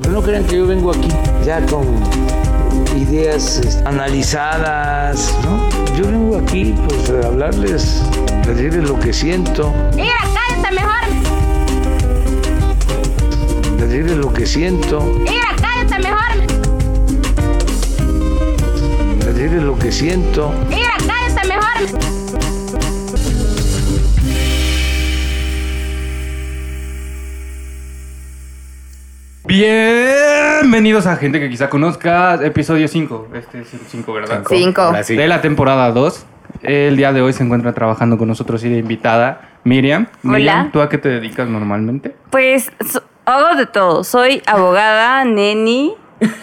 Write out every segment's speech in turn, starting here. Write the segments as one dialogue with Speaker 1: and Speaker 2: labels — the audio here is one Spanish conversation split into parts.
Speaker 1: Pero no crean que yo vengo aquí ya con ideas este, analizadas, ¿no? Yo vengo aquí pues a hablarles, a decirles lo que siento,
Speaker 2: Mira, cállate mejor.
Speaker 1: a decirles lo que siento,
Speaker 2: Mira, cállate mejor.
Speaker 1: a decirles lo que siento.
Speaker 2: Mira, cállate mejor.
Speaker 3: Bienvenidos a gente que quizá conozcas, episodio 5. Este es 5, ¿verdad?
Speaker 2: Cinco.
Speaker 4: Ahora sí.
Speaker 3: De la temporada 2. El día de hoy se encuentra trabajando con nosotros y de invitada Miriam.
Speaker 5: Hola.
Speaker 3: Miriam, ¿tú a qué te dedicas normalmente?
Speaker 5: Pues so- hago de todo. Soy abogada, neni,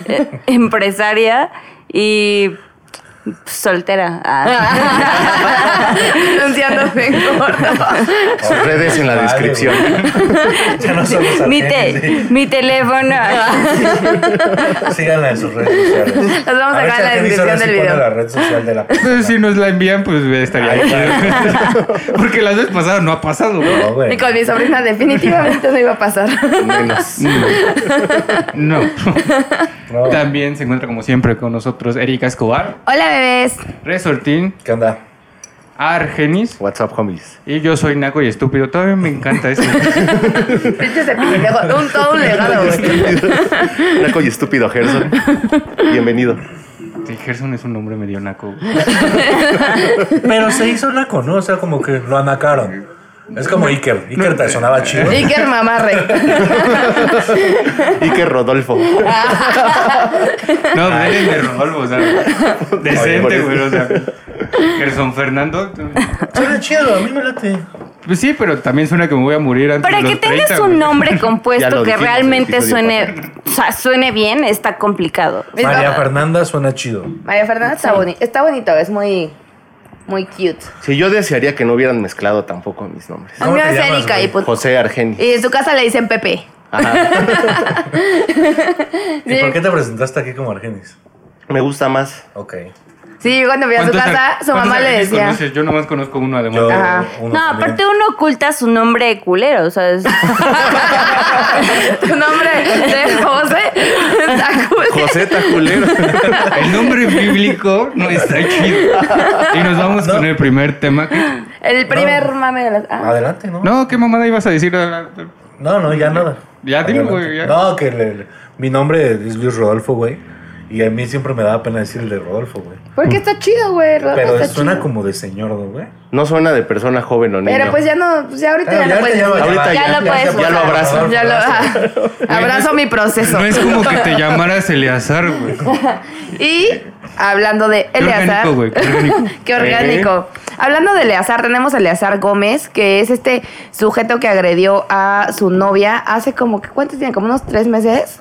Speaker 5: eh, empresaria y soltera. Ah.
Speaker 2: Anunciándose en gordo.
Speaker 4: Sus redes en la descripción.
Speaker 6: Ya no somos
Speaker 5: mi,
Speaker 6: sartenes,
Speaker 5: te- mi teléfono.
Speaker 6: sí. Síganla en sus redes sociales.
Speaker 2: Los vamos a
Speaker 6: ver
Speaker 2: dejar
Speaker 6: si
Speaker 2: en la
Speaker 6: Argenis ahora
Speaker 2: descripción del
Speaker 6: sí pone
Speaker 2: video.
Speaker 6: la red social de la
Speaker 3: Entonces, si nos la envían, pues estaría
Speaker 6: Ahí
Speaker 3: chido. Porque las veces pasadas no ha pasado, güey.
Speaker 6: No, güey.
Speaker 2: Y con mi sobrina definitivamente no iba a pasar.
Speaker 4: Menos.
Speaker 3: No.
Speaker 6: No.
Speaker 3: También se encuentra, como siempre, con nosotros Erika Escobar,
Speaker 2: Hola, bebés.
Speaker 3: Resortín,
Speaker 6: ¿Qué onda?
Speaker 3: Argenis.
Speaker 4: WhatsApp homies.
Speaker 3: Y yo soy naco y estúpido. Todavía me encanta eso.
Speaker 2: Pinches epidemiólogos. Un todo un legado, güey.
Speaker 4: Naco y estúpido Gerson. Bienvenido.
Speaker 3: Sí, Gerson es un hombre medio naco. güey.
Speaker 6: Pero se hizo naco, ¿no? O sea, como que lo anacaron. Es como Iker. Iker te sonaba chido.
Speaker 2: Iker Mamarre.
Speaker 4: Iker Rodolfo.
Speaker 3: No, eres Ah, de Rodolfo, o sea,
Speaker 4: por
Speaker 3: decente,
Speaker 4: eso.
Speaker 3: güey, o sea. Gerson Fernando.
Speaker 6: Suena chido, a mí me late.
Speaker 3: Pues sí, pero también suena que me voy a morir antes
Speaker 5: Para
Speaker 3: de
Speaker 5: que
Speaker 3: los 30,
Speaker 5: tengas un
Speaker 3: güey.
Speaker 5: nombre compuesto
Speaker 4: Ya lo
Speaker 5: que
Speaker 4: dijimos en el
Speaker 5: realmente
Speaker 4: episodio
Speaker 5: suene, o sea, suene bien, está complicado.
Speaker 6: María Fernanda suena chido.
Speaker 2: María Fernanda está, boni- está bonito, es muy, muy cute.
Speaker 4: Sí, yo desearía que no hubieran mezclado tampoco mis nombres.
Speaker 2: A
Speaker 6: ¿Cómo
Speaker 2: mí me
Speaker 6: te
Speaker 2: hace
Speaker 6: llamas,
Speaker 2: Erika
Speaker 6: güey?
Speaker 2: y, put-
Speaker 4: José Argeni.
Speaker 2: y en su casa le dicen Pepe.
Speaker 4: Ajá.
Speaker 6: ¿Y por qué te presentaste aquí como Argenis?
Speaker 4: Me gusta más.
Speaker 6: Ok.
Speaker 2: Sí, yo cuando fui a su
Speaker 3: ¿Cuántos
Speaker 2: casa,
Speaker 3: ar-
Speaker 2: su mamá
Speaker 3: cuántos
Speaker 2: le
Speaker 3: artistas
Speaker 2: decía.
Speaker 3: conoces? Yo nomás conozco uno además.
Speaker 6: Yo,
Speaker 2: Ajá.
Speaker 6: uno
Speaker 5: No,
Speaker 6: también.
Speaker 5: aparte uno oculta su nombre culero, o sea, es-
Speaker 2: Tu nombre de José está cool.
Speaker 4: José Tajulero.
Speaker 3: El nombre bíblico no está chido. Y nos vamos con el primer tema. ¿Qué-
Speaker 2: El primer mame de las. ah,
Speaker 6: Adelante, ¿no?
Speaker 3: No, ¿qué mamada ibas a decir?
Speaker 6: No, no, ya nada.
Speaker 3: Ya dilo,
Speaker 6: Adelante.
Speaker 3: güey, ya.
Speaker 6: No, que le- le- mi nombre es Luis Rodolfo, güey. Y a mí siempre me daba pena decir el de Rodolfo, güey.
Speaker 2: porque está chido, güey. Rodolfo
Speaker 6: Pero
Speaker 2: está
Speaker 6: suena
Speaker 2: chido.
Speaker 6: como de señor, ¿no, güey.
Speaker 4: No suena de persona joven o niño.
Speaker 2: Pero pues ya no, pues ya ahorita
Speaker 6: Claro,
Speaker 2: ya,
Speaker 6: Ah, ya
Speaker 2: no
Speaker 6: ahorita
Speaker 2: puedes.
Speaker 6: ya-
Speaker 4: Ahorita
Speaker 5: ya lo puedes
Speaker 4: ya lo
Speaker 5: usar.
Speaker 4: abrazo.
Speaker 2: Ya lo-
Speaker 3: no
Speaker 2: abrazo
Speaker 3: es-
Speaker 2: mi proceso.
Speaker 3: No es como que te llamaras Eleazar, güey.
Speaker 2: Y hablando de
Speaker 3: Qué
Speaker 2: Eleazar.
Speaker 3: orgánico, güey. Qué orgánico. Eh.
Speaker 2: Qué orgánico. Hablando de Eleazar, tenemos a Eleazar Gómez, que es este sujeto que agredió a su novia hace como, que ¿cuántos tiene? ¿Como unos tres meses?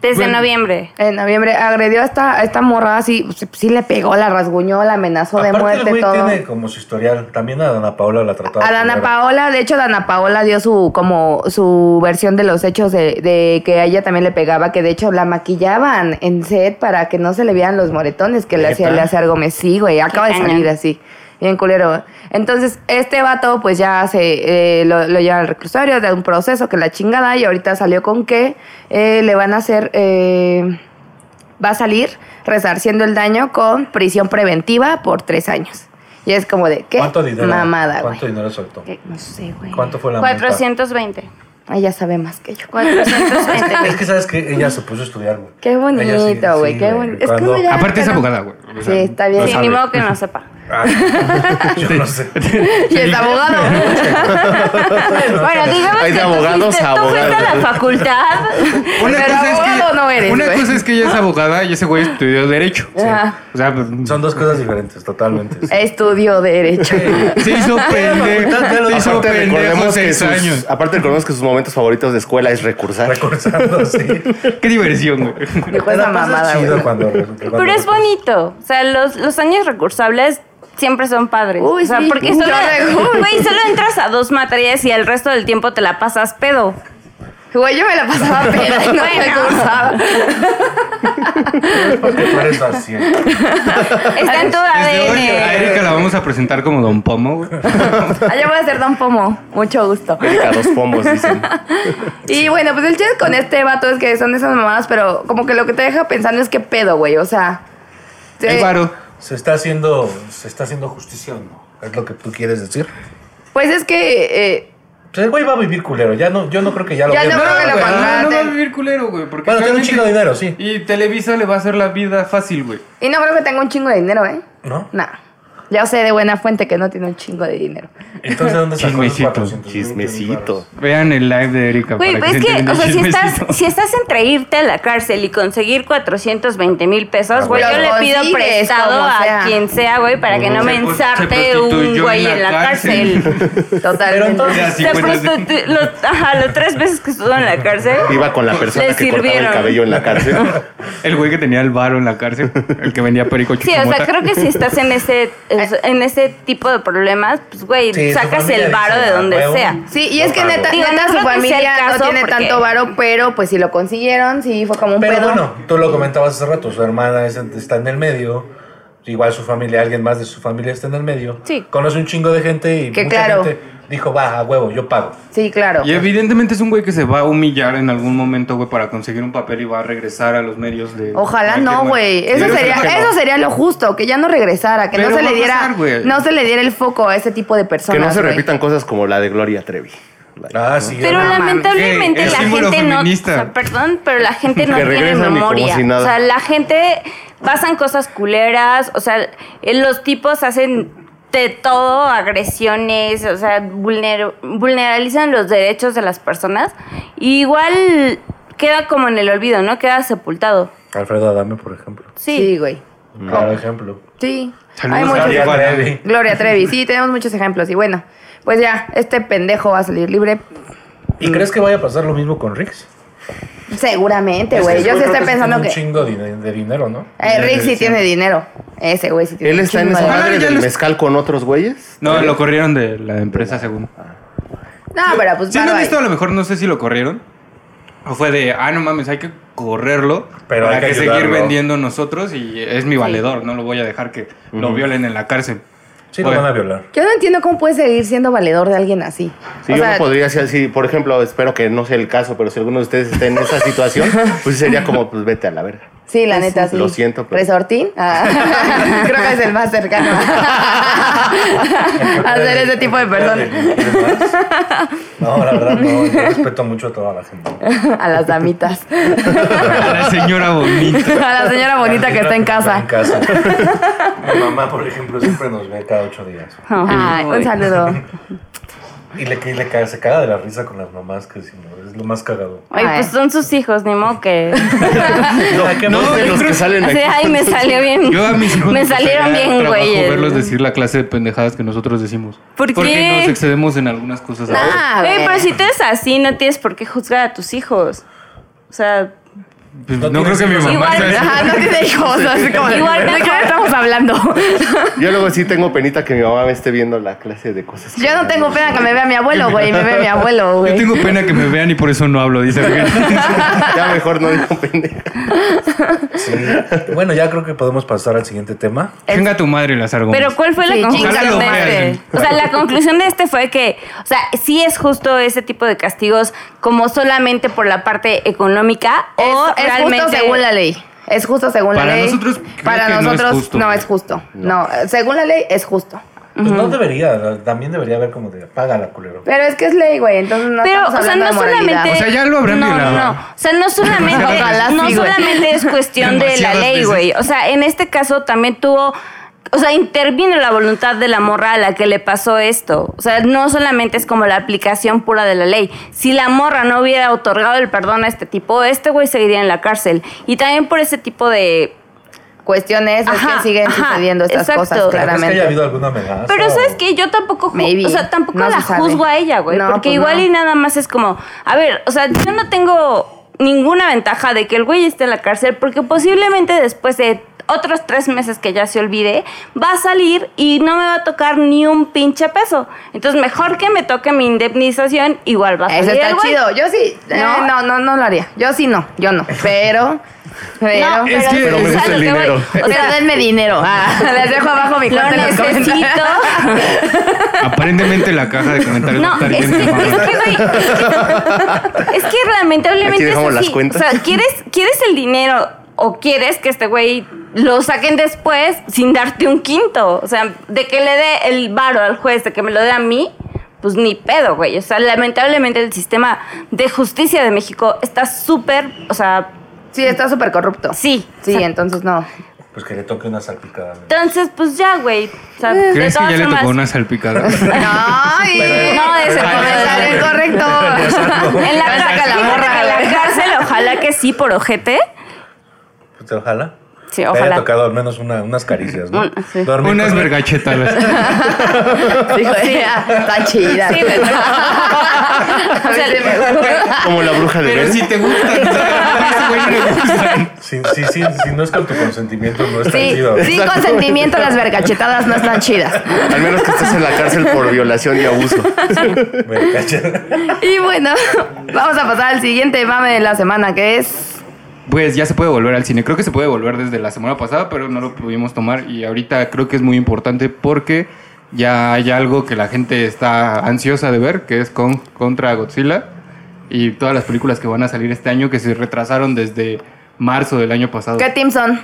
Speaker 5: desde
Speaker 3: Bueno.
Speaker 5: noviembre.
Speaker 2: En noviembre agredió a esta, a esta morra, así, pues, sí le pegó, la rasguñó, la amenazó de
Speaker 6: Aparte, el
Speaker 2: muerte,
Speaker 6: güey
Speaker 2: todo.
Speaker 6: tiene como su historial. También a Dana Paola la trataba.
Speaker 2: A Dana
Speaker 6: culero.
Speaker 2: Paola, de hecho, Dana Paola dio su como su versión de los hechos de, de que a ella también le pegaba, que de hecho la maquillaban en set para que no se le vieran los moretones que le hacía
Speaker 6: ¿Neta?
Speaker 2: Eleazar Gómez. Sí, güey, acaba de
Speaker 5: cañón.
Speaker 2: salir así. Bien culero. Entonces, este vato, pues ya se eh, lo, lo lleva al reclusorio, da un proceso que la chingada, y ahorita salió con que eh, le van a hacer. eh, va a salir resarciendo el daño con prisión preventiva por tres años. Y es como de, ¿qué?
Speaker 6: ¿Cuánto dinero?
Speaker 2: Mamada, güey.
Speaker 6: ¿Cuánto dinero soltó?
Speaker 2: Eh, No sé, güey.
Speaker 6: ¿Cuánto fue la
Speaker 5: 420.
Speaker 2: Ella sabe más que yo.
Speaker 5: 420.
Speaker 6: multa? Es que sabes que ella se puso a estudiar, güey.
Speaker 2: Qué bonito,
Speaker 6: Ella sí-
Speaker 2: güey.
Speaker 6: sí,
Speaker 2: qué bonito. Es que
Speaker 6: Cuando-
Speaker 2: mira,
Speaker 3: Eh, Aparte es
Speaker 2: pero-
Speaker 3: abogada, güey. O sea,
Speaker 2: Sí, está bien.
Speaker 5: Sí,
Speaker 2: Sí,
Speaker 5: ni modo que no sepa.
Speaker 6: Ah, yo no sé.
Speaker 2: y es abogado.
Speaker 5: Bueno, digamos
Speaker 4: Hay de
Speaker 5: que tú
Speaker 4: abogados
Speaker 5: fuiste-
Speaker 4: a
Speaker 5: tú fuiste a
Speaker 4: abogados.
Speaker 5: la facultad.
Speaker 3: Una,
Speaker 2: Pero
Speaker 3: cosa es,
Speaker 2: abogado
Speaker 3: que,
Speaker 2: no eres,
Speaker 3: una
Speaker 2: güey.
Speaker 3: cosa es que ella es abogada y ese güey estudió Derecho.
Speaker 2: Ajá.
Speaker 3: O sea, pues,
Speaker 6: Son dos cosas diferentes, totalmente. sí.
Speaker 2: Estudió Derecho.
Speaker 3: se hizo pendejo.
Speaker 6: facultad ya lo
Speaker 3: Se hizo
Speaker 4: Aparte
Speaker 3: pendejo
Speaker 4: recordemos, que
Speaker 3: seis
Speaker 4: sus,
Speaker 3: años.
Speaker 4: aparte recordemos que sus momentos favoritos de escuela es recursar.
Speaker 6: Recursando, sí.
Speaker 3: Qué diversión, güey.
Speaker 2: Dijo esa
Speaker 6: La pasas
Speaker 2: mamada,
Speaker 6: chido
Speaker 2: güey.
Speaker 6: cuando- cuando-
Speaker 5: Pero es bonito. O sea, los, los años recursables siempre son padres.
Speaker 2: Uy,
Speaker 5: o sea,
Speaker 2: sí.
Speaker 5: porque solo,
Speaker 2: Yo re-
Speaker 5: güey, solo entras a dos materias y el resto del tiempo te la pasas pedo.
Speaker 2: Güey, yo me la pasaba peda y no recursaba.
Speaker 6: Porque tú eres así.
Speaker 5: Está en tu
Speaker 3: Desde hoy a
Speaker 5: ADN.
Speaker 3: Erika la vamos a presentar como Don Pomo, güey.
Speaker 2: Ah, yo voy a ser Don Pomo. Mucho gusto.
Speaker 4: Erika, los pomos, dicen.
Speaker 2: Y bueno, pues el chiste con este vato es que son esas mamadas, pero como que lo que te deja pensando es que pedo, güey. O sea. eh, te-
Speaker 3: El varo.
Speaker 6: Se está haciendo, se está haciendo justicia o no. Es lo que tú quieres decir.
Speaker 2: Pues es que. eh,
Speaker 6: Pues el güey va a vivir culero. Ya no, yo no creo que ya lo
Speaker 2: Ya
Speaker 6: vaya
Speaker 2: no
Speaker 6: a-
Speaker 2: creo que lo
Speaker 3: Ah, güey,
Speaker 2: contraten.
Speaker 3: no va a vivir culero, güey. Porque
Speaker 6: Bueno, tiene un
Speaker 3: realmente-
Speaker 6: chingo de dinero, sí.
Speaker 3: Y Televisa le va a hacer la vida fácil, güey.
Speaker 2: y no creo que tenga un chingo de dinero, ¿eh?
Speaker 6: ¿No?
Speaker 2: No. Ya sé de buena fuente que no tiene un chingo de dinero.
Speaker 6: Entonces, ¿dónde sacó los
Speaker 3: Chismecito,
Speaker 6: 400?
Speaker 4: Chismecito.
Speaker 3: Vean el live de Erika.
Speaker 5: Güey,
Speaker 3: para
Speaker 5: pues es
Speaker 3: se
Speaker 5: que,
Speaker 3: enteren
Speaker 5: o sea,
Speaker 3: el
Speaker 5: si
Speaker 3: chismecito.
Speaker 5: estás, si estás entre irte a la cárcel y conseguir 420 mil pesos, Ah, güey, yo
Speaker 2: Lo
Speaker 5: le pido
Speaker 2: consigues,
Speaker 5: prestado
Speaker 2: como sea.
Speaker 5: a quien sea, güey, para que no
Speaker 3: Se
Speaker 5: me
Speaker 3: pro- se
Speaker 5: ensarte un
Speaker 3: prostituyó
Speaker 5: güey en la cárcel.
Speaker 6: Pero
Speaker 2: Totalmente.
Speaker 6: entonces-
Speaker 3: Ya, sí,
Speaker 5: Se
Speaker 3: cuéntate.
Speaker 5: prostitu- los- ajá, los tres veces que estuvo en la cárcel.
Speaker 4: Iba con la persona
Speaker 5: Les
Speaker 4: que cortaba el
Speaker 5: sirvieron.
Speaker 4: cabello en la cárcel.
Speaker 3: El güey que tenía el varo en la cárcel, el que vendía perico
Speaker 5: Sí, o sea,
Speaker 3: chicomota.
Speaker 5: creo que si estás en ese, en ese tipo de problemas, pues, güey,
Speaker 6: Sí, tu
Speaker 5: sacas
Speaker 6: familia
Speaker 5: el varo
Speaker 6: dice,
Speaker 5: de
Speaker 6: "Ah,
Speaker 5: donde
Speaker 6: huevo".
Speaker 5: sea.
Speaker 2: Sí, y es que
Speaker 6: Lo
Speaker 2: neta,
Speaker 6: pago.
Speaker 5: Digo, no
Speaker 2: neta su
Speaker 5: creo que sea el
Speaker 2: familia no
Speaker 5: caso
Speaker 2: tiene
Speaker 5: porque-
Speaker 2: tanto varo, pero pues si lo consiguieron, sí fue como un
Speaker 6: Pero
Speaker 2: pedo.
Speaker 6: bueno, tú lo comentabas hace rato, su hermana es- está en el medio, igual su familia, alguien más de su familia está en el medio.
Speaker 5: Sí.
Speaker 6: Conoce un chingo de gente y
Speaker 2: Que
Speaker 6: mucha
Speaker 2: claro.
Speaker 6: gente dijo, va, a huevo, yo pago.
Speaker 2: Sí, claro.
Speaker 3: Y evidentemente es un güey que se va a humillar en algún momento, güey, para conseguir un papel y va a regresar a los medios de.
Speaker 2: Ojalá
Speaker 3: cualquier
Speaker 2: no,
Speaker 3: manera.
Speaker 2: güey.
Speaker 3: Yo
Speaker 2: Eso
Speaker 3: creo
Speaker 2: sería,
Speaker 3: que no.
Speaker 2: eso sería lo justo, que ya no regresara, que no
Speaker 3: Pero
Speaker 2: se
Speaker 3: va
Speaker 2: le
Speaker 3: a
Speaker 2: diera,
Speaker 3: pasar, güey.
Speaker 2: no se le diera el foco a ese tipo de
Speaker 4: Que
Speaker 2: personas.
Speaker 4: no se
Speaker 2: güey.
Speaker 4: repitan cosas como la de Gloria Trevi.
Speaker 6: Ah, sí.
Speaker 5: Pero
Speaker 2: no mames.
Speaker 5: lamentablemente
Speaker 3: Ey, es
Speaker 5: la
Speaker 3: símbolo
Speaker 5: gente no, o
Speaker 3: feminista.
Speaker 5: sea, perdón, pero la gente no
Speaker 4: Que
Speaker 5: tiene
Speaker 4: regresan y como
Speaker 5: memoria.
Speaker 4: si nada.
Speaker 5: O sea, la gente pasan cosas culeras, o sea, eh, los tipos hacen de todo, agresiones, o sea, vulner- vulneralizan los derechos de las personas. Y igual queda como en el olvido, ¿no? Queda sepultado.
Speaker 6: Alfredo Adame, por ejemplo.
Speaker 2: Sí,
Speaker 5: Sí.
Speaker 2: güey.
Speaker 6: Por ejemplo.
Speaker 2: Sí. Hay
Speaker 3: Saludos a
Speaker 2: muchos.
Speaker 3: Gloria
Speaker 6: Gloria
Speaker 3: Trevi.
Speaker 6: Trevi.
Speaker 2: Gloria Trevi, sí, tenemos muchos ejemplos. Y bueno, pues ya, este pendejo va a salir libre.
Speaker 6: ¿Y crees que vaya a pasar lo mismo con Rix?
Speaker 3: Este
Speaker 2: Seguramente,
Speaker 6: Es
Speaker 2: Este
Speaker 6: que
Speaker 2: güey.
Speaker 6: ese
Speaker 2: Yo sí
Speaker 6: creo
Speaker 2: estoy
Speaker 6: que
Speaker 2: pensando
Speaker 6: tiene
Speaker 2: que.
Speaker 6: Un chingo de, de dinero, ¿no?
Speaker 2: Eh, Rick sí tiene dinero. Ese güey sí tiene
Speaker 4: Él
Speaker 2: un
Speaker 4: está en
Speaker 2: chingo
Speaker 4: esa
Speaker 2: de-
Speaker 3: Ah,
Speaker 4: madre
Speaker 3: ya
Speaker 4: del
Speaker 3: lo-
Speaker 4: mezcal con otros güeyes.
Speaker 3: No, lo corrieron de la empresa, según.
Speaker 2: No, pero pues.
Speaker 3: Si no
Speaker 2: varo
Speaker 3: han
Speaker 2: ahí.
Speaker 3: visto, a lo mejor no sé si lo corrieron. O fue de, ah, no mames, hay que correrlo
Speaker 6: Pero
Speaker 3: para
Speaker 6: hay
Speaker 3: que,
Speaker 6: que
Speaker 3: seguir
Speaker 6: ayudarlo.
Speaker 3: vendiendo nosotros y es mi valedor, no lo voy a dejar que lo violen en la cárcel.
Speaker 6: Sí, lo
Speaker 3: Oye,
Speaker 6: van a violar.
Speaker 2: Yo no entiendo cómo puede seguir siendo valedor de alguien así.
Speaker 4: Si
Speaker 2: O
Speaker 4: yo
Speaker 2: sea,
Speaker 4: no podría ser así, por ejemplo, espero que no sea el caso, pero si alguno de ustedes está en esa situación, pues sería como, pues vete a la verga.
Speaker 2: Sí, la neta, sí.
Speaker 4: Lo siento, pero-
Speaker 2: ¿Resortín? Ah, creo que es el más cercano a ser ese tipo de persona.
Speaker 6: No, la verdad, no. Yo respeto mucho a toda la gente.
Speaker 2: A las damitas.
Speaker 3: A la señora bonita.
Speaker 2: A la señora bonita que está en
Speaker 6: En
Speaker 2: casa.
Speaker 6: casa. Mi mamá, por ejemplo, siempre nos ve cada ocho días.
Speaker 2: Ay, un saludo.
Speaker 6: Y le, y le caga- se caga de la risa con las mamás, que si no, es lo más cagado.
Speaker 5: Ay, pues son sus hijos, ni modo que.
Speaker 4: No, de los que salen
Speaker 5: Así,
Speaker 4: aquí.
Speaker 5: ay, me salió bien.
Speaker 3: Yo a mis hijos
Speaker 5: me salieron
Speaker 3: gustaría
Speaker 5: bien,
Speaker 3: trabajo
Speaker 5: güey.
Speaker 3: verlos decir la clase de pendejadas que nosotros decimos.
Speaker 5: ¿Por
Speaker 3: Porque
Speaker 5: qué?
Speaker 3: nos excedemos en algunas cosas. a veces.
Speaker 2: Nah,
Speaker 5: Güey,
Speaker 2: güey.
Speaker 5: pero si tú eres así, no tienes por qué juzgar a tus hijos. O sea,
Speaker 3: Pues,
Speaker 6: No
Speaker 3: no, creo
Speaker 6: tienes
Speaker 3: que mi
Speaker 6: hijos.
Speaker 3: mamá
Speaker 5: Igual,
Speaker 3: sea así.
Speaker 2: Ajá, no tiene hijos. Así como,
Speaker 5: Igual
Speaker 2: ¿De qué
Speaker 5: mejor.
Speaker 2: estamos hablando?
Speaker 4: Yo luego sí tengo penita que mi mamá me esté viendo la clase de cosas. que-
Speaker 2: Yo no tengo pena que me vea mi abuelo, güey. Me vea mi abuelo,
Speaker 3: Yo
Speaker 2: güey.
Speaker 3: tengo pena que me vean y por eso no hablo, dice Miguel.
Speaker 4: Ya mejor no digo pendeja.
Speaker 6: Sí. Bueno, ya creo que podemos pasar al siguiente tema.
Speaker 3: Venga tu madre las argomas.
Speaker 5: pero ¿cuál fue
Speaker 2: Sí,
Speaker 5: la
Speaker 3: chinga
Speaker 5: conclusión
Speaker 3: tu
Speaker 5: de
Speaker 3: madre.
Speaker 5: este? O sea, la conclusión de este fue que, o sea, sí es justo ese tipo de castigos como solamente por la parte económica o
Speaker 2: Es, es
Speaker 5: realmente
Speaker 2: justo según la ley. Es justo según
Speaker 3: Para
Speaker 2: la ley.
Speaker 3: nosotros creo
Speaker 2: Para
Speaker 3: que no es
Speaker 2: nosotros
Speaker 3: justo,
Speaker 2: no
Speaker 3: güey.
Speaker 2: es justo. No, eh, según la ley es justo.
Speaker 6: Pues no debería, la- también debería haber como de paga la culero.
Speaker 2: Pero es que es ley, güey. Entonces no
Speaker 5: Pero,
Speaker 2: estamos
Speaker 5: o sea,
Speaker 2: hablando
Speaker 5: no
Speaker 2: de moralidad.
Speaker 5: solamente.
Speaker 3: O sea, ya lo habrán
Speaker 5: no,
Speaker 3: violado.
Speaker 5: No, no. O sea, no solamente,
Speaker 2: Ojalá
Speaker 5: no
Speaker 2: sí, güey.
Speaker 5: solamente es cuestión de la
Speaker 3: Demasiadas
Speaker 5: ley,
Speaker 3: veces.
Speaker 5: güey. O sea, en este caso también tuvo. O sea, intervino la voluntad de la morra a la que le pasó esto. O sea, no solamente es como la aplicación pura de la ley. Si la morra no hubiera otorgado el perdón a este tipo, este güey seguiría en la cárcel. Y también por ese tipo de
Speaker 2: cuestiones es
Speaker 5: Ajá,
Speaker 2: que siguen
Speaker 5: ajá,
Speaker 2: sucediendo estas
Speaker 5: exacto.
Speaker 2: cosas,
Speaker 5: Pero
Speaker 6: ¿Crees que haya
Speaker 2: claramente.
Speaker 6: habido alguna amenaza?
Speaker 5: Pero
Speaker 6: o-
Speaker 5: sabes que yo tampoco, ju-
Speaker 2: Maybe.
Speaker 5: o sea, tampoco
Speaker 2: No
Speaker 5: la
Speaker 2: se sabe.
Speaker 5: juzgo a ella, güey,
Speaker 2: No,
Speaker 5: porque
Speaker 2: pues
Speaker 5: igual
Speaker 2: no.
Speaker 5: y nada más es como, a ver, o sea, yo no tengo ninguna ventaja de que el güey esté en la cárcel porque posiblemente después de otros tres meses que ya se olvide, va a salir y no me va a tocar ni un pinche peso. Entonces, mejor que me toque mi indemnización, igual va a salir.
Speaker 2: Eso
Speaker 5: el
Speaker 2: está
Speaker 5: güey.
Speaker 2: chido. Yo sí. eh,
Speaker 5: ¿No?
Speaker 2: ¿No? no, no, lo haría. Yo sí no. Yo no. Pero. Pero.
Speaker 5: No,
Speaker 3: Es que-
Speaker 5: pero
Speaker 3: pero me
Speaker 5: o sea,
Speaker 3: gusta
Speaker 5: lo
Speaker 3: el
Speaker 5: que voy-
Speaker 3: dinero.
Speaker 5: O
Speaker 2: pero
Speaker 5: sea,
Speaker 2: denme dinero. Ah, les dejo abajo mi
Speaker 5: lo
Speaker 2: cuenta. en los
Speaker 5: necesito.
Speaker 2: comentarios.
Speaker 3: Aparentemente la caja de comentarios va a
Speaker 5: No,
Speaker 3: estar
Speaker 5: es
Speaker 3: bien
Speaker 5: que, es que,
Speaker 3: mamada.
Speaker 5: güey, es que lamentablemente
Speaker 4: Aquí
Speaker 5: es
Speaker 4: dejamos
Speaker 5: así.
Speaker 4: las cuentas.
Speaker 5: O sea, ¿quieres, ¿quieres el dinero o quieres que este güey lo saquen después sin darte un quinto? O sea, de que le dé el varo al juez, de que me lo dé a mí, pues ni pedo, güey. O sea, lamentablemente el sistema de justicia de México está súper, o sea,
Speaker 2: Sí, está súper corrupto.
Speaker 5: sí.
Speaker 2: Sí,
Speaker 5: O sea,
Speaker 2: entonces no.
Speaker 6: Pues que le toque una salpicada. güey.
Speaker 5: entonces, pues ya, güey. O sea, de
Speaker 3: ¿Crees que
Speaker 5: todas
Speaker 3: ya le tocó
Speaker 5: formas-
Speaker 3: una salpicada?
Speaker 2: ¡Ay!
Speaker 5: No, de ese
Speaker 2: comentario
Speaker 5: correcto.
Speaker 2: incorrecto.
Speaker 5: En la,
Speaker 2: Saca
Speaker 5: cárcel,
Speaker 2: la
Speaker 5: fíjate
Speaker 2: morra,
Speaker 5: que en la
Speaker 2: güey.
Speaker 5: cárcel, ojalá que sí, por ojete.
Speaker 6: Pues, ojalá.
Speaker 5: Sí,
Speaker 6: Te haya
Speaker 5: ojalá.
Speaker 6: tocado al menos una- unas caricias, ¿no?
Speaker 5: Un- sí.
Speaker 6: Dormir
Speaker 3: Unas
Speaker 6: con-
Speaker 3: vergachetadas.
Speaker 2: Dijo, "Ah, está chida.
Speaker 5: Sí, güey.
Speaker 2: A ver, sí me gusta.
Speaker 4: Como la bruja de
Speaker 3: Pero
Speaker 4: Bell.
Speaker 3: si te gustan, o sea, a ese güey no le gustan.
Speaker 6: Sí, sí, sí, si no es con tu consentimiento, no está
Speaker 2: Sí,
Speaker 6: chido.
Speaker 2: sin consentimiento las vergachetadas no están chidas.
Speaker 4: Al menos que estés en la cárcel por violación y abuso.
Speaker 6: Me cacha.
Speaker 2: Y bueno, vamos a pasar al siguiente mame de la semana, que es...
Speaker 3: Pues ya se puede volver al cine. Creo que se puede volver desde la semana pasada, pero no lo pudimos tomar. Y ahorita creo que es muy importante porque ya hay algo que la gente está ansiosa de ver, que es con, contra Godzilla. Y todas las películas que van a salir este año que se retrasaron desde marzo del año pasado.
Speaker 2: ¿Qué team son?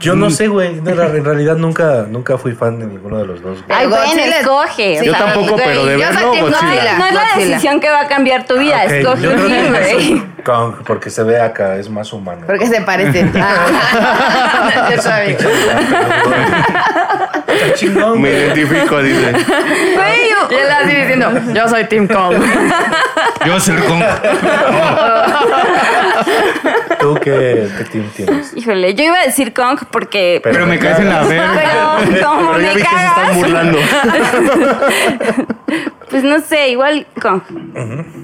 Speaker 6: Yo no sé, güey. En ra- en realidad nunca, nunca fui fan de ninguno de los dos. güey.
Speaker 5: Ay, güey,
Speaker 2: Godzilla-
Speaker 5: escoge. o
Speaker 4: Yo
Speaker 5: sea,
Speaker 4: tampoco,
Speaker 5: güey.
Speaker 4: pero de
Speaker 2: yo
Speaker 4: verlo,
Speaker 2: soy team
Speaker 5: No,
Speaker 4: Godzilla.
Speaker 5: es- no es la
Speaker 2: Godzilla.
Speaker 5: decisión que va a cambiar tu vida.
Speaker 6: Ok,
Speaker 5: Escoge
Speaker 6: yo
Speaker 5: un ¿eh?
Speaker 6: creo que
Speaker 5: team,
Speaker 6: es
Speaker 5: güey.
Speaker 6: un Kong, porque se ve acá, es más humano.
Speaker 2: Porque se parece. Ah, yo sabía.
Speaker 6: Está chingón,
Speaker 4: Me
Speaker 6: güey.
Speaker 4: identifico, dice.
Speaker 2: Güey, yo- Y él así diciendo, yo soy Team Kong.
Speaker 3: Yo soy con...
Speaker 6: ¿Tú qué, qué team tienes?
Speaker 5: Híjole, yo iba a decir Kong porque.
Speaker 3: Pero me caes en la verga.
Speaker 5: Pero como
Speaker 4: Pero ya
Speaker 5: me
Speaker 4: vi que se
Speaker 5: cagas,
Speaker 4: están burlando.
Speaker 5: pues no sé, igual Kong.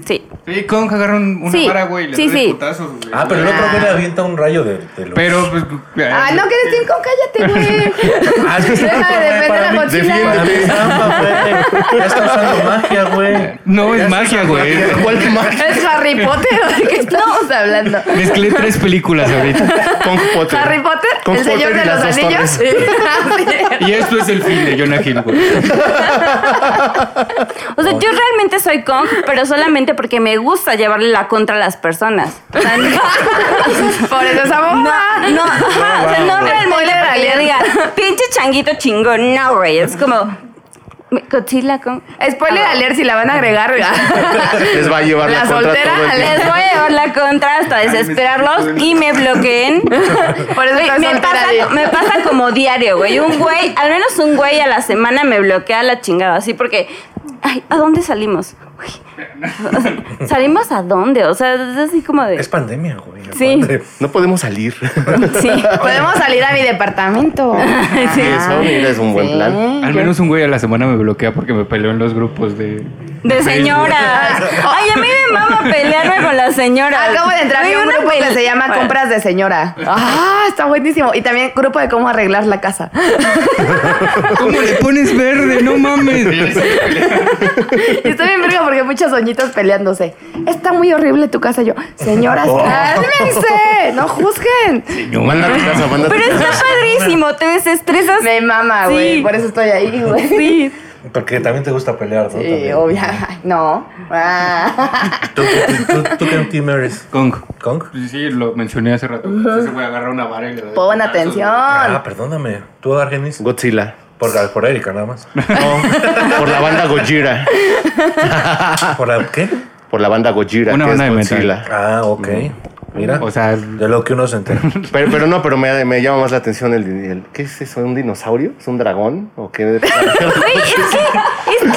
Speaker 5: Sí.
Speaker 3: Sí, Kong agarraron una
Speaker 5: Sí,
Speaker 3: vara, güey. Le
Speaker 5: sí,
Speaker 3: sí,
Speaker 5: sí.
Speaker 3: putazos, güey.
Speaker 6: Ah, pero el otro güey le avienta un rayo de, de luz.
Speaker 3: Pero, pues.
Speaker 2: Ah, no, que eres Team Kong, cállate, güey.
Speaker 6: Ah, es que está
Speaker 2: Deja de
Speaker 6: para
Speaker 2: defender
Speaker 6: mí-
Speaker 2: a Godzilla.
Speaker 6: para mí es trampa, güey. Ya está usando magia, güey.
Speaker 3: No, es magia, güey.
Speaker 4: ¿Cuál te marca?
Speaker 2: ¿Es Harry Potter o de qué estamos hablando?
Speaker 3: Mezclé tres películas ahorita.
Speaker 4: Con Potter.
Speaker 2: ¿Harry Potter?
Speaker 4: Con
Speaker 2: ¿El Señor
Speaker 4: Potter y
Speaker 2: de los
Speaker 4: las dos
Speaker 2: Anillos? Ah,
Speaker 4: torres.
Speaker 2: Sí.
Speaker 3: Y esto es el fin de Jonah Hill, güey.
Speaker 5: O sea, yo realmente soy Kong, pero solamente porque me gusta llevarle la contra a las personas. O sea,
Speaker 2: Por eso esa bomba.
Speaker 5: Ah. No, ajá, o sea, no realmente
Speaker 2: Spoiler
Speaker 5: para que yo
Speaker 2: alert.
Speaker 5: diga, pinche changuito chingón, no, güey. Es como, Godzilla con...
Speaker 2: Spoiler alert si la van a agregar.
Speaker 4: Les va a llevar la,
Speaker 2: La
Speaker 4: contra
Speaker 2: soltera,
Speaker 4: todo el tiempo.
Speaker 5: Les voy a llevar la contra hasta desesperarlos y me bloqueen.
Speaker 2: Por eso
Speaker 5: Güey,
Speaker 2: estás
Speaker 5: me,
Speaker 2: soltera.
Speaker 5: pasa,
Speaker 2: Diego.
Speaker 5: me pasa como diario, güey. Un güey, al menos un güey a la semana me bloquea la chingada, así porque, ay, ¿a dónde salimos? Güey, o sea, ¿Salimos a dónde? O sea, es así como de...
Speaker 6: Es pandemia, güey.
Speaker 5: Sí.
Speaker 6: aparte.
Speaker 4: No podemos salir.
Speaker 5: Sí.
Speaker 2: Podemos salir a mi departamento.
Speaker 4: Y eso, mira, es un buen
Speaker 2: Sí.
Speaker 4: plan.
Speaker 3: Al menos un güey a la semana me bloquea porque me peleó en los grupos de.
Speaker 5: De
Speaker 3: Facebook.
Speaker 5: señoras. Ay, a mí me mama pelearme con las señoras.
Speaker 2: Acabo de entrar
Speaker 5: Güey,
Speaker 2: en un
Speaker 5: una
Speaker 2: grupo que
Speaker 5: pele-
Speaker 2: se llama
Speaker 5: Bueno,
Speaker 2: Compras de Señora. Ah, está buenísimo. Y también grupo de cómo arreglar la casa.
Speaker 3: ¿Cómo le pones verde? No mames.
Speaker 2: Y está bien verga porque hay muchas doñitas peleándose. Está muy horrible tu casa. Yo, señora, cálmense, no juzguen.
Speaker 4: Manda a tu casa, manda a tu
Speaker 5: Pero
Speaker 4: casa.
Speaker 5: está padrísimo, te desestresas.
Speaker 2: Me mama, güey.
Speaker 5: Sí.
Speaker 2: Por eso estoy ahí, güey.
Speaker 5: Sí.
Speaker 6: Porque también te gusta pelear, ¿no?
Speaker 2: Sí,
Speaker 6: También.
Speaker 2: obvia. Ay, No. Ah.
Speaker 6: ¿Tú, qué- tú, tú, tú qué team eres?
Speaker 3: Kong.
Speaker 6: ¿Kong?
Speaker 3: Sí, sí, lo mencioné hace rato. Ese güey agarra una vara y le da.
Speaker 2: Pon atención.
Speaker 6: Ah, perdóname. ¿Tú, Argenis?
Speaker 4: Godzilla.
Speaker 6: Por, por Erika, nada más.
Speaker 4: No, por la banda Gojira.
Speaker 6: ¿Por la- qué?
Speaker 4: Por la banda Gojira,
Speaker 3: Una
Speaker 4: que
Speaker 3: banda
Speaker 4: es
Speaker 3: de metal.
Speaker 4: Godzilla.
Speaker 6: Ah, ok. Mira.
Speaker 3: O sea,
Speaker 6: de lo que uno se entera.
Speaker 4: Pero, pero no, pero me, me llama más la atención el, el- ¿Qué es eso? ¿Un dinosaurio? ¿Es un dragón? ¿O qué?
Speaker 5: Güey, es que, es que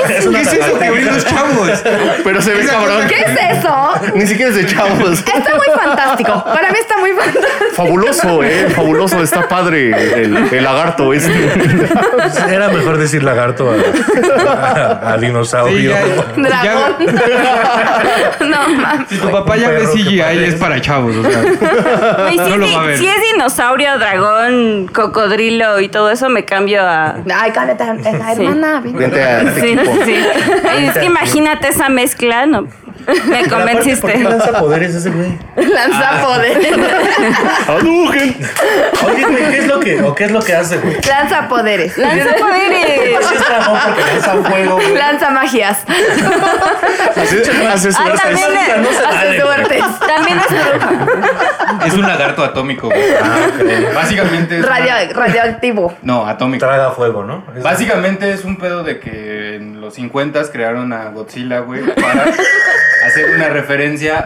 Speaker 3: ¿Qué es eso que ven los chavos?
Speaker 4: pero se ve cabrón.
Speaker 2: ¿Qué es eso? ¿no?
Speaker 4: Ni siquiera es de chavos.
Speaker 2: Está muy fantástico. Para mí está muy fantástico.
Speaker 4: Fabuloso, eh, fabuloso, está padre el, el lagarto este.
Speaker 6: Era mejor decir lagarto a, a- a
Speaker 3: Sí,
Speaker 6: dinosaurio.
Speaker 3: ya- ya-
Speaker 2: Dragón. no mames.
Speaker 3: si tu papá ya
Speaker 6: Un
Speaker 3: ve
Speaker 6: perro que
Speaker 3: CGI es
Speaker 6: parece.
Speaker 3: para chavos, o sea.
Speaker 5: Güey, si,
Speaker 3: No
Speaker 5: es
Speaker 3: lo
Speaker 5: di-
Speaker 3: va a ver.
Speaker 5: si es dinosaurio, dragón, cocodrilo y todo eso, me cambio a.
Speaker 2: Ay, cámbiate, es la
Speaker 5: Sí.
Speaker 2: hermana. ven.
Speaker 4: Vente a este
Speaker 5: Sí,
Speaker 4: equipo.
Speaker 5: sí. Es que imagínate esa mezcla, no. Me
Speaker 6: Pero aparte, ¿Por qué
Speaker 5: convenciste.
Speaker 6: lanza poderes ese güey?
Speaker 2: Lanza poderes.
Speaker 4: Hadouken.
Speaker 6: Oye, güey, ¿qué es lo que, o qué es lo que hace, güey?
Speaker 2: Lanza poderes.
Speaker 5: Lanza poderes.
Speaker 6: Sí es tramón porque lanza fuego, güey.
Speaker 2: Lanza magias.
Speaker 4: Hace- hace su-
Speaker 5: Ah, también
Speaker 6: Esa no se
Speaker 5: es,
Speaker 6: vale,
Speaker 2: Hace suertes.
Speaker 5: también es bruja.
Speaker 3: Es un lagarto atómico, güey. Básicamente es. una-
Speaker 2: Radio- radioactivo.
Speaker 3: No, atómico.
Speaker 6: Traga fuego, ¿no? Es-
Speaker 3: Básicamente es un pedo de que en los 50 crearon a Godzilla, güey, para hacer una referencia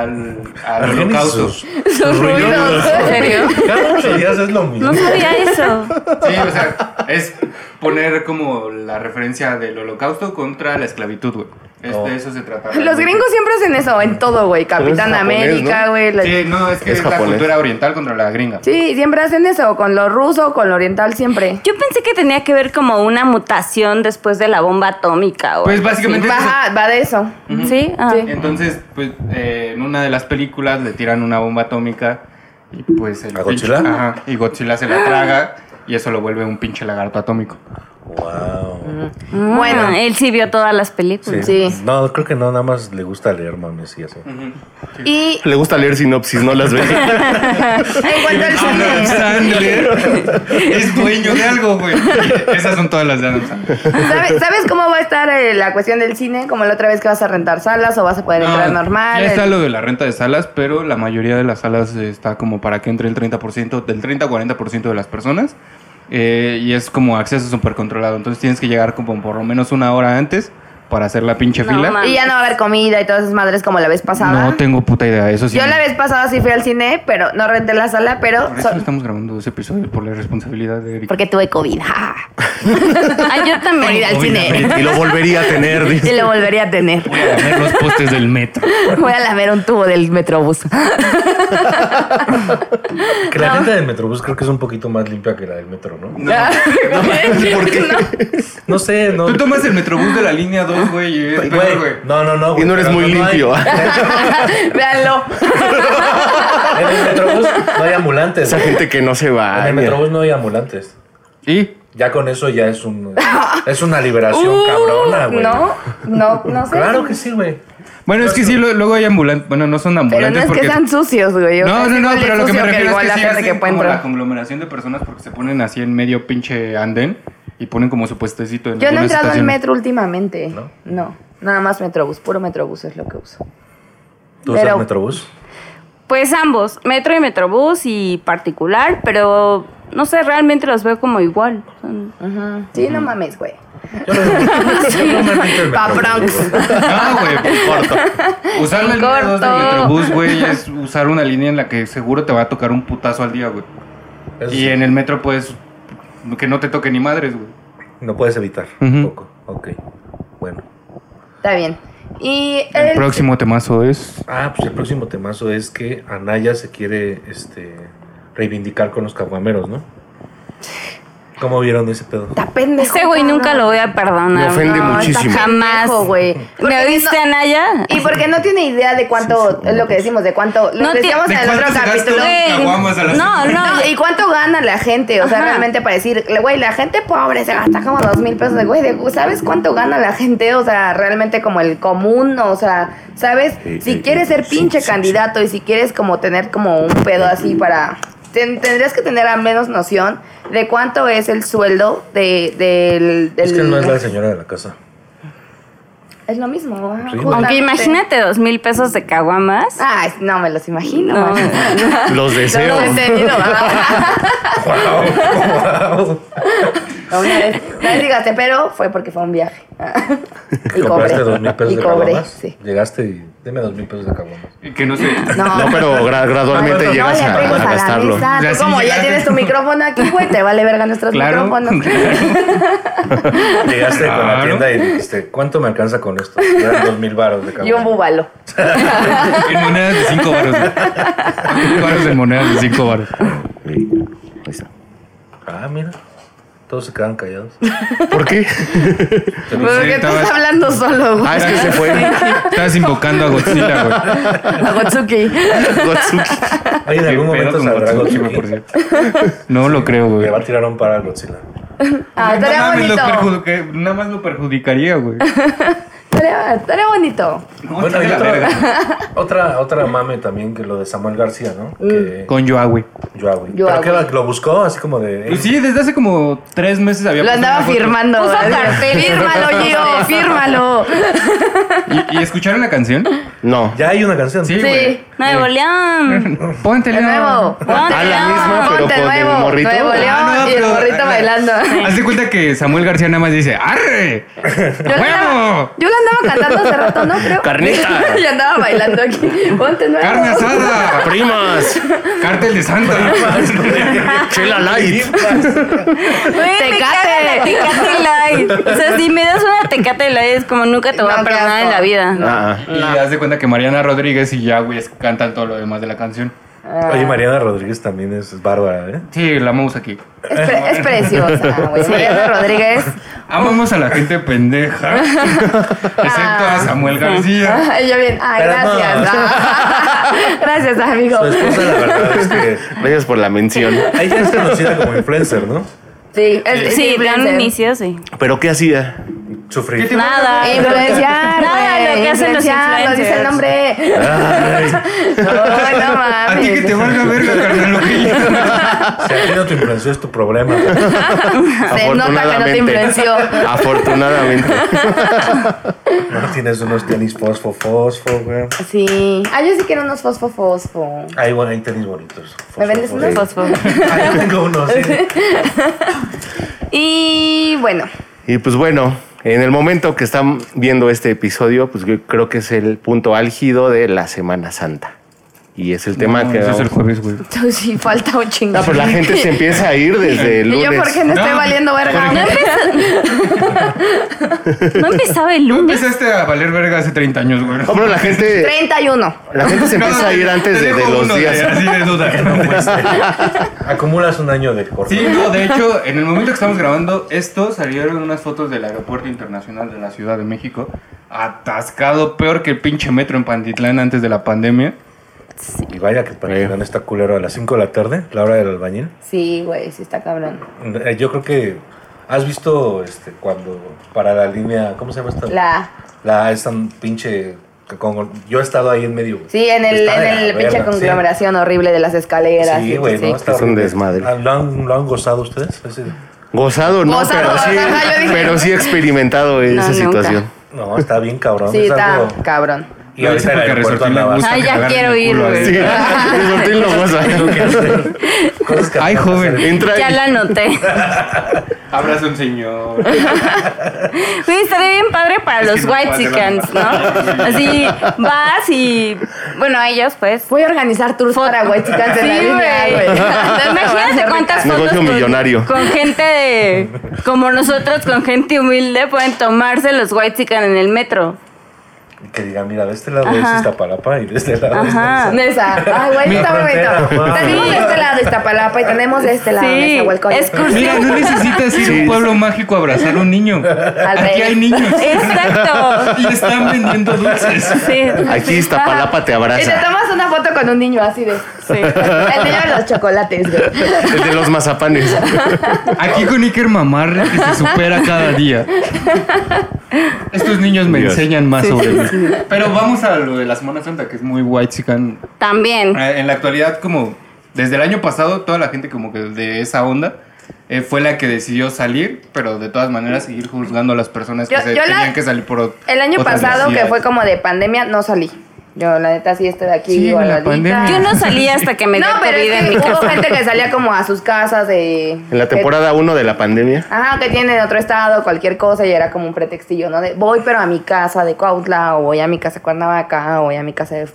Speaker 3: al, al
Speaker 6: Argenis
Speaker 3: holocausto.
Speaker 6: sus-
Speaker 5: Sus ruidos. ¿En serio?
Speaker 6: Cada ocho días es lo mismo.
Speaker 5: No sabía eso.
Speaker 3: Sí, o sea, es poner como la referencia del holocausto contra la esclavitud, güey. Es
Speaker 6: Oh.
Speaker 3: De eso se trata.
Speaker 2: Los gringos siempre hacen eso, en todo, güey.
Speaker 4: es
Speaker 2: Capitán
Speaker 4: japonés,
Speaker 2: América,
Speaker 4: ¿no?
Speaker 2: güey. la-
Speaker 3: Sí, no, es que
Speaker 4: Es
Speaker 3: es, la
Speaker 4: japonés.
Speaker 3: cultura oriental contra la gringa.
Speaker 2: Sí, siempre hacen eso, con lo ruso, con lo oriental, siempre.
Speaker 5: Yo pensé que tenía que ver como una mutación después de la bomba atómica. O
Speaker 3: Pues
Speaker 5: algo así.
Speaker 3: básicamente es eso.
Speaker 2: Va, va de eso.
Speaker 5: ¿Sí? Ah.
Speaker 2: Sí.
Speaker 3: Entonces, pues, eh, en una de las películas le tiran una bomba atómica y pues el
Speaker 6: ¿A Godzilla?
Speaker 3: Ajá, y Godzilla se la traga y eso lo vuelve un pinche lagarto atómico.
Speaker 6: Wow.
Speaker 5: Ah,
Speaker 2: Bueno.
Speaker 5: él sí vio todas las películas.
Speaker 2: Sí.
Speaker 6: No, creo que no, nada más le gusta leer mames y así.
Speaker 2: Y
Speaker 4: Le gusta leer sinopsis, no las ve.
Speaker 2: en cuanto al
Speaker 3: Adam
Speaker 2: cine,
Speaker 3: Sandler es dueño de algo, güey. Esas son todas las de Adam Sandler.
Speaker 2: ¿sabe- ¿sabes cómo va a estar eh, la cuestión del cine? Como la otra vez que vas a rentar salas o vas a poder entrar
Speaker 3: No,
Speaker 2: normal.
Speaker 3: Ya está
Speaker 2: el-
Speaker 3: lo de la renta de salas, pero la mayoría de las salas está como para que entre el 30%, del 30-40% de las personas. eh, y es como acceso súper controlado. Entonces tienes que llegar como por lo menos una hora antes para hacer la pinche
Speaker 5: No,
Speaker 3: fila.
Speaker 5: mames.
Speaker 2: Y ya no va a haber comida y todas esas madres como la vez pasada.
Speaker 3: No tengo puta idea, eso sí.
Speaker 2: Yo la vez pasada sí fui al cine, pero no renté la sala, pero...
Speaker 3: Por eso
Speaker 2: so-
Speaker 3: estamos grabando ese episodio, por la responsabilidad de Eric.
Speaker 2: porque tuve COVID. ja.
Speaker 5: Ah, yo
Speaker 2: Por ir
Speaker 5: también.
Speaker 2: al cine.
Speaker 4: Y lo volvería a tener.
Speaker 2: Y
Speaker 4: dice.
Speaker 2: lo volvería a tener.
Speaker 3: Voy a ver los postes del metro.
Speaker 2: Voy a lamer un tubo del metrobús.
Speaker 6: Que la gente del Metrobús creo que es un poquito más limpia que la del Metro, ¿no?
Speaker 4: ¿Por qué?
Speaker 6: No sé, no.
Speaker 3: Tú tomas el metrobús de la línea 2, güey, y es peor, güey.
Speaker 6: No, no, no.
Speaker 4: Y
Speaker 6: güey,
Speaker 4: no eres
Speaker 6: pero
Speaker 4: muy
Speaker 6: hay-
Speaker 4: limpio.
Speaker 2: Véanlo.
Speaker 6: en el Metrobús no hay ambulantes.
Speaker 4: Esa
Speaker 6: güey.
Speaker 4: gente que no se
Speaker 6: En el
Speaker 4: va.
Speaker 6: Metrobús no hay ambulantes.
Speaker 3: ¿Y?
Speaker 6: Ya con eso ya es un es una liberación cabrona, güey.
Speaker 2: Uh, No, no, no sé.
Speaker 6: Claro que sí, güey.
Speaker 3: Bueno, es que sí, lo- luego hay ambulantes. Bueno, no son
Speaker 2: Pero
Speaker 3: ambulantes
Speaker 2: no es que
Speaker 3: porque.
Speaker 2: sean sucios, güey. O sea,
Speaker 3: no,
Speaker 2: es
Speaker 3: no, no,
Speaker 2: igual de
Speaker 3: pero lo que me
Speaker 2: sucio
Speaker 3: refiero
Speaker 2: igual
Speaker 3: es
Speaker 2: la
Speaker 3: que sí
Speaker 2: gente
Speaker 3: hacen
Speaker 2: puede
Speaker 3: como la
Speaker 2: entrar.
Speaker 3: conglomeración de personas porque se ponen así en medio pinche andén y ponen como su puestecito en
Speaker 2: Yo no he
Speaker 3: algunas
Speaker 2: entrado al
Speaker 3: estaciones.
Speaker 2: metro últimamente.
Speaker 6: ¿No?
Speaker 2: ¿No? nada más metrobús, puro metrobús es lo que uso.
Speaker 6: ¿Tú usas
Speaker 2: Pero-
Speaker 6: Metrobús?
Speaker 5: Pues ambos, metro y metrobús y particular, pero no sé, realmente los veo como igual. Son-
Speaker 3: Mm.
Speaker 2: Ujú. Sí, no mames, güey.
Speaker 6: Yo no, yo no me meto en
Speaker 2: Pa' Bronx.
Speaker 6: Metrobús, güey.
Speaker 3: No, güey, por corto. Usar la línea 2 del
Speaker 5: Corto.
Speaker 3: metrobús, güey, es usar una línea en la que seguro te va a tocar un putazo al día, güey.
Speaker 6: Eso
Speaker 3: Y
Speaker 6: sí,
Speaker 3: en el metro, pues, que no te toque ni madres, güey.
Speaker 6: No puedes evitar un
Speaker 3: Ujú.
Speaker 6: poco. Ok. Bueno.
Speaker 2: Está bien. Y
Speaker 3: El
Speaker 2: el-
Speaker 3: próximo temazo es.
Speaker 6: Ah, pues el próximo temazo es que Anaya se quiere este, reivindicar con los caguameros, ¿no? ¿Cómo vieron ese pedo?
Speaker 2: Está pendejo.
Speaker 5: Este güey
Speaker 2: cabrón.
Speaker 5: nunca lo voy a perdonar.
Speaker 4: Me ofende
Speaker 2: No, está
Speaker 4: muchísimo.
Speaker 5: Jamás.
Speaker 2: pendejo, güey.
Speaker 5: ¿Me
Speaker 2: Porque
Speaker 5: oíste,
Speaker 2: no-
Speaker 5: Anaya?
Speaker 2: Y porque no tiene idea de
Speaker 6: Sí,
Speaker 2: cuánto,
Speaker 6: sí,
Speaker 2: es lo que
Speaker 6: sí.
Speaker 2: decimos, de cuánto, lo
Speaker 5: No ti-
Speaker 2: decíamos
Speaker 3: ¿De
Speaker 2: en el otro
Speaker 3: cuánto se gastó?
Speaker 2: capítulo.
Speaker 5: Güey,
Speaker 3: Caguamas a la
Speaker 5: No, no.
Speaker 2: No, ¿y cuánto gana la gente? O sea,
Speaker 5: Ajá.
Speaker 2: realmente para decir, güey, la gente pobre se gasta como dos mil pesos de güey, de- ¿sabes cuánto gana la gente? O sea, realmente como el común, o sea, ¿sabes?
Speaker 4: Sí,
Speaker 2: Si
Speaker 4: sí,
Speaker 2: quieres
Speaker 4: sí,
Speaker 2: ser
Speaker 4: sí,
Speaker 2: pinche
Speaker 4: sí,
Speaker 2: candidato y si quieres como tener como un pedo así para... ten- tendrías que tener al menos noción de cuánto es el sueldo de, del... del
Speaker 6: Es que no es la señora de la casa.
Speaker 2: Es lo mismo. ajá,
Speaker 6: Sí.
Speaker 5: Aunque
Speaker 2: justamente.
Speaker 5: imagínate dos mil pesos de caguamas.
Speaker 2: Ay, no me los imagino.
Speaker 5: No.
Speaker 2: man.
Speaker 4: Los
Speaker 2: No
Speaker 4: deseos.
Speaker 2: los he tenido, ajá.
Speaker 6: ¡Wow!
Speaker 2: No, una vez, una vez sí gasté, pero fue porque fue un viaje. y cobré.
Speaker 6: Compraste dos mil pesos
Speaker 2: y
Speaker 6: de
Speaker 2: cobré,
Speaker 6: caguamas.
Speaker 2: sí.
Speaker 6: Llegaste y deme dos mil pesos de caguamas.
Speaker 3: Y que no sé.
Speaker 4: No, pero gra- gradualmente
Speaker 2: no,
Speaker 4: llegas
Speaker 2: le
Speaker 4: a,
Speaker 2: pegues
Speaker 4: a
Speaker 2: la
Speaker 4: gastarlo.
Speaker 2: mesa. Tú
Speaker 3: Ya sí
Speaker 2: como ya
Speaker 3: llegaste.
Speaker 2: tienes tu micrófono aquí, güey, te vale verga nuestros
Speaker 3: Claro.
Speaker 2: micrófonos.
Speaker 6: Llegaste con la
Speaker 3: Claro.
Speaker 6: tienda y dijiste, ¿cuánto me alcanza con esto? Y eran dos mil baros de caguamas.
Speaker 2: Y un búbalo.
Speaker 3: En monedas de 5 baros. güey. Baros en monedas de 5 baros.
Speaker 4: Ahí está.
Speaker 6: Ah, mira. Todos se quedan callados.
Speaker 4: ¿Por qué?
Speaker 2: ¿Por Pues, qué tú
Speaker 3: estabas-
Speaker 2: estás hablando solo, güey?
Speaker 4: Ah, es que se fue
Speaker 3: Estabas invocando a Godzilla, güey.
Speaker 2: A Gotsuki.
Speaker 4: Gotsuki.
Speaker 6: Oye, en
Speaker 3: Qué
Speaker 6: algún
Speaker 3: pedo
Speaker 6: momento
Speaker 3: con
Speaker 6: saldrá
Speaker 3: Godzilla,
Speaker 6: Godzilla.
Speaker 3: por cierto. No lo creo, güey.
Speaker 6: Le va a tirar un par al Godzilla.
Speaker 2: Ah,
Speaker 3: No
Speaker 2: estaría
Speaker 3: mames, lo
Speaker 2: bonito.
Speaker 3: perjudica- nada más lo perjudicaría, güey.
Speaker 2: Estaría estaría bonito.
Speaker 3: No,
Speaker 6: Bueno,
Speaker 3: está de
Speaker 6: y
Speaker 3: la verga.
Speaker 6: otra, otra, otra mame también que lo de Samuel García,
Speaker 2: Mm.
Speaker 6: ¿no? Que
Speaker 3: Con Yoa, güey.
Speaker 6: Yoahui.
Speaker 2: Yoahui.
Speaker 6: ¿Pero qué va? ¿Lo buscó así como de...
Speaker 3: Pues sí, desde hace como tres meses había
Speaker 2: Lo
Speaker 3: puesto
Speaker 2: andaba
Speaker 3: una foto.
Speaker 2: firmando.
Speaker 5: Puso
Speaker 2: así.
Speaker 5: cartel.
Speaker 2: Fírmalo, Gio, fírmalo.
Speaker 3: ¿Y, y escucharon la canción?
Speaker 4: No.
Speaker 6: Ya hay una canción.
Speaker 3: Sí, güey.
Speaker 2: Sí.
Speaker 5: Nuevo León.
Speaker 3: Póntela.
Speaker 2: De nuevo.
Speaker 5: Ponte
Speaker 4: Ah, la
Speaker 5: León.
Speaker 4: misma, pero
Speaker 2: Ponte
Speaker 4: con el
Speaker 2: nuevo.
Speaker 4: morrito.
Speaker 2: Nuevo León
Speaker 3: Ah, no,
Speaker 2: y el
Speaker 3: pero-
Speaker 2: morrito
Speaker 3: ah,
Speaker 2: bailando.
Speaker 3: Haz de cuenta que Samuel García nada más dice ¡Arre!
Speaker 2: Yo la, andaba,
Speaker 3: ¡Huevo!
Speaker 2: yo la andaba cantando hace rato, ¿no? Creo.
Speaker 4: Carnita.
Speaker 2: y andaba bailando aquí. Ponte nuevo.
Speaker 3: ¡Carne asada!
Speaker 4: Primas.
Speaker 3: ¡Cártel de Santa!
Speaker 4: Chela Light.
Speaker 5: Güey, me
Speaker 2: Tecate.
Speaker 5: caga la Tecate Light. O sea, si me das una Tecate Light es como nunca te voy
Speaker 2: No,
Speaker 5: a
Speaker 2: qué
Speaker 5: perdonar
Speaker 2: asco.
Speaker 5: en la vida.
Speaker 4: Ah,
Speaker 3: Y haz de cuenta que Mariana Rodríguez y ya, güey, es- cantan todo lo demás de la canción.
Speaker 2: Ah.
Speaker 6: Oye, Mariana Rodríguez también es bárbara, ¿eh?
Speaker 3: Sí, la amamos aquí.
Speaker 2: Es, pre- es preciosa, güey. Mariana Rodríguez.
Speaker 3: Amamos a la gente pendeja. Excepto a Samuel García.
Speaker 2: Ay, yo bien. Ay,
Speaker 6: Pero no.
Speaker 2: gracias. Ah, gracias, amigo.
Speaker 6: Su esposa, la verdad, es que...
Speaker 4: ah. gracias por la mención.
Speaker 6: Ella es conocida como influencer, ¿no?
Speaker 2: Sí, es,
Speaker 5: Sí, de un
Speaker 2: influencer.
Speaker 5: inicio, sí.
Speaker 4: ¿Pero qué hacía?
Speaker 6: Sufrir.
Speaker 3: ¿Qué
Speaker 5: Nada.
Speaker 2: Influenciar,
Speaker 5: Nada,
Speaker 2: güey,
Speaker 5: lo que hacen los
Speaker 2: influenciar, nos dice el
Speaker 5: influencers.
Speaker 2: nombre. No, no
Speaker 5: Ah,
Speaker 3: A ti
Speaker 5: pues.
Speaker 3: que te
Speaker 2: mames.
Speaker 3: valga verga, carnal, lo que yo-
Speaker 6: Si a ti no te influenció es tu problema.
Speaker 2: Se nota que no te influenció.
Speaker 4: Afortunadamente.
Speaker 6: No tienes unos tenis fosfo, fosfo, güey.
Speaker 2: Sí. Ah, yo sí quiero unos fosfo fosfo.
Speaker 6: Ay, bueno, hay tenis bonitos.
Speaker 2: ¿Me vendes unos
Speaker 5: pues,
Speaker 6: fosfo?
Speaker 2: fosfo?
Speaker 6: Ay, yo tengo unos, sí.
Speaker 2: Y bueno,
Speaker 4: Y pues bueno, en el momento que están viendo este episodio, pues yo creo que es el punto álgido de la Semana Santa. Y es el tema
Speaker 3: No,
Speaker 4: que...
Speaker 3: eso es el
Speaker 4: vamos-
Speaker 3: jueves, güey.
Speaker 2: tú sí falta un chingo.
Speaker 4: Ah, pero la gente se empieza a ir desde el
Speaker 2: Y yo
Speaker 4: lunes.
Speaker 2: porque no estoy
Speaker 3: No,
Speaker 2: valiendo verga.
Speaker 3: porque-
Speaker 5: No empezaba el lunes.
Speaker 3: Empezaste a valer verga hace 30 años, güey.
Speaker 4: No, pero la gente,
Speaker 2: 31.
Speaker 4: la gente se empieza a ir antes de, de los días.
Speaker 3: Así de duda.
Speaker 6: este. Acumulas un año de corte.
Speaker 3: Sí, no, de hecho, en el momento que estamos grabando esto, salieron unas fotos del Aeropuerto Internacional de la Ciudad de México, atascado peor que el pinche metro en Pantitlán antes de la pandemia.
Speaker 6: Y vaya que para que está culero a las 5 de la tarde, la hora del albañil.
Speaker 2: Sí, güey, sí está cabrón.
Speaker 6: Eh, Yo creo que has visto este cuando para la línea, ¿cómo se llama esta?
Speaker 2: La.
Speaker 6: La esa pinche que con- yo he estado ahí en medio. güey.
Speaker 2: Sí, en el,
Speaker 6: Está de
Speaker 2: en
Speaker 6: la
Speaker 2: el pinche
Speaker 6: verga, sí.
Speaker 2: conglomeración horrible de las escaleras.
Speaker 6: Sí, güey, no, está
Speaker 4: Es un
Speaker 6: horrible.
Speaker 4: desmadre.
Speaker 6: Ah, ¿Lo han, lo han gozado ustedes? Ese-
Speaker 4: Gozado, no,
Speaker 2: Gozado,
Speaker 4: pero sí,
Speaker 2: ajá, yo dije.
Speaker 4: pero sí he experimentado esa
Speaker 5: nunca.
Speaker 4: situación.
Speaker 6: No, está bien cabrón.
Speaker 2: Sí,
Speaker 6: es
Speaker 2: está
Speaker 6: algo-
Speaker 2: cabrón.
Speaker 6: Y ahorita el
Speaker 3: porque
Speaker 6: aeropuerto
Speaker 3: Resortín le
Speaker 6: andaba-
Speaker 3: gusta
Speaker 5: Ay,
Speaker 3: que
Speaker 5: ya
Speaker 3: le agarren
Speaker 5: quiero
Speaker 3: el culo, eh.
Speaker 5: ir,
Speaker 3: así.
Speaker 4: Sí, Resortín lo goza.
Speaker 6: Cosas que
Speaker 3: Ay,
Speaker 6: apenas
Speaker 3: joven.
Speaker 6: hacer.
Speaker 4: Entra
Speaker 5: Ya
Speaker 4: y-
Speaker 5: la anoté.
Speaker 3: Abraza un señor.
Speaker 5: Güey, estaría bien padre para
Speaker 3: Es que
Speaker 5: los
Speaker 3: no
Speaker 5: white
Speaker 3: puedes
Speaker 5: ¿no? Así vas y. Bueno, a ellos, pues.
Speaker 2: Voy a organizar tours para güey chicas
Speaker 5: Sí,
Speaker 2: en la línea,
Speaker 5: güey.
Speaker 2: güey.
Speaker 5: Imagínate cuántas
Speaker 4: Negocio
Speaker 5: fotos con-
Speaker 4: millonario.
Speaker 5: Con, gente de. Como nosotros, con gente humilde, pueden tomarse los white en el metro.
Speaker 6: Y que diga, mira, de este lado es Iztapalapa y de este lado
Speaker 5: Ajá.
Speaker 6: es Nesa.
Speaker 2: Nesa. Ay, güey,
Speaker 6: Mi
Speaker 2: está muy
Speaker 6: frontera,
Speaker 2: bonito.
Speaker 6: wow.
Speaker 2: Tenemos de este lado Iztapalapa y tenemos de este lado
Speaker 5: Sí,
Speaker 2: Nezahualcóyotl.
Speaker 5: es
Speaker 3: Mira,
Speaker 5: cursivo.
Speaker 3: no necesitas ir a un pueblo mágico a abrazar a un niño. Aquí
Speaker 2: revés.
Speaker 3: hay niños.
Speaker 5: Exacto.
Speaker 3: Y están vendiendo dulces.
Speaker 5: Sí.
Speaker 4: Aquí está Palapa te
Speaker 2: Y te
Speaker 4: abraza.
Speaker 2: tomas una foto con un niño así de.
Speaker 5: Sí.
Speaker 2: El niño de los chocolates, güey.
Speaker 4: El de los mazapanes.
Speaker 3: Aquí con Iker Mamarre que se supera cada día. Estos niños me
Speaker 4: Dios.
Speaker 3: enseñan más sobre mí. Pero vamos a lo de la Semana Santa, que es muy white Ah,
Speaker 5: También.
Speaker 3: En la actualidad, como desde el año pasado, toda la gente como que de esa onda eh, fue la que decidió salir, pero de todas maneras seguir juzgando a las personas que
Speaker 2: Yo-
Speaker 3: se
Speaker 2: yo la-
Speaker 3: tenían que salir por ot-
Speaker 2: El año
Speaker 3: otras
Speaker 2: pasado, que
Speaker 3: necesidades.
Speaker 2: fue como de pandemia, no salí. Yo, la neta, sí, este de aquí,
Speaker 3: Sí, la
Speaker 2: guardadita.
Speaker 3: pandemia.
Speaker 5: Yo no salí hasta que me
Speaker 2: No,
Speaker 5: dio
Speaker 2: pero
Speaker 5: COVID
Speaker 2: es
Speaker 5: en
Speaker 2: que
Speaker 5: mi
Speaker 2: hubo
Speaker 5: casa.
Speaker 2: gente que salía como a sus casas de...
Speaker 4: En la temporada 1 de la pandemia.
Speaker 2: Ajá, que tiene de otro estado, cualquier cosa, y era como un pretextillo, ¿no? De voy, pero a mi casa de Cuautla, o voy a mi casa de Cuernavaca, o voy a mi casa de,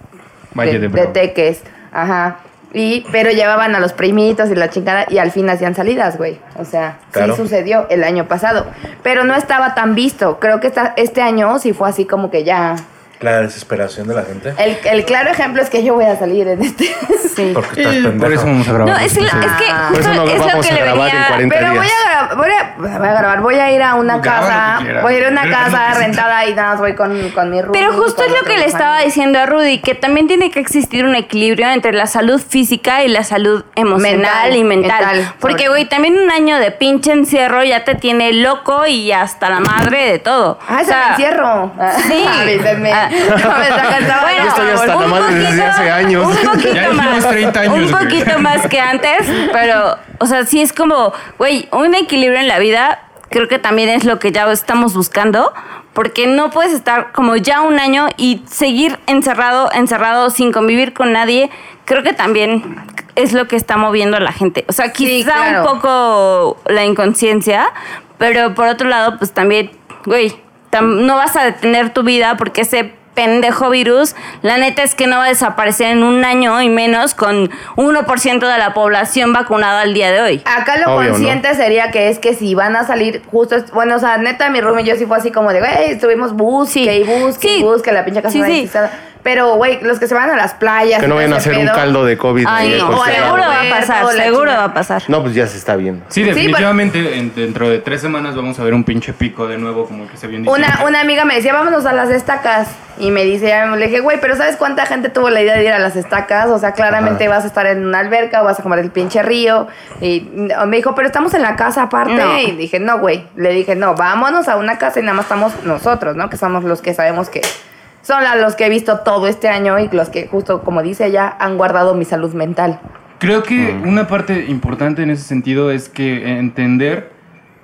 Speaker 3: Valle de Bravo.
Speaker 2: Teques. Ajá. Y, pero llevaban a los primitos y la chingada, y al fin hacían salidas, güey. O sea,
Speaker 6: Claro.
Speaker 2: sí sucedió el año pasado. Pero no estaba tan visto. Creo que esta- este año sí fue así como que ya.
Speaker 6: La desesperación de la gente.
Speaker 2: El, el claro ejemplo es que yo voy a salir en este.
Speaker 5: Sí.
Speaker 6: Porque estás pendejo.
Speaker 3: Por eso vamos a grabar.
Speaker 5: No, es, que- es que
Speaker 2: Ah.
Speaker 4: Por
Speaker 5: justo
Speaker 4: eso no
Speaker 5: es lo
Speaker 4: vamos
Speaker 5: que
Speaker 4: a
Speaker 5: le
Speaker 4: grabar en
Speaker 5: venía...
Speaker 4: 40
Speaker 2: Pero voy
Speaker 4: días.
Speaker 2: a, grabar, voy, a, voy a grabar, voy a ir a una
Speaker 3: Graba lo
Speaker 2: casa,
Speaker 3: que quieras.
Speaker 2: voy a ir a una
Speaker 3: Graba lo
Speaker 2: casa
Speaker 3: que
Speaker 2: rentada y nada más voy con, con mi roomie,
Speaker 5: Pero justo
Speaker 2: con
Speaker 5: es lo
Speaker 2: otro
Speaker 5: que le
Speaker 2: fan.
Speaker 5: estaba diciendo a Rudy, que también tiene que existir un equilibrio entre la salud física y la salud emocional
Speaker 2: Mental,
Speaker 5: y mental.
Speaker 2: mental, sobre
Speaker 5: Porque,
Speaker 2: todo.
Speaker 5: güey, también un año de pinche encierro ya te tiene loco y hasta la madre de todo.
Speaker 2: Ah,
Speaker 5: O
Speaker 2: se
Speaker 5: sea,
Speaker 2: me encierro.
Speaker 5: Sí.
Speaker 2: A veces me,
Speaker 5: Ah.
Speaker 2: Ah, me saca el sábado.
Speaker 5: Bueno,
Speaker 4: Yo estoy hasta
Speaker 5: un
Speaker 4: la madre desde
Speaker 5: poquito-
Speaker 4: hace años.
Speaker 5: Un
Speaker 3: Ya
Speaker 5: poquito
Speaker 3: llevamos
Speaker 5: más.
Speaker 3: 30 años,
Speaker 5: un
Speaker 3: güey.
Speaker 5: poquito más que antes, pero, o sea, sí es como, güey, un equilibrio en la vida creo que también es lo que ya estamos buscando, porque no puedes estar como ya un año y seguir encerrado, encerrado, sin convivir con nadie. Creo que también es lo que está moviendo a la gente. O sea, quizá
Speaker 2: claro.
Speaker 5: un poco la inconsciencia, pero por otro lado, pues también, güey, tam- no vas a detener tu vida porque ese pendejo virus, la neta es que no va a desaparecer en un año y menos con 1% de la población vacunada al día de hoy.
Speaker 2: Acá lo
Speaker 4: Obvio, ¿no?
Speaker 2: consciente sería que es que si van a salir justo, es- bueno, o sea, neta, mi roomie y yo sí fue así como de, güey, estuvimos busque
Speaker 5: Sí.
Speaker 2: y busque y
Speaker 5: Sí.
Speaker 2: busque la pinche casa
Speaker 5: Sí, sí.
Speaker 2: organizada". Pero, güey, los que se van a las playas.
Speaker 4: Que
Speaker 2: y todo
Speaker 4: no vayan a
Speaker 2: ese
Speaker 4: hacer un
Speaker 2: pedo,
Speaker 4: caldo de COVID. ahí
Speaker 5: Ay,
Speaker 4: de
Speaker 2: no,
Speaker 5: no,
Speaker 4: congelado.
Speaker 5: seguro va a pasar,
Speaker 2: Todo la
Speaker 5: seguro
Speaker 2: chingada.
Speaker 5: va a pasar.
Speaker 4: No, pues ya se está viendo.
Speaker 3: Sí,
Speaker 2: pero-
Speaker 3: definitivamente en- dentro de tres semanas vamos a ver un pinche pico de nuevo como el que se vio en
Speaker 2: Una,
Speaker 3: diciembre.
Speaker 2: una amiga me decía, vámonos a las estacas. Y me dice, le dije, güey, pero ¿sabes cuánta gente tuvo la idea de ir a las estacas? O sea, claramente
Speaker 4: Ajá.
Speaker 2: vas a estar en una alberca, vas a comer el pinche río. Y no, me dijo, pero estamos en la casa aparte.
Speaker 5: No.
Speaker 2: Y dije, no, güey. Le dije, no, vámonos a una casa y nada más estamos nosotros, ¿no? Que somos los que sabemos que son la- los que he visto todo este año y los que, justo como dice ella, han guardado mi salud mental.
Speaker 3: Creo que una parte importante en ese sentido es que entender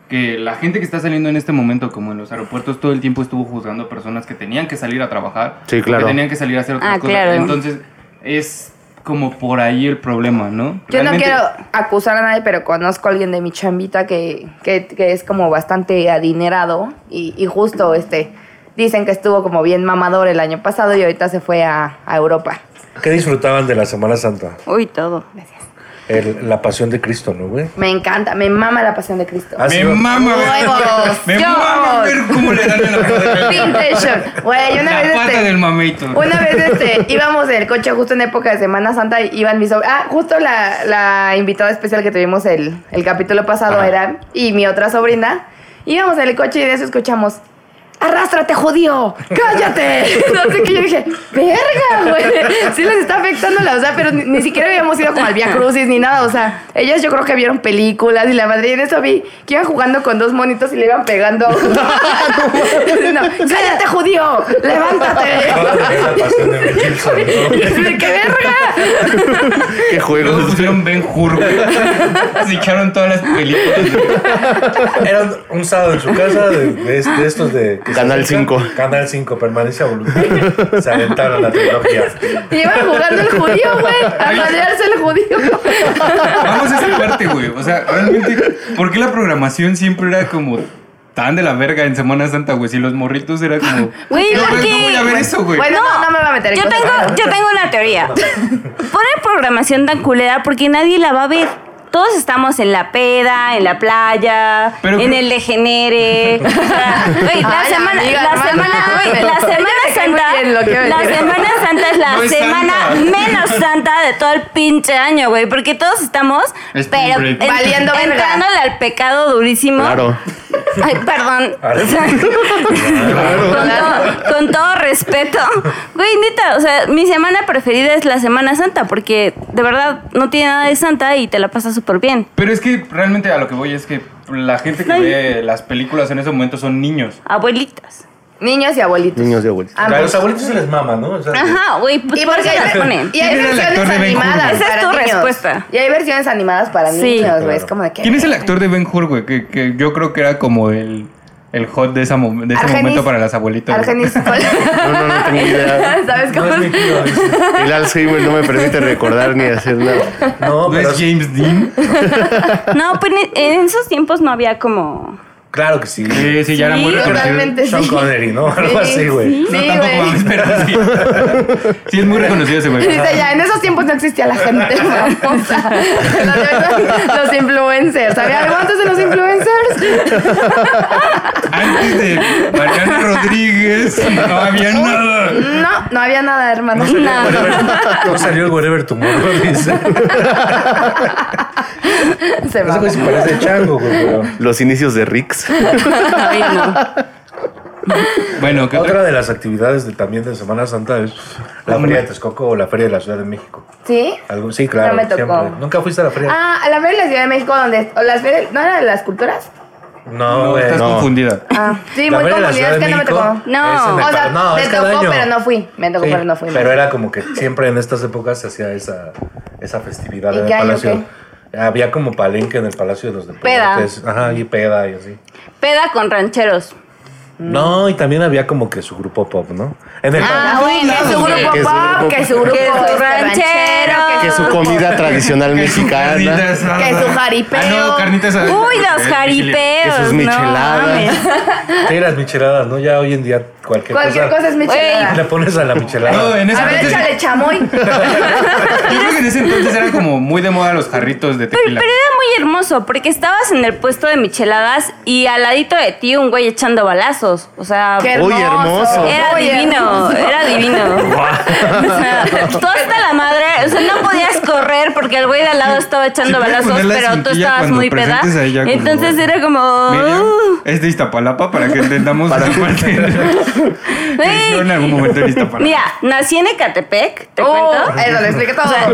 Speaker 3: que la gente que está saliendo en este momento, como en los aeropuertos, todo el tiempo estuvo juzgando a personas que tenían que salir a trabajar,
Speaker 4: Sí, claro.
Speaker 3: que tenían que salir a hacer otras
Speaker 5: Ah,
Speaker 3: cosas.
Speaker 5: claro.
Speaker 3: Entonces, es como por ahí el problema, ¿no?
Speaker 2: Yo
Speaker 3: Realmente-
Speaker 2: no quiero acusar a nadie, pero conozco a alguien de mi chambita que, que, que es como bastante adinerado y, y justo este dicen que estuvo como bien mamador el año pasado y ahorita se fue a, a Europa.
Speaker 6: ¿Qué disfrutaban de la Semana Santa?
Speaker 5: Uy, todo.
Speaker 6: El- la pasión de Cristo, ¿no, güey?
Speaker 2: Me encanta, me mama la pasión de Cristo.
Speaker 6: Ah, sí,
Speaker 3: Me
Speaker 6: güey.
Speaker 3: mama, ver-
Speaker 2: ¡Huevos!
Speaker 3: Me mama ver cómo le dan en la
Speaker 2: Vintage shirt. Güey, una
Speaker 3: La
Speaker 2: vez
Speaker 3: pata
Speaker 2: este,
Speaker 3: del mameito.
Speaker 2: Una vez este, íbamos en el coche justo en época de Semana Santa y iban mis sobrinas. Ah, justo la, la invitada especial que tuvimos el, el capítulo pasado
Speaker 3: Ajá.
Speaker 2: era. Y mi otra sobrina. Íbamos en el coche y de eso escuchamos. ¡Arrástrate, judío! ¡Cállate! No sé qué. Yo dije, ¡verga, güey! Sí les está afectando la. O sea, pero ni, ni siquiera habíamos ido como al Via Crucis ni nada. O sea, ellas yo creo que vieron películas y la madre. Y en eso vi que iban jugando con dos monitos y le iban pegando. No, ¡Cállate, judío!
Speaker 6: Ah,
Speaker 2: ¡Levántate!
Speaker 6: la pasión de Mel Gibson, ¿no?
Speaker 2: Y así de, ¡Qué verga!
Speaker 4: Qué
Speaker 3: Luego
Speaker 4: juegos.
Speaker 3: pusieron Ben Hur, güey. Se echaron todas las películas.
Speaker 6: Era un- un sábado en su casa de, de es- de estos de... que se
Speaker 4: Canal
Speaker 6: acercan.
Speaker 4: 5.
Speaker 6: Canal 5, permanece a voluntad. Se aventaron la tecnología.
Speaker 2: Y iba jugando el judío, güey. A madrearse el judío.
Speaker 3: Vamos a esa parte, güey. O sea, realmente, ¿por qué la programación siempre era como tan de la verga en Semana Santa, güey? Si los morritos era como.
Speaker 5: Güey,
Speaker 3: no,
Speaker 5: ¿por
Speaker 3: güey, no
Speaker 5: qué?
Speaker 3: voy a ver eso, güey.
Speaker 2: Bueno, no, no me va a meter en
Speaker 5: Yo
Speaker 2: cosas.
Speaker 5: tengo, yo tengo una teoría. Ponen programación tan culera porque nadie la va a ver. Todos estamos en la peda, en la playa,
Speaker 3: Pero
Speaker 5: en
Speaker 3: creo-
Speaker 5: el degenere. O sea, güey, la,
Speaker 2: Ay,
Speaker 5: semana,
Speaker 2: amiga,
Speaker 5: la,
Speaker 2: no,
Speaker 5: semana,
Speaker 2: no,
Speaker 5: güey,
Speaker 2: no,
Speaker 5: la
Speaker 2: no.
Speaker 5: Semana
Speaker 2: Me cae muy
Speaker 5: Santa.
Speaker 2: bien lo que iba a
Speaker 5: La
Speaker 2: decir.
Speaker 5: Semana Santa es la
Speaker 3: No es
Speaker 5: semana
Speaker 3: santa.
Speaker 5: menos santa de todo el pinche año, güey. Porque todos estamos
Speaker 3: Spring
Speaker 5: pero
Speaker 3: break.
Speaker 5: en-
Speaker 2: Valiendo verga.
Speaker 5: entrándole al pecado durísimo.
Speaker 4: Claro.
Speaker 5: Ay, perdón.
Speaker 6: Ahora-
Speaker 5: Con todo, con todo respeto. Güey, neta, o sea, mi semana preferida es la Semana Santa porque de verdad no tiene nada de santa y te la pasas súper bien.
Speaker 3: Pero es que realmente a lo que voy es que la gente que
Speaker 5: Ay.
Speaker 3: ve las películas en ese momento son niños.
Speaker 5: Abuelitas.
Speaker 2: Niños y abuelitos.
Speaker 4: Niños de abuelos.
Speaker 2: Ambos.
Speaker 6: A los abuelitos se les mama, ¿no? O sea,
Speaker 5: Ajá, güey, pues
Speaker 2: Y,
Speaker 5: por
Speaker 2: porque
Speaker 5: eso la
Speaker 2: hay,
Speaker 5: ponen.
Speaker 2: y hay
Speaker 3: ¿Quién era el
Speaker 2: versiones
Speaker 3: actor de Ben Hur?
Speaker 2: animadas
Speaker 5: Esa es
Speaker 2: para
Speaker 5: tu
Speaker 2: niños.
Speaker 5: respuesta.
Speaker 2: Y hay versiones animadas para
Speaker 5: Sí.
Speaker 2: niños, güey.
Speaker 6: Claro.
Speaker 2: Es como de que.
Speaker 3: ¿Quién es el actor de Ben Hur, güey? Que, que yo creo que era como el el hot de, esa mom- de ese
Speaker 2: Argenis-
Speaker 3: momento para las abuelitas. güey.
Speaker 2: Argenis
Speaker 4: No, no, no tengo idea.
Speaker 2: ¿Sabes
Speaker 6: No
Speaker 2: cómo?
Speaker 6: es mi tío, dice.
Speaker 4: El Alzheimer no me permite recordar ni hacer nada.
Speaker 6: No,
Speaker 3: ¿No es
Speaker 6: pero
Speaker 3: James Dean?
Speaker 5: No, pues en- en esos tiempos no había como.
Speaker 6: claro que sí.
Speaker 3: Eh, Sí, sí, ya era muy retorcido.
Speaker 2: totalmente,
Speaker 6: Sean
Speaker 2: sí.
Speaker 6: Connery, ¿no? Algo
Speaker 2: Sí,
Speaker 6: así,
Speaker 2: Sí,
Speaker 6: güey.
Speaker 3: No, tampoco
Speaker 2: güey.
Speaker 3: mames, pero sí. Sí, es muy reconocido ese güey.
Speaker 2: Dice ya, en esos tiempos no existía la gente famosa. Los, de- los influencers. ¿Había algo antes de los influencers?
Speaker 3: Antes de Mariana Rodríguez no había nada.
Speaker 2: No, no había nada, hermano.
Speaker 6: No salió el Whatever Tomorrow, dice.
Speaker 2: Se va.
Speaker 6: Ese güey se parece a chango, güey. pero-
Speaker 4: Los inicios de Rix.
Speaker 5: Ay, no.
Speaker 3: Bueno, ¿qué otra?
Speaker 6: Otra de las actividades de, también de Semana Santa es la Feria de Texcoco o la Feria de la Ciudad de México.
Speaker 2: ¿Sí?
Speaker 6: Algo- sí, claro,
Speaker 2: No me tocó.
Speaker 6: siempre. ¿Nunca fuiste a la feria?
Speaker 2: Ah, a la Feria de la Ciudad de México, donde. O las ferias, ¿No era de las culturas?
Speaker 6: no,
Speaker 3: No,
Speaker 6: güey.
Speaker 3: estás
Speaker 6: no.
Speaker 3: confundida.
Speaker 2: Ah, sí,
Speaker 6: La
Speaker 2: muy
Speaker 6: Feria de la
Speaker 2: confundida,
Speaker 6: Ciudad
Speaker 2: es que
Speaker 6: de
Speaker 2: no me
Speaker 6: México
Speaker 2: tocó.
Speaker 5: No.
Speaker 6: es en el
Speaker 2: O sea,
Speaker 6: pa- no,
Speaker 2: me
Speaker 6: es cada
Speaker 2: tocó,
Speaker 6: año.
Speaker 2: pero no fui. Me tocó,
Speaker 6: Sí,
Speaker 2: pero no fui.
Speaker 6: Pero era como que siempre en estas épocas se hacía esa, esa festividad
Speaker 2: ¿Y
Speaker 6: en el
Speaker 2: qué año,
Speaker 6: Palacio. Había como palenque en el Palacio de los Deportes.
Speaker 5: Peda.
Speaker 6: Ajá, y peda y así.
Speaker 5: Peda con rancheros.
Speaker 2: Mm.
Speaker 6: No, y también había como que su grupo pop, ¿no? En el
Speaker 5: Ah,
Speaker 6: palacio.
Speaker 5: bueno,
Speaker 2: Que su grupo
Speaker 4: Que su
Speaker 2: pop,
Speaker 4: grupo-
Speaker 2: que su grupo
Speaker 5: Que su
Speaker 2: este,
Speaker 5: ranchero,
Speaker 2: que
Speaker 4: Que su comida tradicional mexicana.
Speaker 2: Que su jaripeo.
Speaker 3: Ah, eh, no, carnitas asadas.
Speaker 5: Uy, los jaripeos. no
Speaker 4: Jesús micheladas.
Speaker 5: mames.
Speaker 6: Sí, las micheladas, ¿no? Ya hoy en día cualquier,
Speaker 2: Cualquier cosa es
Speaker 6: Le
Speaker 2: michelada.
Speaker 6: pones a la michelada.
Speaker 3: No, en ese
Speaker 2: A ver,
Speaker 3: entonces.
Speaker 2: échale chamoy.
Speaker 3: Yo creo que en ese entonces eran como muy de moda los jarritos de
Speaker 5: Pero,
Speaker 3: tequila.
Speaker 5: pero era muy hermoso porque estabas en el puesto de micheladas y al ladito de ti un güey echando balazos. O sea,
Speaker 2: Qué hermoso.
Speaker 4: Uy, hermoso.
Speaker 5: era
Speaker 2: Uy,
Speaker 5: divino,
Speaker 2: hermoso.
Speaker 5: era divino. O sea, tú hasta la madre, o sea, no podías correr porque el güey de al lado estaba echando
Speaker 3: puedes
Speaker 5: balazos,
Speaker 3: poner la
Speaker 5: pero tú
Speaker 3: cintilla
Speaker 5: estabas
Speaker 3: cuando
Speaker 5: muy peda.
Speaker 3: presentes a ella como-
Speaker 5: Entonces era como.
Speaker 3: Miriam,
Speaker 5: "Uh".
Speaker 3: es de Iztapalapa para que entendamos
Speaker 4: Para
Speaker 3: esa
Speaker 4: que-
Speaker 3: parte. Creció en algún momento en Iztapalapa.
Speaker 5: Mira, nací en Ecatepec, te
Speaker 2: Oh,
Speaker 5: cuento.
Speaker 2: eso lo explica todo.
Speaker 5: Ah,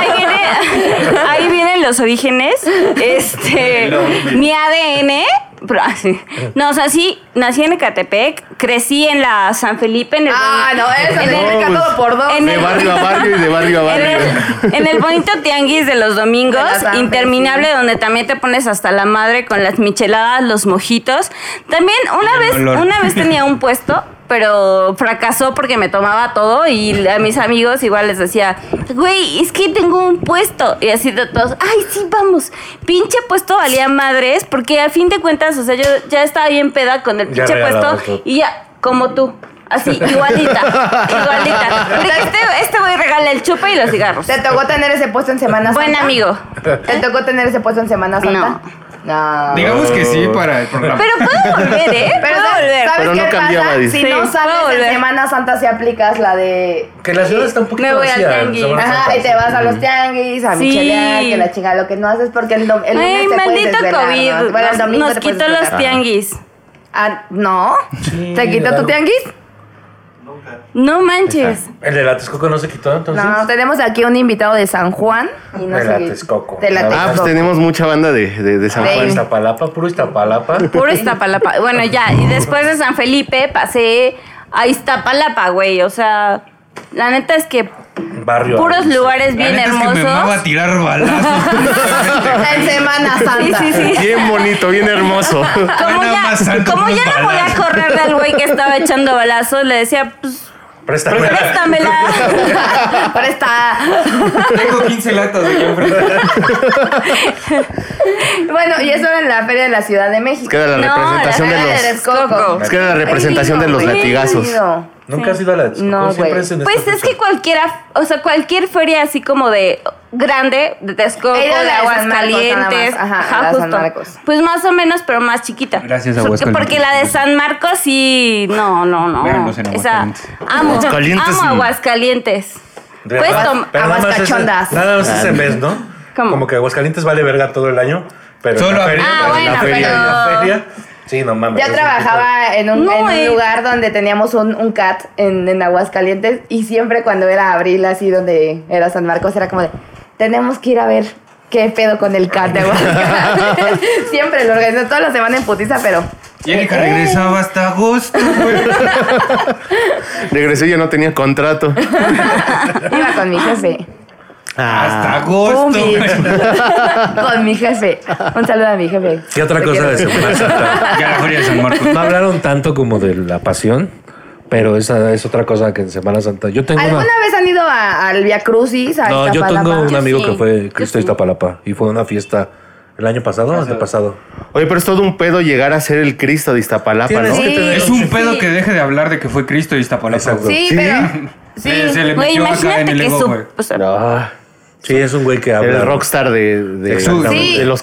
Speaker 5: Ahí, viene- ahí vienen los orígenes. Este, mi ADN. pero, ah, sí. No, o sea, sí, nací en Ecatepec, crecí en la San Felipe, en el,
Speaker 2: Ah, no, eso
Speaker 5: En
Speaker 2: se
Speaker 5: el-
Speaker 2: explica
Speaker 4: pues,
Speaker 2: todo por dos.
Speaker 5: en
Speaker 4: De barrio a barrio y de barrio a
Speaker 5: en,
Speaker 4: barrio.
Speaker 2: Eh.
Speaker 5: el, en el bonito tianguis de los domingos,
Speaker 2: De la San
Speaker 5: interminable, donde también te pones hasta la madre con las micheladas, los mojitos. También una
Speaker 3: El
Speaker 5: vez,
Speaker 3: olor.
Speaker 5: una vez tenía un puesto, pero fracasó porque me tomaba todo y a mis amigos igual les decía, güey, es que tengo un puesto. Y así de todos, ay, sí, vamos. Pinche puesto valía madres, porque a fin de cuentas, o sea, yo ya estaba bien peda con el
Speaker 6: Ya
Speaker 5: pinche
Speaker 6: regalabas
Speaker 5: puesto
Speaker 6: todo.
Speaker 5: y ya, como tú. Así, igualita, igualita. Porque este, este güey regala el chupa y los cigarros.
Speaker 2: ¿Te tocó tener ese puesto en Semana Santa?
Speaker 5: Buen amigo.
Speaker 2: ¿Te tocó tener ese puesto en Semana Santa? No.
Speaker 3: Digamos que sí para el programa.
Speaker 5: Pero puedo volver, ¿eh?
Speaker 2: Pero
Speaker 5: puedo
Speaker 2: ¿sabes,
Speaker 5: volver.
Speaker 2: ¿sabes
Speaker 4: Pero
Speaker 2: qué
Speaker 4: no cambiaba,
Speaker 2: pasa?
Speaker 4: dice.
Speaker 2: Si
Speaker 5: Sí,
Speaker 2: no
Speaker 5: puedo
Speaker 2: sales
Speaker 5: volver.
Speaker 2: en Semana Santa, si aplicas la de...
Speaker 6: Que la ciudad está un poquito
Speaker 5: Me voy al
Speaker 6: vacía. en
Speaker 5: tianguis.
Speaker 6: Semana Santa,
Speaker 2: Ajá, y te
Speaker 6: sí.
Speaker 2: vas a los tianguis, a
Speaker 5: Sí.
Speaker 2: michelear, que la chinga, lo que no haces porque el, dom- el lunes
Speaker 5: Ay,
Speaker 2: te puedes
Speaker 5: maldito
Speaker 2: desvelar,
Speaker 5: COVID.
Speaker 2: ¿no? Bueno, el
Speaker 5: nos
Speaker 2: domingo
Speaker 5: nos
Speaker 2: te puedes
Speaker 5: quitó los
Speaker 2: desvelar.
Speaker 5: tianguis.
Speaker 2: Ah, ¿no?
Speaker 6: Sí,
Speaker 2: ¿Te quitó tu
Speaker 6: algo.
Speaker 2: tianguis?
Speaker 5: No manches.
Speaker 6: El de la Texcoco no se quitó entonces.
Speaker 2: No, tenemos aquí un invitado de San Juan. Y no
Speaker 6: De
Speaker 2: sé
Speaker 6: la
Speaker 2: qué-
Speaker 6: Texcoco.
Speaker 2: De la
Speaker 4: Ah, pues
Speaker 2: Texcoco.
Speaker 4: tenemos mucha banda de, de, de San
Speaker 6: Ah,
Speaker 4: Juan.
Speaker 6: Iztapalapa, puro Iztapalapa.
Speaker 5: Puro Iztapalapa. Bueno, ya. Y después de San Felipe pasé a Iztapalapa, güey. O sea, la neta es que
Speaker 6: Barrio.
Speaker 5: puros
Speaker 6: Alice.
Speaker 5: lugares
Speaker 3: La
Speaker 5: bien
Speaker 3: neta es que me amaba
Speaker 5: hermosos.
Speaker 3: tirar balazos.
Speaker 2: en Semana Santa.
Speaker 5: Sí, sí, sí.
Speaker 4: Bien bonito, bien hermoso.
Speaker 5: Como
Speaker 3: Nada más
Speaker 5: ya,
Speaker 3: santo,
Speaker 5: como
Speaker 3: unos
Speaker 5: ya no podía
Speaker 3: balazos.
Speaker 5: correr del güey que estaba echando balazos, le decía, pues,
Speaker 6: Préstame.
Speaker 5: préstamela.
Speaker 2: Pero está.
Speaker 3: Tengo 15 latas aquí enfrente.
Speaker 2: Bueno, y eso era en la Feria de la Ciudad de México.
Speaker 4: Queda la
Speaker 5: No,
Speaker 4: representación
Speaker 2: la
Speaker 4: de
Speaker 2: feria de
Speaker 4: los.
Speaker 2: Texcoco.
Speaker 4: Queda la representación de los
Speaker 5: Qué
Speaker 4: latigazos.
Speaker 2: Bienvenido.
Speaker 6: Nunca has ido a la Texcoco.
Speaker 2: No,
Speaker 6: siempre
Speaker 2: güey.
Speaker 6: es en este
Speaker 5: Pues
Speaker 6: esta
Speaker 5: es que
Speaker 6: fecha.
Speaker 5: cualquiera, o sea, cualquier feria así como de grande, de Texcoco,
Speaker 2: He
Speaker 5: de
Speaker 2: ido a la de San
Speaker 5: aguas
Speaker 2: Marcos nada
Speaker 5: calientes,
Speaker 2: más. Ajá, la de San Marcos.
Speaker 5: Pues más o menos, pero más chiquita.
Speaker 3: Gracias,
Speaker 5: porque,
Speaker 3: Aguascalientes.
Speaker 5: porque la de San Marcos sí, no, no, no.
Speaker 3: Véanos en
Speaker 5: Esa-
Speaker 3: Aguascalientes.
Speaker 5: amo,
Speaker 4: Aguascalientes,
Speaker 5: amo
Speaker 4: mm.
Speaker 5: Aguascalientes.
Speaker 6: De
Speaker 5: Puedes
Speaker 6: verdad,
Speaker 5: tomar
Speaker 6: pero nada
Speaker 2: aguas
Speaker 6: más ese-
Speaker 2: cachondas.
Speaker 6: Nada más ese mes, ¿no?
Speaker 5: ¿Cómo?
Speaker 6: Como que Aguascalientes vale verga todo el año. Pero
Speaker 3: Solo
Speaker 6: en la
Speaker 3: a-
Speaker 6: feria.
Speaker 5: Ah,
Speaker 6: en la
Speaker 5: bueno,
Speaker 6: feria. en la
Speaker 5: pero-
Speaker 6: feria. Sí, no mames. es
Speaker 2: Yo
Speaker 6: un
Speaker 2: trabajaba en un,
Speaker 5: No,
Speaker 2: en un
Speaker 5: eh.
Speaker 2: lugar donde teníamos un, un cat en, en Aguascalientes y siempre cuando era abril, así donde era San Marcos, era como de, tenemos que ir a ver qué pedo con el cat de Aguascalientes. siempre lo organizó, todas las semanas en putiza, pero...
Speaker 3: Y Erika
Speaker 4: Eh.
Speaker 3: regresaba hasta agosto, güey.
Speaker 4: Regresé, yo no tenía contrato.
Speaker 2: Iba con mi jefe.
Speaker 3: Hasta
Speaker 4: Ah.
Speaker 3: agosto.
Speaker 2: Pum,
Speaker 3: güey.
Speaker 2: y- Con mi jefe. Un saludo a mi jefe.
Speaker 6: ¿Qué otra
Speaker 2: Te
Speaker 6: cosa
Speaker 2: quiero.
Speaker 6: de Semana Santa?
Speaker 3: Ya la feria de San Marcos.
Speaker 6: Pues No hablaron tanto como de la pasión, pero esa es otra cosa que en Semana Santa. Yo tengo
Speaker 2: ¿Alguna
Speaker 6: una.
Speaker 2: vez han ido a- al Via Crucis? A
Speaker 6: No, yo
Speaker 2: Iztapalapa?
Speaker 6: tengo un amigo que
Speaker 5: sí,
Speaker 6: fue
Speaker 5: yo
Speaker 6: Cristo
Speaker 5: sí.
Speaker 6: Iztapalapa y fue a una fiesta el año pasado o antepasado.
Speaker 4: Oye, pero es todo un pedo llegar a ser el Cristo de Iztapalapa, ¿no?
Speaker 6: Tienes que tener-
Speaker 3: Es un pedo que deje de hablar de que fue Cristo y Iztapalapa.
Speaker 6: Exacto.
Speaker 3: güey.
Speaker 2: Sí,
Speaker 4: Sí.
Speaker 2: pero. Sí.
Speaker 3: Se- se le
Speaker 5: Güey,
Speaker 3: metió acá en
Speaker 5: imagínate
Speaker 3: el
Speaker 5: que
Speaker 3: ego,
Speaker 5: su.
Speaker 3: güey.
Speaker 5: o sea,
Speaker 4: Ah,
Speaker 6: Sí, es un güey que habla.
Speaker 4: el rockstar de, de-
Speaker 3: Exactamente.
Speaker 2: Sí,
Speaker 4: de los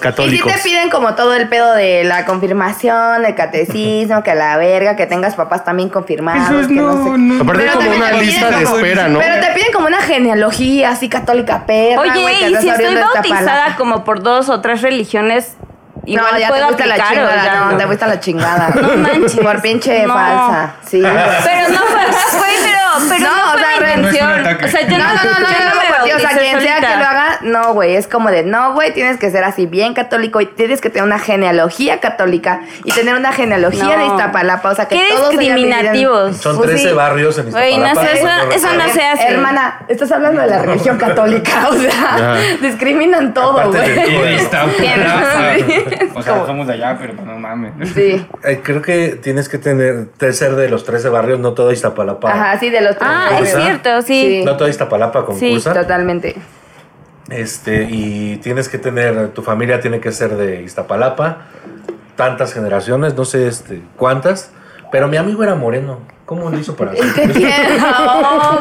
Speaker 2: Y
Speaker 4: católicos.
Speaker 2: si te piden como todo el pedo de la confirmación, el catecismo, que la verga, que tengas papás también confirmados.
Speaker 3: Eso es
Speaker 2: que no,
Speaker 3: no,
Speaker 2: sé.
Speaker 3: no.
Speaker 4: Aparte
Speaker 2: Pero
Speaker 4: es como
Speaker 2: también
Speaker 4: una
Speaker 2: te piden
Speaker 4: lista de
Speaker 2: como-
Speaker 4: espera, ¿no?
Speaker 2: Pero te piden como una genealogía así católica perra. güey, que
Speaker 5: Oye, y
Speaker 2: estás
Speaker 5: si estoy
Speaker 2: abriendo esta palapa.
Speaker 5: bautizada como por dos o tres religiones, igual
Speaker 2: no, ya
Speaker 5: puedo
Speaker 2: te fuiste a la
Speaker 5: aplicar o
Speaker 2: chingada.
Speaker 5: ya
Speaker 2: no,
Speaker 5: no.
Speaker 2: te fuiste a la chingada.
Speaker 5: No manches.
Speaker 2: Por pinche
Speaker 5: No.
Speaker 2: falsa. Sí.
Speaker 5: Pero no fue, güey, pero, pero
Speaker 2: No, o
Speaker 5: no, fue
Speaker 2: sea,
Speaker 5: mi
Speaker 3: No es
Speaker 2: re-
Speaker 3: un
Speaker 5: intención.
Speaker 3: ataque.
Speaker 5: o sea,
Speaker 2: No,
Speaker 5: yo
Speaker 2: no, no,
Speaker 5: no,
Speaker 2: no, no, no,
Speaker 5: yo me
Speaker 2: porque, o sea,
Speaker 5: bauticé
Speaker 2: quien sea
Speaker 5: solita.
Speaker 2: que lo haga, no, güey, es como de, no, güey, tienes que ser así bien católico y tienes que tener una genealogía católica y tener una genealogía
Speaker 5: No.
Speaker 2: de Iztapalapa, o sea, que
Speaker 5: Qué
Speaker 2: todos hayan vivido en-
Speaker 5: discriminativos.
Speaker 6: Son
Speaker 2: Pues
Speaker 6: 13
Speaker 2: sí.
Speaker 6: barrios en
Speaker 5: Güey, no
Speaker 6: Iztapalapa. eh,
Speaker 5: sé, eso-
Speaker 6: Cuando
Speaker 5: eso no
Speaker 6: recuerdo.
Speaker 5: se hace.
Speaker 2: Hermana, estás hablando de la religión católica, o sea, discriminan todo,
Speaker 6: Aparte del
Speaker 2: güey.
Speaker 6: todo.
Speaker 3: Y Iztapalapa.
Speaker 5: Sí.
Speaker 3: O sea, somos de allá, pero no mames.
Speaker 2: Sí.
Speaker 6: Eh, creo que tienes que tener tercer de los 13 barrios, no toda Iztapalapa.
Speaker 2: Ajá, sí, de los tres.
Speaker 5: Ah, es
Speaker 6: ¿Verdad?
Speaker 5: cierto, sí.
Speaker 6: No toda Iztapalapa concursa.
Speaker 2: Totalmente.
Speaker 6: Este, y tienes que tener, tu familia tiene que ser de Iztapalapa, tantas generaciones, no sé este, cuántas, pero mi amigo era moreno. ¿Cómo lo hizo para
Speaker 2: Y te quiero.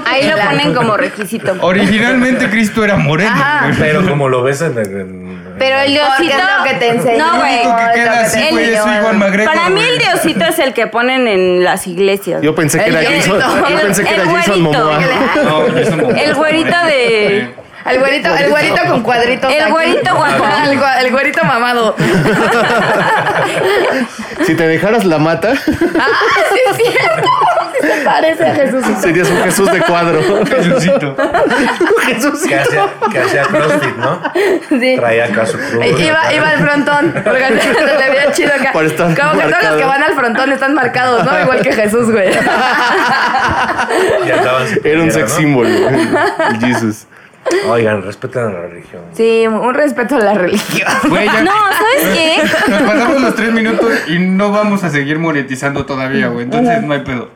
Speaker 5: Ahí lo
Speaker 2: La-
Speaker 5: ponen como requisito.
Speaker 3: Originalmente Cristo era moreno.
Speaker 2: Ajá.
Speaker 3: güey.
Speaker 6: Pero como lo ves en el. en-
Speaker 5: Pero el
Speaker 2: Porque
Speaker 5: diosito.
Speaker 2: es lo que te enseñó.
Speaker 5: No, güey.
Speaker 3: Lo único que queda
Speaker 2: es lo
Speaker 3: así,
Speaker 2: te
Speaker 3: güey, es
Speaker 2: enseñó.
Speaker 3: soy Juan Magreco.
Speaker 5: Para mí
Speaker 3: güey.
Speaker 5: el diosito es el que ponen en las iglesias.
Speaker 4: Yo pensé que
Speaker 2: El
Speaker 4: era
Speaker 2: güerito.
Speaker 4: Jason, yo pensé que
Speaker 5: El
Speaker 4: era Jason
Speaker 5: güerito.
Speaker 4: Momoa.
Speaker 3: No, yo soy moreno.
Speaker 5: El güerito de-
Speaker 2: El güerito, el güerito con cuadritos.
Speaker 5: El
Speaker 2: aquí.
Speaker 5: güerito guapo.
Speaker 2: El, gua- el güerito mamado.
Speaker 4: Si te dejaras la mata,
Speaker 2: Ah, sí es cierto. Sí se parece a Jesús.
Speaker 4: serías un Jesús de cuadro.
Speaker 3: Jesucito.
Speaker 6: que hacía, que hacía CrossFit, ¿no?
Speaker 2: Sí.
Speaker 6: Traía acá su cruz.
Speaker 2: I- Iba, iba al frontón, porque se le veía chido acá.
Speaker 4: Por estar
Speaker 2: Como que todos los
Speaker 4: marcado.
Speaker 2: que van al frontón están marcados, ¿no? Igual que Jesús, güey.
Speaker 6: y andaban sin
Speaker 4: Era un
Speaker 6: playera,
Speaker 4: sex
Speaker 6: ¿no?
Speaker 4: símbolo. El Jesus.
Speaker 6: Oigan, respeten a la religión.
Speaker 2: Sí, un respeto a la religión.
Speaker 3: Güey, ya-
Speaker 5: Ah, No, ¿sabes qué?
Speaker 3: Nos pasamos los tres minutos y no vamos a seguir monetizando todavía, güey. Entonces no hay pedo.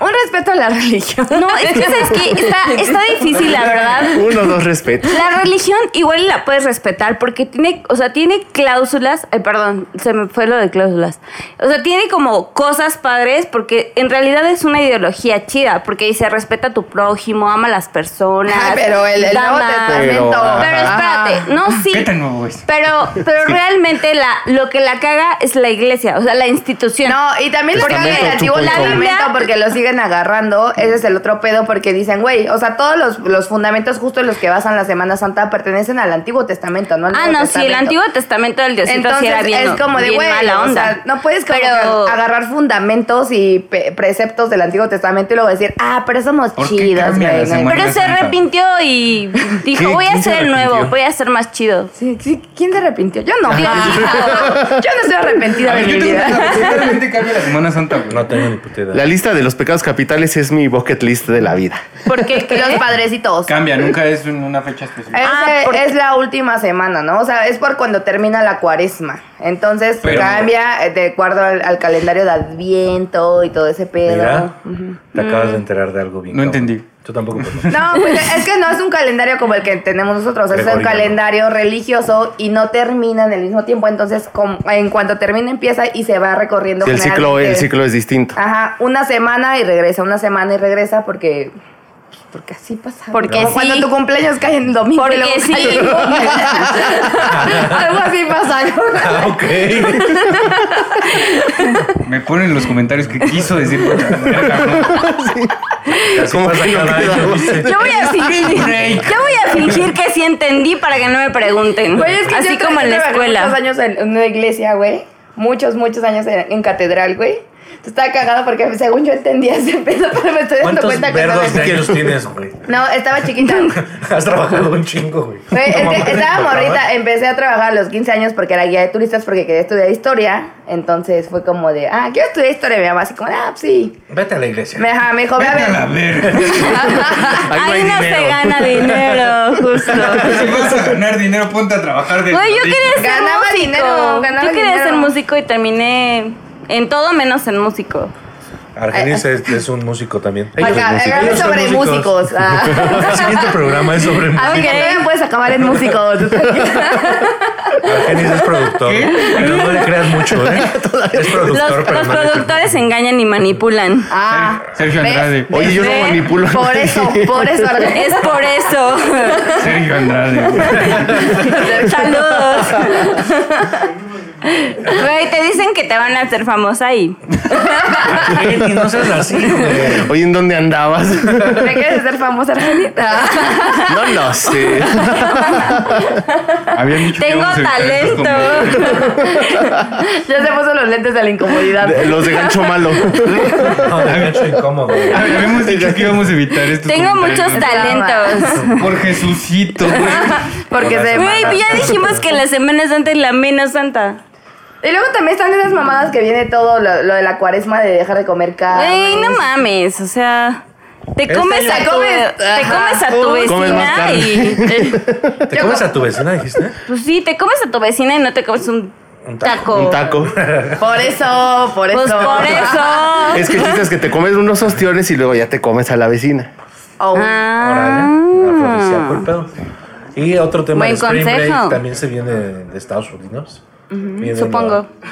Speaker 2: Un respeto a la religión.
Speaker 5: No, es que sabes que está, está difícil, la verdad.
Speaker 4: Uno, dos, respeto.
Speaker 5: La religión igual la puedes respetar porque tiene, o sea, tiene cláusulas, ay, perdón, se me fue lo de cláusulas. O sea, tiene como cosas padres porque en realidad es una ideología chida, porque dice respeta a tu prójimo, ama a las personas.
Speaker 2: Ay, pero el, el
Speaker 5: da
Speaker 2: Nuevo
Speaker 5: más".
Speaker 2: Testamento.
Speaker 5: Pero espérate, no, sí.
Speaker 3: ¿Qué tan nuevo es?
Speaker 5: Pero, pero realmente la, lo que la caga es la iglesia, o sea, la institución.
Speaker 2: No, y también lo que
Speaker 4: Testamento,
Speaker 2: hagan el antiguo
Speaker 4: 2.0.
Speaker 2: testamento porque lo siguen agarrando, ese es el otro pedo porque dicen, güey, o sea, todos los, los fundamentos justo en los que basan la Semana Santa pertenecen al Antiguo Testamento, ¿no? al
Speaker 5: Ah,
Speaker 2: Nuevo
Speaker 5: no, sí,
Speaker 2: Testamento.
Speaker 5: el Antiguo Testamento del Diosito sí
Speaker 2: Entonces
Speaker 5: era bien,
Speaker 2: es como de,
Speaker 5: bien
Speaker 2: güey,
Speaker 5: mala
Speaker 2: o
Speaker 5: onda.
Speaker 2: sea, no puedes como
Speaker 5: Pero-
Speaker 2: que agarrar fundamentos y pe- preceptos del Antiguo Testamento y luego decir, ah, pero somos
Speaker 3: ¿Por qué
Speaker 2: chidos,
Speaker 3: cambia
Speaker 2: güey.
Speaker 3: la
Speaker 2: no hay-
Speaker 3: semana?
Speaker 5: Pero se
Speaker 3: Santa.
Speaker 5: arrepintió y
Speaker 4: ¿Qué?
Speaker 5: dijo, voy a
Speaker 4: ¿Quién se
Speaker 5: hacer el nuevo,
Speaker 4: arrepintió?
Speaker 5: voy a hacer más chido.
Speaker 2: Sí, sí, ¿Quién se arrepintió? Yo no.
Speaker 5: Dios
Speaker 2: yo no estoy arrepentida
Speaker 3: A ver,
Speaker 2: de mi
Speaker 3: yo tengo
Speaker 2: vida.
Speaker 3: una pregunta. Realmente cambia la Semana Santa, güey.
Speaker 6: No tengo ni puta idea.
Speaker 4: La lista de los pecados capitales es mi bucket list de la vida.
Speaker 5: Porque
Speaker 2: Que los padrecitos.
Speaker 3: Cambia, nunca es un- una fecha específica.
Speaker 2: Ese
Speaker 5: Ah, por-
Speaker 2: Es la última semana, ¿no? O sea, es por cuando termina la cuaresma. Entonces
Speaker 3: Pero-
Speaker 2: cambia eh, de acuerdo al, al calendario de Adviento y todo ese pedo.
Speaker 6: Mira, te acabas de
Speaker 2: Mm.
Speaker 6: enterar de algo bien.
Speaker 3: No
Speaker 6: cabrón.
Speaker 3: entendí.
Speaker 6: Yo tampoco. perdón.
Speaker 2: No, pues es que no es un calendario como el que tenemos nosotros, es un
Speaker 6: Gregoriano.
Speaker 2: calendario religioso y no termina en el mismo tiempo, entonces com- en cuanto termina empieza y se va recorriendo.
Speaker 4: El ciclo, E,
Speaker 2: generalmente-
Speaker 4: el ciclo es distinto.
Speaker 5: Ah.
Speaker 2: Ajá, una semana y regresa, una semana y regresa porque... Porque así pasa.
Speaker 5: Porque
Speaker 2: Como
Speaker 5: sí.
Speaker 2: Cuando tu cumpleaños cae en domingo. y
Speaker 5: Porque
Speaker 2: luego
Speaker 5: sí.
Speaker 2: cae en lunes. Algo así pasa.
Speaker 6: Ah, ok.
Speaker 5: Eh.
Speaker 3: Me ponen en los comentarios que quiso decir.
Speaker 6: Así
Speaker 4: ¿Cómo
Speaker 6: pasa
Speaker 4: que no
Speaker 6: cada año,
Speaker 4: quedaba?
Speaker 6: dice.
Speaker 5: Yo voy a fingir, yo voy a fingir que sí entendí para que no me pregunten.
Speaker 2: Güey, es que
Speaker 5: Así
Speaker 2: yo tra-
Speaker 5: como en la
Speaker 2: trabajé
Speaker 5: escuela.
Speaker 2: Muchos años en en una iglesia, güey. Muchos, muchos años en, en catedral, güey. Estaba cagado porque según yo entendía ese pedo, pero me estoy dando
Speaker 6: ¿Cuántos
Speaker 2: cuenta que no.
Speaker 6: verdos de años tienes, güey?
Speaker 2: No, estaba chiquita.
Speaker 6: Has trabajado un chingo, güey.
Speaker 2: Güey, es
Speaker 6: No
Speaker 2: que
Speaker 6: mames,
Speaker 2: estaba
Speaker 6: cabrón.
Speaker 2: morrita, eh. empecé a trabajar a los 15 años porque era guía de turistas porque quería estudiar historia. Entonces fue como de, ah, quiero estudiar historia. Mi mamá así como, ah, sí.
Speaker 6: Vete a la iglesia.
Speaker 2: Me, ajá, me dijo, ve a
Speaker 1: Vete a la
Speaker 2: ver.
Speaker 1: verga.
Speaker 5: Ahí no se gana dinero, justo.
Speaker 1: Si vas a ganar dinero, ponte a trabajar de
Speaker 5: Güey, yo quería ser
Speaker 2: Ganaba
Speaker 5: músico.
Speaker 2: dinero, ganaba
Speaker 5: yo quería
Speaker 2: dinero.
Speaker 5: ser músico y terminé en todo menos en músico.
Speaker 6: Argenis es, es un músico también.
Speaker 2: Acá, acá
Speaker 6: Ellos
Speaker 2: es
Speaker 6: son
Speaker 2: eh, sobre músicos. Ah.
Speaker 6: El siguiente programa es sobre
Speaker 2: A mí
Speaker 5: Ok.
Speaker 2: también puedes acabar en músicos.
Speaker 6: Argenis es productor. Pero no le creas mucho, ¿eh? Es
Speaker 5: Los,
Speaker 6: productor, pero
Speaker 5: los
Speaker 6: no le creas.
Speaker 5: productores engañan y manipulan.
Speaker 2: Ah,
Speaker 3: Sergio
Speaker 2: ¿ves?
Speaker 3: Andrade.
Speaker 4: Oye, yo no
Speaker 5: Ve,
Speaker 4: manipulo. a
Speaker 2: Por
Speaker 4: nadie.
Speaker 2: eso, por eso.
Speaker 5: Es por eso.
Speaker 3: Sergio Andrade.
Speaker 5: Saludos. Güey, te dicen que te van a hacer famosa y
Speaker 6: Argenis, no seas así, güey.
Speaker 4: Oye, ¿en dónde andabas?
Speaker 2: ¿Me quieres ser famosa Ah, argentina?
Speaker 4: No, no sé.
Speaker 3: Habían dicho que
Speaker 5: tengo
Speaker 3: íbamos a evitar estos comentarios.
Speaker 5: talento.
Speaker 2: Ya se puso los lentes de la incomodidad.
Speaker 4: De- Los de gancho malo.
Speaker 6: No, de hecho, incómodo. güey.
Speaker 3: Hab- Habíamos dicho que íbamos a evitar estos
Speaker 5: Tengo
Speaker 3: comentarios.
Speaker 5: muchos talentos.
Speaker 3: Por Jesucito, güey.
Speaker 2: Porque se.
Speaker 5: Güey, ya dijimos que la semana santa es la menos santa.
Speaker 2: Y luego también están esas mamadas que viene todo lo, lo de la cuaresma de dejar de comer carne.
Speaker 5: Güey, no mames, o sea, te comes a
Speaker 2: año-
Speaker 5: tu,
Speaker 2: comes-
Speaker 5: te comes a
Speaker 2: ajá.
Speaker 5: tu
Speaker 4: Comes más
Speaker 5: vecina
Speaker 4: carne.
Speaker 5: y eh,
Speaker 6: ¿Te comes a tu vecina, dijiste?
Speaker 5: pues sí, te comes a tu vecina y no te comes un,
Speaker 6: Un taco.
Speaker 5: taco.
Speaker 4: Un taco.
Speaker 2: Por eso, por
Speaker 5: Pues
Speaker 2: eso.
Speaker 5: por eso.
Speaker 4: Es que el chiste es que te comes unos ostiones y luego ya te comes a la vecina.
Speaker 2: Oh.
Speaker 6: Órale,
Speaker 5: Ah.
Speaker 6: afrodisíaco el pedo. Y otro tema
Speaker 5: Buen
Speaker 6: de Spring
Speaker 5: consejo.
Speaker 6: Break también se viene de Estados Unidos. Viene
Speaker 5: supongo.
Speaker 6: la-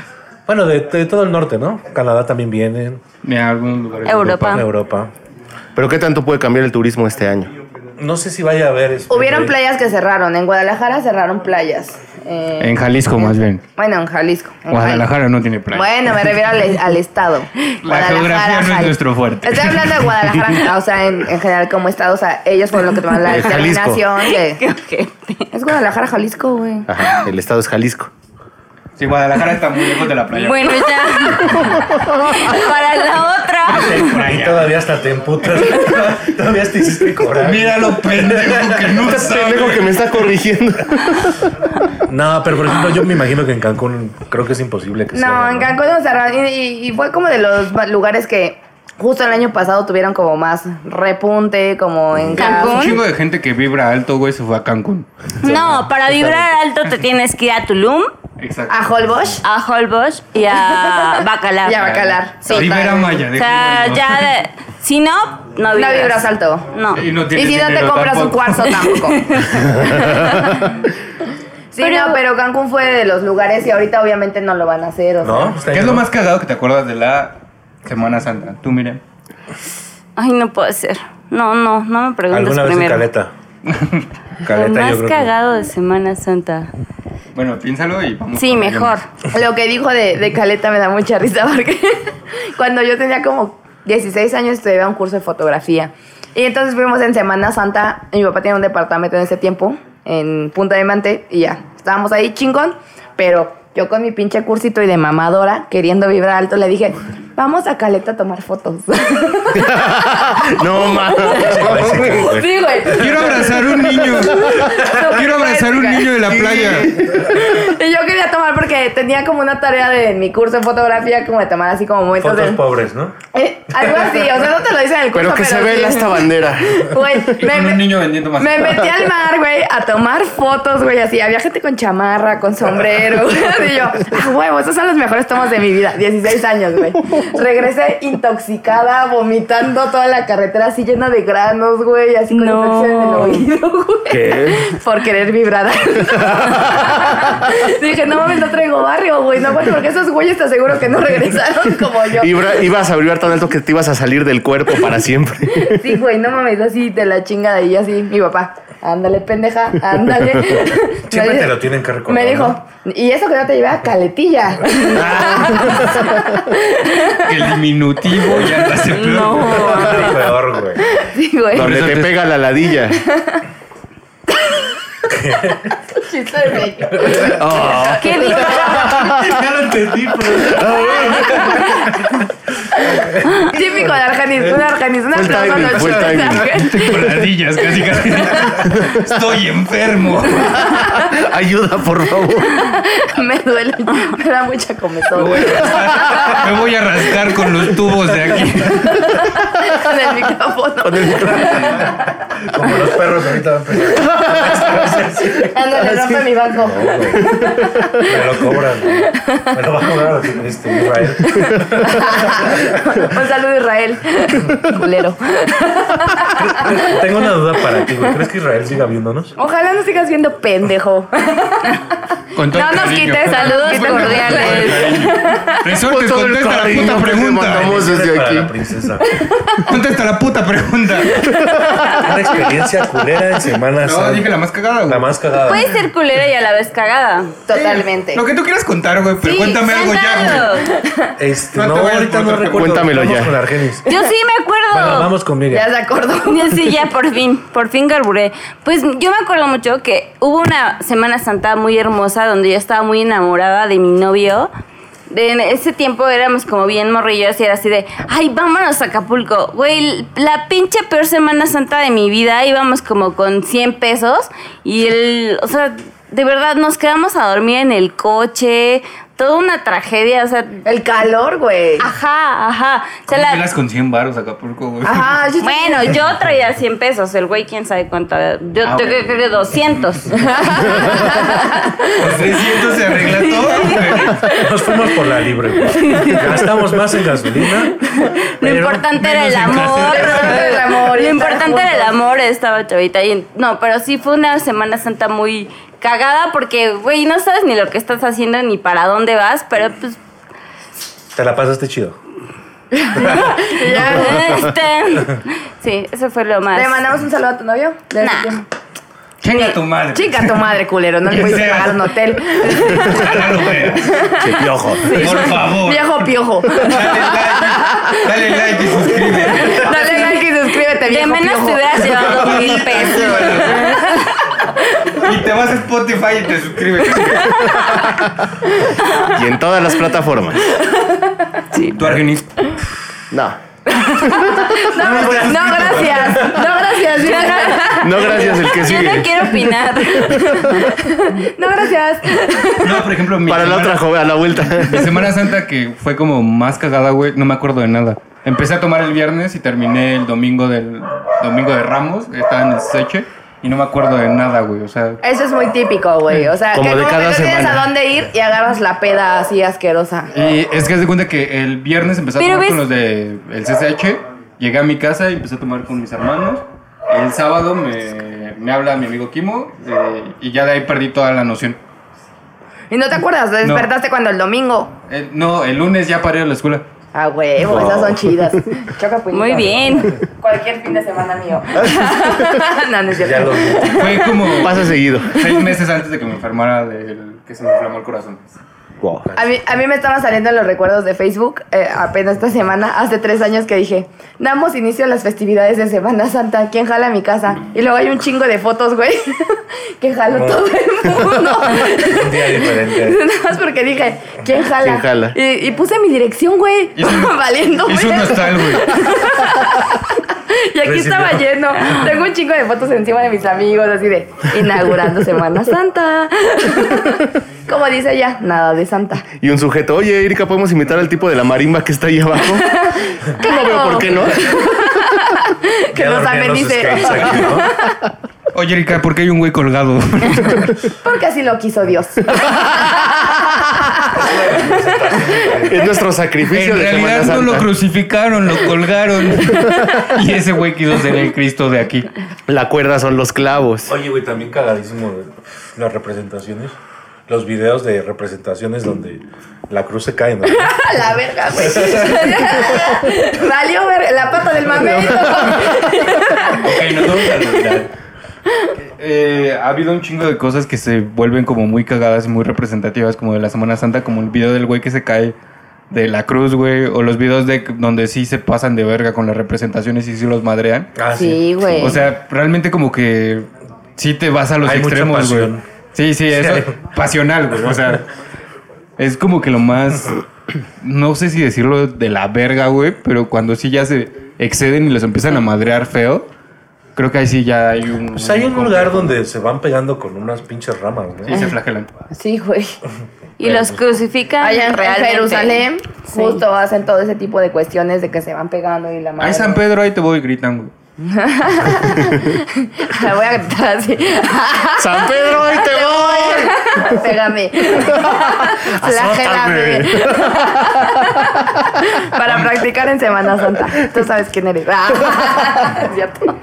Speaker 6: bueno, de, de todo el norte, ¿no? Canadá también vienen,
Speaker 3: Ni a algún lugar. de
Speaker 5: Europa.
Speaker 6: en Europa.
Speaker 4: Pero ¿qué tanto puede cambiar el turismo este año?
Speaker 6: No sé si vaya a haber. Spring
Speaker 2: Hubieron
Speaker 6: Break.
Speaker 2: playas que cerraron. En Guadalajara cerraron playas. Eh,
Speaker 3: En Jalisco, más bien.
Speaker 2: Bueno, en Jalisco. en
Speaker 3: Guadalajara no tiene
Speaker 2: Jalisco.
Speaker 3: playa.
Speaker 2: Bueno, me refiero al, al estado.
Speaker 3: La geografía no es
Speaker 2: Jal-
Speaker 3: nuestro fuerte.
Speaker 2: Estoy hablando de Guadalajara, o sea, en, en general como estado, o sea, ellos fueron los que tomaron la
Speaker 4: Eh, Jalisco.
Speaker 2: determinación de...
Speaker 5: Ok.
Speaker 2: Es Guadalajara, Jalisco, güey.
Speaker 4: Ajá, el estado es Jalisco.
Speaker 3: Sí, Guadalajara está muy lejos de la playa.
Speaker 5: Bueno, ya. Para la otra.
Speaker 6: Y todavía hasta te emputas. todavía te hiciste cobrar.
Speaker 3: Mira lo pendejo que no
Speaker 4: Este pendejo que
Speaker 3: sabe.
Speaker 4: me está corrigiendo.
Speaker 6: No, pero por ejemplo, yo me imagino que en Cancún creo que es imposible que sea.
Speaker 2: No, en Cancún nos cerraron y, y- y fue como de los ba- lugares que justo el año pasado tuvieron como más repunte, como en
Speaker 3: Un
Speaker 5: Cancún.
Speaker 3: chingo de gente que vibra alto, güey, se fue a Cancún.
Speaker 5: No, para vibrar alto te tienes que ir a Tulum,
Speaker 3: Exacto.
Speaker 2: A Holbox
Speaker 5: a Holbox y a Bacalar.
Speaker 2: y a Bacalar. Total.
Speaker 3: Rivera Maya.
Speaker 5: O
Speaker 3: de
Speaker 5: sea,
Speaker 3: Cuba, ¿no?
Speaker 5: ya de- si no, no
Speaker 2: No
Speaker 5: vibras.
Speaker 2: vibras alto.
Speaker 5: No.
Speaker 3: Y no
Speaker 2: Y
Speaker 3: tienes
Speaker 2: si no te
Speaker 3: dinero
Speaker 2: compras un
Speaker 3: tampoco.
Speaker 2: cuarzo tampoco. sí,
Speaker 5: Pero-
Speaker 2: no, pero Cancún fue de los lugares y ahorita obviamente no lo van a hacer. O
Speaker 6: ¿No?
Speaker 2: sea.
Speaker 6: Este
Speaker 3: ¿Qué
Speaker 6: año
Speaker 3: es lo
Speaker 6: no.
Speaker 3: más cagado que te acuerdas de la Semana Santa? Tú, Miriam.
Speaker 5: Ay, no puede ser. No, no, no me preguntes
Speaker 6: ¿Alguna vez
Speaker 5: primero.
Speaker 6: en Caleta?
Speaker 5: Lo
Speaker 6: Caleta,
Speaker 5: más
Speaker 6: yo creo. que-
Speaker 5: cagado de Semana Santa.
Speaker 3: Bueno, piénsalo y vamos.
Speaker 5: Sí,
Speaker 3: con
Speaker 5: mejor.
Speaker 3: ella.
Speaker 2: Lo que dijo de, de Caleta me da mucha risa porque cuando yo tenía como 16 años estudiaba un curso de fotografía. Y entonces fuimos en Semana Santa. Mi papá tenía un departamento en ese tiempo, en Punta Diamante, y ya. Estábamos ahí chingón, pero yo con mi pinche cursito y de mamadora, queriendo vibrar alto, le dije, vamos a Caleta a tomar fotos.
Speaker 4: No, ma.
Speaker 6: Básica, güey.
Speaker 2: sí, güey.
Speaker 3: Quiero abrazar un niño. Quiero abrazar un niño de la playa.
Speaker 2: Y yo quería tomar porque tenía como una tarea de en mi curso de fotografía, como de tomar así como momentos
Speaker 6: Fotos
Speaker 2: de...
Speaker 6: pobres, ¿no?
Speaker 2: Eh, algo así, o sea, no te lo dicen en el curso,
Speaker 4: Pero que se vea
Speaker 2: sí.
Speaker 4: esta bandera.
Speaker 2: Güey,
Speaker 3: Y con
Speaker 2: me,
Speaker 3: un niño vendiendo más.
Speaker 2: me metí al mar, güey, a tomar fotos, güey, así. Había gente con chamarra, con sombrero, güey. así yo, ah, huevo, esos son los mejores tomas de mi vida. 16 años, güey. Regresé intoxicada, vomitando toda la carretera, así llena de granos, güey, así con
Speaker 5: No.
Speaker 2: infección en el oído, güey.
Speaker 4: ¿Qué?
Speaker 2: Por querer vibrar. Dije, no mames, no traigo barrio, güey. No, bueno, porque esos güeyes te aseguro que no regresaron como yo.
Speaker 4: Ibra- ibas a vibrar tan alto que te ibas a salir del cuerpo para siempre.
Speaker 2: Sí, güey, no mames, así de la chingada. Y yo así, mi papá, ándale, pendeja, ándale.
Speaker 6: Siempre
Speaker 2: Me
Speaker 6: te
Speaker 2: di-
Speaker 6: lo tienen que recordar.
Speaker 2: Me dijo, y eso que no te llevé a caletilla.
Speaker 3: Que el diminutivo ya te hace peor.
Speaker 5: No.
Speaker 2: "Oh".
Speaker 6: ¿no? Es lo peor, güey.
Speaker 2: Sí, güey.
Speaker 4: Donde te pega la ladilla.
Speaker 2: Chiste de
Speaker 5: ¿Qué dijo?
Speaker 3: Ya lo
Speaker 6: entendí, pero.
Speaker 2: Típico de Argenis,
Speaker 6: ¿Eh?
Speaker 2: un Argenis, un
Speaker 4: Fue el
Speaker 2: aplauso a los
Speaker 4: timing, fue el
Speaker 2: chicos de
Speaker 4: timing.
Speaker 2: Argenis.
Speaker 3: Tengo ladillas, casi, casi. Estoy enfermo.
Speaker 4: Ayuda, por favor.
Speaker 2: Me duele, me da mucha comezón.
Speaker 3: Me voy a rascar con los tubos de aquí.
Speaker 2: Con el micrófono.
Speaker 6: Como los perros ahorita van a empezar.
Speaker 2: Ándale, rompe mi banco.
Speaker 6: Me lo cobran. ¿no? Me lo va a cobrar este, Israel.
Speaker 2: Un saludo, Israel. Culero.
Speaker 6: Tengo una duda para ti, güey. ¿Crees que Israel siga viéndonos?
Speaker 2: Ojalá no sigas viendo pendejo.
Speaker 3: Con todo
Speaker 2: No
Speaker 3: el
Speaker 2: nos
Speaker 3: cariño.
Speaker 2: quites saludos
Speaker 5: Quita el
Speaker 2: cordiales.
Speaker 3: Resortes, contesta la puta pregunta.
Speaker 6: Bendiciones
Speaker 4: mandamos desde
Speaker 6: para la
Speaker 4: aquí.
Speaker 6: princesa.
Speaker 3: Contesta la puta pregunta.
Speaker 6: Una experiencia culera en Semana
Speaker 3: No,
Speaker 6: Santa.
Speaker 3: dije la más cagada,
Speaker 6: La
Speaker 3: güey.
Speaker 6: más cagada.
Speaker 2: Pues
Speaker 5: Puede ser culera y a la vez cagada.
Speaker 2: Totalmente.
Speaker 3: Lo que tú quieras contar, güey, pero
Speaker 5: Sí,
Speaker 3: cuéntame algo ya,
Speaker 5: cuéntalo.
Speaker 6: Este,
Speaker 3: No
Speaker 6: no,
Speaker 3: te vayas
Speaker 6: ahorita
Speaker 3: por
Speaker 6: no
Speaker 3: otra
Speaker 6: recuerdo.
Speaker 4: Cuéntamelo
Speaker 6: Vamos
Speaker 4: ya.
Speaker 6: con Argenis.
Speaker 5: Yo sí me acuerdo.
Speaker 6: Bueno, vamos con Miriam.
Speaker 2: Ya se acordó.
Speaker 5: Ya sí, ya por fin, por fin carburé. Pues yo me acuerdo mucho que hubo una Semana Santa muy hermosa donde yo estaba muy enamorada de mi novio. De- En ese tiempo éramos como bien morrillos y era así de, ay, vámonos a Acapulco. Güey, la pinche peor Semana Santa de mi vida. Íbamos como con 100 pesos y el, o sea, de verdad nos quedamos a dormir en el coche. Toda una tragedia, o sea,
Speaker 2: El calor, güey.
Speaker 5: Ah. ajá, ajá. O sea,
Speaker 3: güey.
Speaker 5: la-
Speaker 3: Velas con 100 baros Acapulco, güey.
Speaker 2: Ajá, yo
Speaker 5: bueno, yo traía 100 pesos, el güey quién sabe cuánto. Yo
Speaker 3: Ah,
Speaker 5: creo
Speaker 3: ok.
Speaker 5: que 200.
Speaker 3: Con 300 se arregla todo, güey.
Speaker 6: Nos fuimos por la libre. güey. Gastamos más en gasolina.
Speaker 5: Lo
Speaker 6: pero-
Speaker 5: importante era el
Speaker 3: menos en
Speaker 5: amor.
Speaker 3: clases.
Speaker 2: Lo importante era el amor,
Speaker 5: Lo
Speaker 2: estar
Speaker 5: importante era el
Speaker 2: juntos.
Speaker 5: amor, estaba chavita. Y, no, pero sí fue una Semana Santa muy cagada porque, güey, no sabes ni lo que estás haciendo ni para dónde vas, pero pues...
Speaker 6: Te la pasaste chido.
Speaker 5: este, sí, eso fue lo más...
Speaker 2: Le mandamos un saludo a tu novio. Desde
Speaker 5: Nah.
Speaker 2: tiempo.
Speaker 3: Chinga tu madre.
Speaker 2: Chica, tu madre, culero. No le
Speaker 3: Que
Speaker 2: puedes
Speaker 3: sea.
Speaker 2: pagar un hotel.
Speaker 3: Ojalá lo veas.
Speaker 4: Che, piojo.
Speaker 3: Por favor.
Speaker 2: Viejo piojo.
Speaker 3: Dale like, dale like y suscríbete.
Speaker 2: Dale like y suscríbete,
Speaker 5: De
Speaker 2: viejo
Speaker 5: menos
Speaker 2: piojo.
Speaker 5: te hubieras llevado mil pesos.
Speaker 3: Y te vas a Spotify y te suscribes.
Speaker 4: Y en todas las plataformas.
Speaker 3: Tu Argenis.
Speaker 4: No.
Speaker 2: No, no, gracias. No, gracias.
Speaker 4: No, gracias, el que
Speaker 5: Yo no
Speaker 4: sigue.
Speaker 5: quiero opinar.
Speaker 2: No, gracias.
Speaker 3: No, por ejemplo, mi
Speaker 4: Para la otra joven, a la vuelta.
Speaker 3: Mi Semana Santa que fue como más cagada, güey, no me acuerdo de nada. Empecé a tomar el viernes y terminé el domingo del domingo de Ramos, estaba en el Seche y no me acuerdo de nada, güey, o sea,
Speaker 2: Eso es muy típico, güey. O sea,
Speaker 4: Como
Speaker 2: que
Speaker 4: de
Speaker 2: como
Speaker 4: cada
Speaker 2: que no tienes
Speaker 4: semana.
Speaker 2: a dónde ir y agarras la peda así asquerosa.
Speaker 3: y es que haz de cuenta que el viernes empecé a
Speaker 5: Pero
Speaker 3: tomar con
Speaker 5: ves-
Speaker 3: los de el CCH, llegué a mi casa y empecé a tomar con mis hermanos. El sábado me, me habla mi amigo Kimo eh, y ya de ahí perdí toda la noción.
Speaker 2: ¿Y no te acuerdas? ¿Te
Speaker 3: No.
Speaker 2: despertaste cuando el domingo?
Speaker 3: El- Eh, no, el lunes ya paré a la escuela.
Speaker 2: Ah, huevo, esas son chidas. Choca puñetas.
Speaker 5: Muy bien.
Speaker 2: Cualquier fin de semana mío. no, no es
Speaker 6: Ya
Speaker 2: cierto.
Speaker 6: lo
Speaker 3: Fue como
Speaker 4: Pasa seguido.
Speaker 3: seis meses antes de que me enfermara del que se me inflamó el corazón.
Speaker 4: Wow.
Speaker 2: A mí, a mí me estaban saliendo en los recuerdos de Facebook eh, apenas esta semana, hace tres años que dije, damos inicio a las festividades de Semana Santa, ¿quién jala a mi casa? Y luego hay un chingo de fotos, güey, que jaló todo el mundo.
Speaker 6: un día diferente.
Speaker 2: Nada más porque dije, ¿quién jala?
Speaker 4: ¿Quién jala?
Speaker 2: Y, y puse mi dirección, güey,
Speaker 3: Hizo un-
Speaker 2: valiendo,
Speaker 3: Hice un
Speaker 2: verga.
Speaker 3: hostal, güey.
Speaker 2: Y aquí
Speaker 6: Recibió.
Speaker 2: estaba lleno. Tengo un chingo de fotos encima de mis amigos, así de inaugurando Semana Santa. Como dice ella, nada de Santa.
Speaker 4: Y un sujeto, oye, Erika, ¿podemos invitar al tipo de la marimba que está ahí abajo?
Speaker 2: Claro,
Speaker 4: Pero ¿por qué no?
Speaker 2: que
Speaker 6: Ya
Speaker 2: nos
Speaker 6: dormían los
Speaker 2: amenice.
Speaker 6: skates aquí, ¿no?
Speaker 3: Oye, Erika, ¿por qué hay un güey colgado?
Speaker 2: Porque así lo quiso Dios.
Speaker 4: Es nuestro sacrificio
Speaker 3: en
Speaker 4: de Semana
Speaker 3: realidad no
Speaker 4: Santa.
Speaker 3: lo crucificaron, lo colgaron. y ese güey quiso ser el Cristo de aquí.
Speaker 4: La cuerda son los clavos.
Speaker 6: Oye, güey, también cagadísimo güey, las representaciones. Los videos de representaciones donde la cruz se cae, ¿no?
Speaker 2: A la verga, güey. Valió ver la pata del mamey.
Speaker 3: Ok, nos vamos a olvidar. Eh, ha habido un chingo de cosas que se vuelven como muy cagadas y muy representativas, como de la Semana Santa, como el video del güey que se cae de la cruz, güey, o los videos de donde sí se pasan de verga con las representaciones y sí los madrean.
Speaker 6: Ah,
Speaker 2: Sí, güey.
Speaker 3: O sea, realmente como que sí te vas a los
Speaker 6: Hay mucha
Speaker 3: extremos, güey.
Speaker 6: pasión.
Speaker 3: Sí, sí, eso es pasional, güey. O sea, Es como que lo más. No sé si decirlo de la verga, güey, pero cuando sí ya se exceden y los empiezan a madrear feo, creo que ahí sí ya hay un.
Speaker 6: Pues hay un lugar donde se van pegando con unas pinches ramas, ¿no?
Speaker 3: Sí, se flagelan.
Speaker 2: Sí, güey.
Speaker 5: Y los crucifican.
Speaker 2: Allá en
Speaker 5: realmente.
Speaker 2: Jerusalén,
Speaker 5: Sí.
Speaker 2: justo hacen todo ese tipo de cuestiones de que se van pegando y la madre.
Speaker 3: Ahí San Pedro, ahí te voy, gritan, güey.
Speaker 2: La voy a gritar así.
Speaker 4: ¡San Pedro, ahí te voy!
Speaker 2: Pégame. Flagélame. Para practicar en Semana Santa. Tú sabes quién eres. Ah. Es cierto.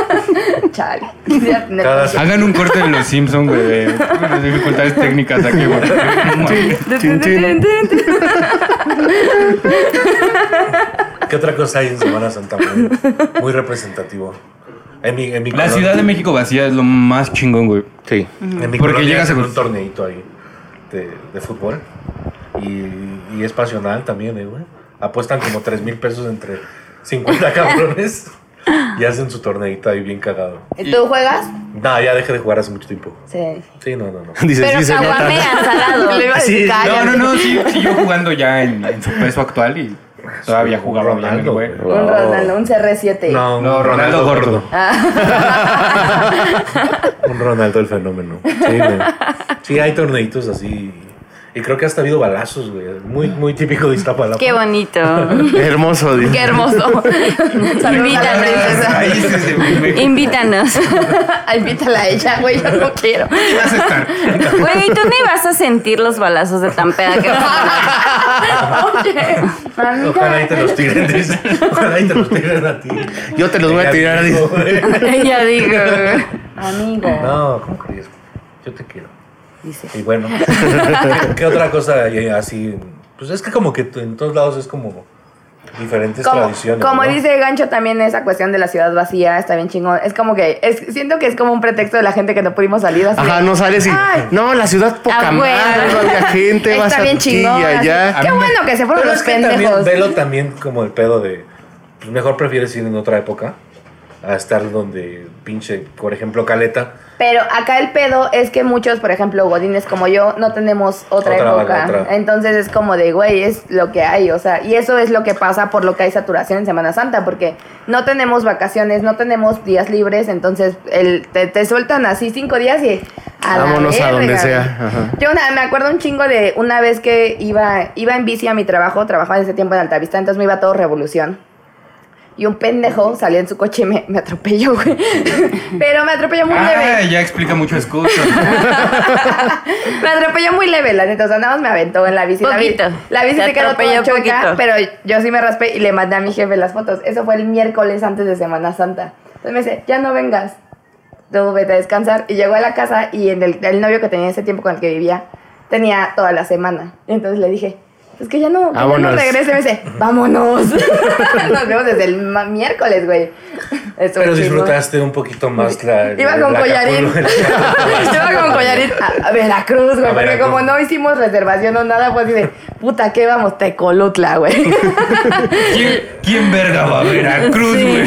Speaker 2: Chale. Ya tenemos-
Speaker 6: Cada
Speaker 3: Hagan un corte de los Simpsons, güey, de las dificultades técnicas aquí, güey. No mames.
Speaker 4: Chin, chin.
Speaker 6: ¿Qué otra cosa hay en Semana Santa? Muy, muy representativo. En mi, en mi
Speaker 3: La
Speaker 6: colonia-
Speaker 3: Ciudad de México vacía es lo más chingón, güey.
Speaker 4: Sí.
Speaker 6: En mi
Speaker 3: Porque
Speaker 6: colonia
Speaker 3: llegas a-
Speaker 6: hacen un torneito ahí de, de fútbol. Y, y es pasional también, eh, güey. Apuestan como 3 mil pesos entre 50 cabrones y hacen su torneito ahí bien cagado.
Speaker 2: ¿Y ¿Tú juegas?
Speaker 6: Nah, ya dejé de jugar hace mucho tiempo.
Speaker 2: Sí.
Speaker 6: Sí, no, no, no.
Speaker 4: Dices,
Speaker 5: Pero
Speaker 4: sí se nota.
Speaker 5: caguamean salado.
Speaker 2: Le iba a decir,
Speaker 4: Sí, no,
Speaker 3: No,
Speaker 2: cállate.
Speaker 3: no, no, sí, sí, yo jugando ya en, en su peso actual y todavía jugaba bien, el
Speaker 6: Ronaldo,
Speaker 3: güey.
Speaker 6: güey.
Speaker 2: Un Ronaldo, un CR7.
Speaker 3: No, Ronaldo gordo.
Speaker 6: Un Ronaldo el fenómeno. Sí, güey. Sí, hay torneitos así. Y creo que hasta ha habido balazos, güey. Muy, muy típico de Iztapalapa.
Speaker 5: Qué bonito.
Speaker 4: Hermoso, Dios.
Speaker 5: Qué hermoso.
Speaker 2: Saludos a la princesa.
Speaker 5: Invítanos.
Speaker 3: Ahí sí se me
Speaker 5: Invítanos.
Speaker 2: Ah, Invítala a ella, güey. Yo no quiero.
Speaker 3: vas a estar.
Speaker 5: Güey, tú no ibas a sentir los balazos de tan peda que
Speaker 2: Oye.
Speaker 6: Ojalá y te los tiren. dice. Ojalá y te los tiren a ti.
Speaker 4: Yo te los voy a tirar.
Speaker 6: digo,
Speaker 4: dice.
Speaker 6: güey.
Speaker 5: Ya digo. güey.
Speaker 2: Amigo.
Speaker 6: No, ¿cómo crees? Yo te quiero.
Speaker 5: Dice.
Speaker 6: Y bueno, ¿qué otra cosa hay así? Pues es que como que en todos lados es como diferentes
Speaker 2: Como,
Speaker 6: tradiciones.
Speaker 2: como
Speaker 6: ¿no?
Speaker 2: dice Gancho también esa cuestión de la ciudad vacía está bien chingón. Es como que es- siento que es como un pretexto de la gente que no pudimos salir así.
Speaker 4: Ajá,
Speaker 2: de,
Speaker 4: no sales y.
Speaker 2: Ay.
Speaker 4: No, la ciudad poca
Speaker 5: Ah, bueno.
Speaker 4: madre, no había gente, vas
Speaker 2: Está
Speaker 4: a
Speaker 2: bien
Speaker 4: aquí y
Speaker 2: chingón. así.
Speaker 4: allá.
Speaker 2: Qué
Speaker 3: A mí me-
Speaker 2: bueno que se fueron
Speaker 6: Pero
Speaker 2: los
Speaker 6: es que también
Speaker 2: pendejos.
Speaker 6: velo también como el pedo de pues mejor prefieres ir en otra época a estar donde pinche, por ejemplo, Caleta.
Speaker 2: Pero acá el pedo es que muchos, por ejemplo, godines como yo, no tenemos otra,
Speaker 6: Otra,
Speaker 2: época.
Speaker 6: otra.
Speaker 2: Entonces es como de, güey, es lo que hay. O sea, y eso es lo que pasa por lo que hay saturación en Semana Santa, porque no tenemos vacaciones, no tenemos días libres. Entonces el, te, te sueltan así cinco días y. A la
Speaker 4: Vámonos a donde
Speaker 2: verga, güey.
Speaker 4: sea, ajá.
Speaker 2: Yo una- me acuerdo un chingo de una vez que iba, iba en bici a mi trabajo, trabajaba en ese tiempo en Altavista, entonces me iba todo revolución. Y un pendejo salió en su coche y me, me atropelló, güey. Pero me atropelló muy leve.
Speaker 3: Ah, ya explica muchas cosas.
Speaker 2: Me atropelló muy leve, la neta. O sea, nada más me aventó en la bici. La bi-
Speaker 5: Poquito.
Speaker 2: La, bici
Speaker 5: Te
Speaker 2: se quedó toda
Speaker 5: atropelló
Speaker 2: chueca,
Speaker 5: poquito.
Speaker 2: pero yo sí me raspé y le mandé a mi jefe las fotos. Eso fue el miércoles antes de Semana Santa. Entonces me dice, ya no vengas. Tú vete a descansar. Y llegó a la casa y en el, el novio que tenía en ese tiempo con el que vivía tenía toda la semana. Entonces le dije, es que ya no, que ya no
Speaker 4: Vámonos.
Speaker 2: regrese. Me dice, vámonos. Nos vemos desde el ma- miércoles, güey. Estuvo chingón.
Speaker 6: Pero disfrutaste un poquito más la.
Speaker 2: Iba con
Speaker 6: la
Speaker 2: collarín.
Speaker 6: Acapulco.
Speaker 2: Iba con collarín a, a Veracruz, güey.
Speaker 6: A
Speaker 2: Porque
Speaker 6: Veracruz.
Speaker 2: como no hicimos reservación o nada, pues dice, puta, ¿qué vamos? Tecolutla, güey.
Speaker 3: ¿Quién, quién verga va a Veracruz, güey?
Speaker 2: Güey,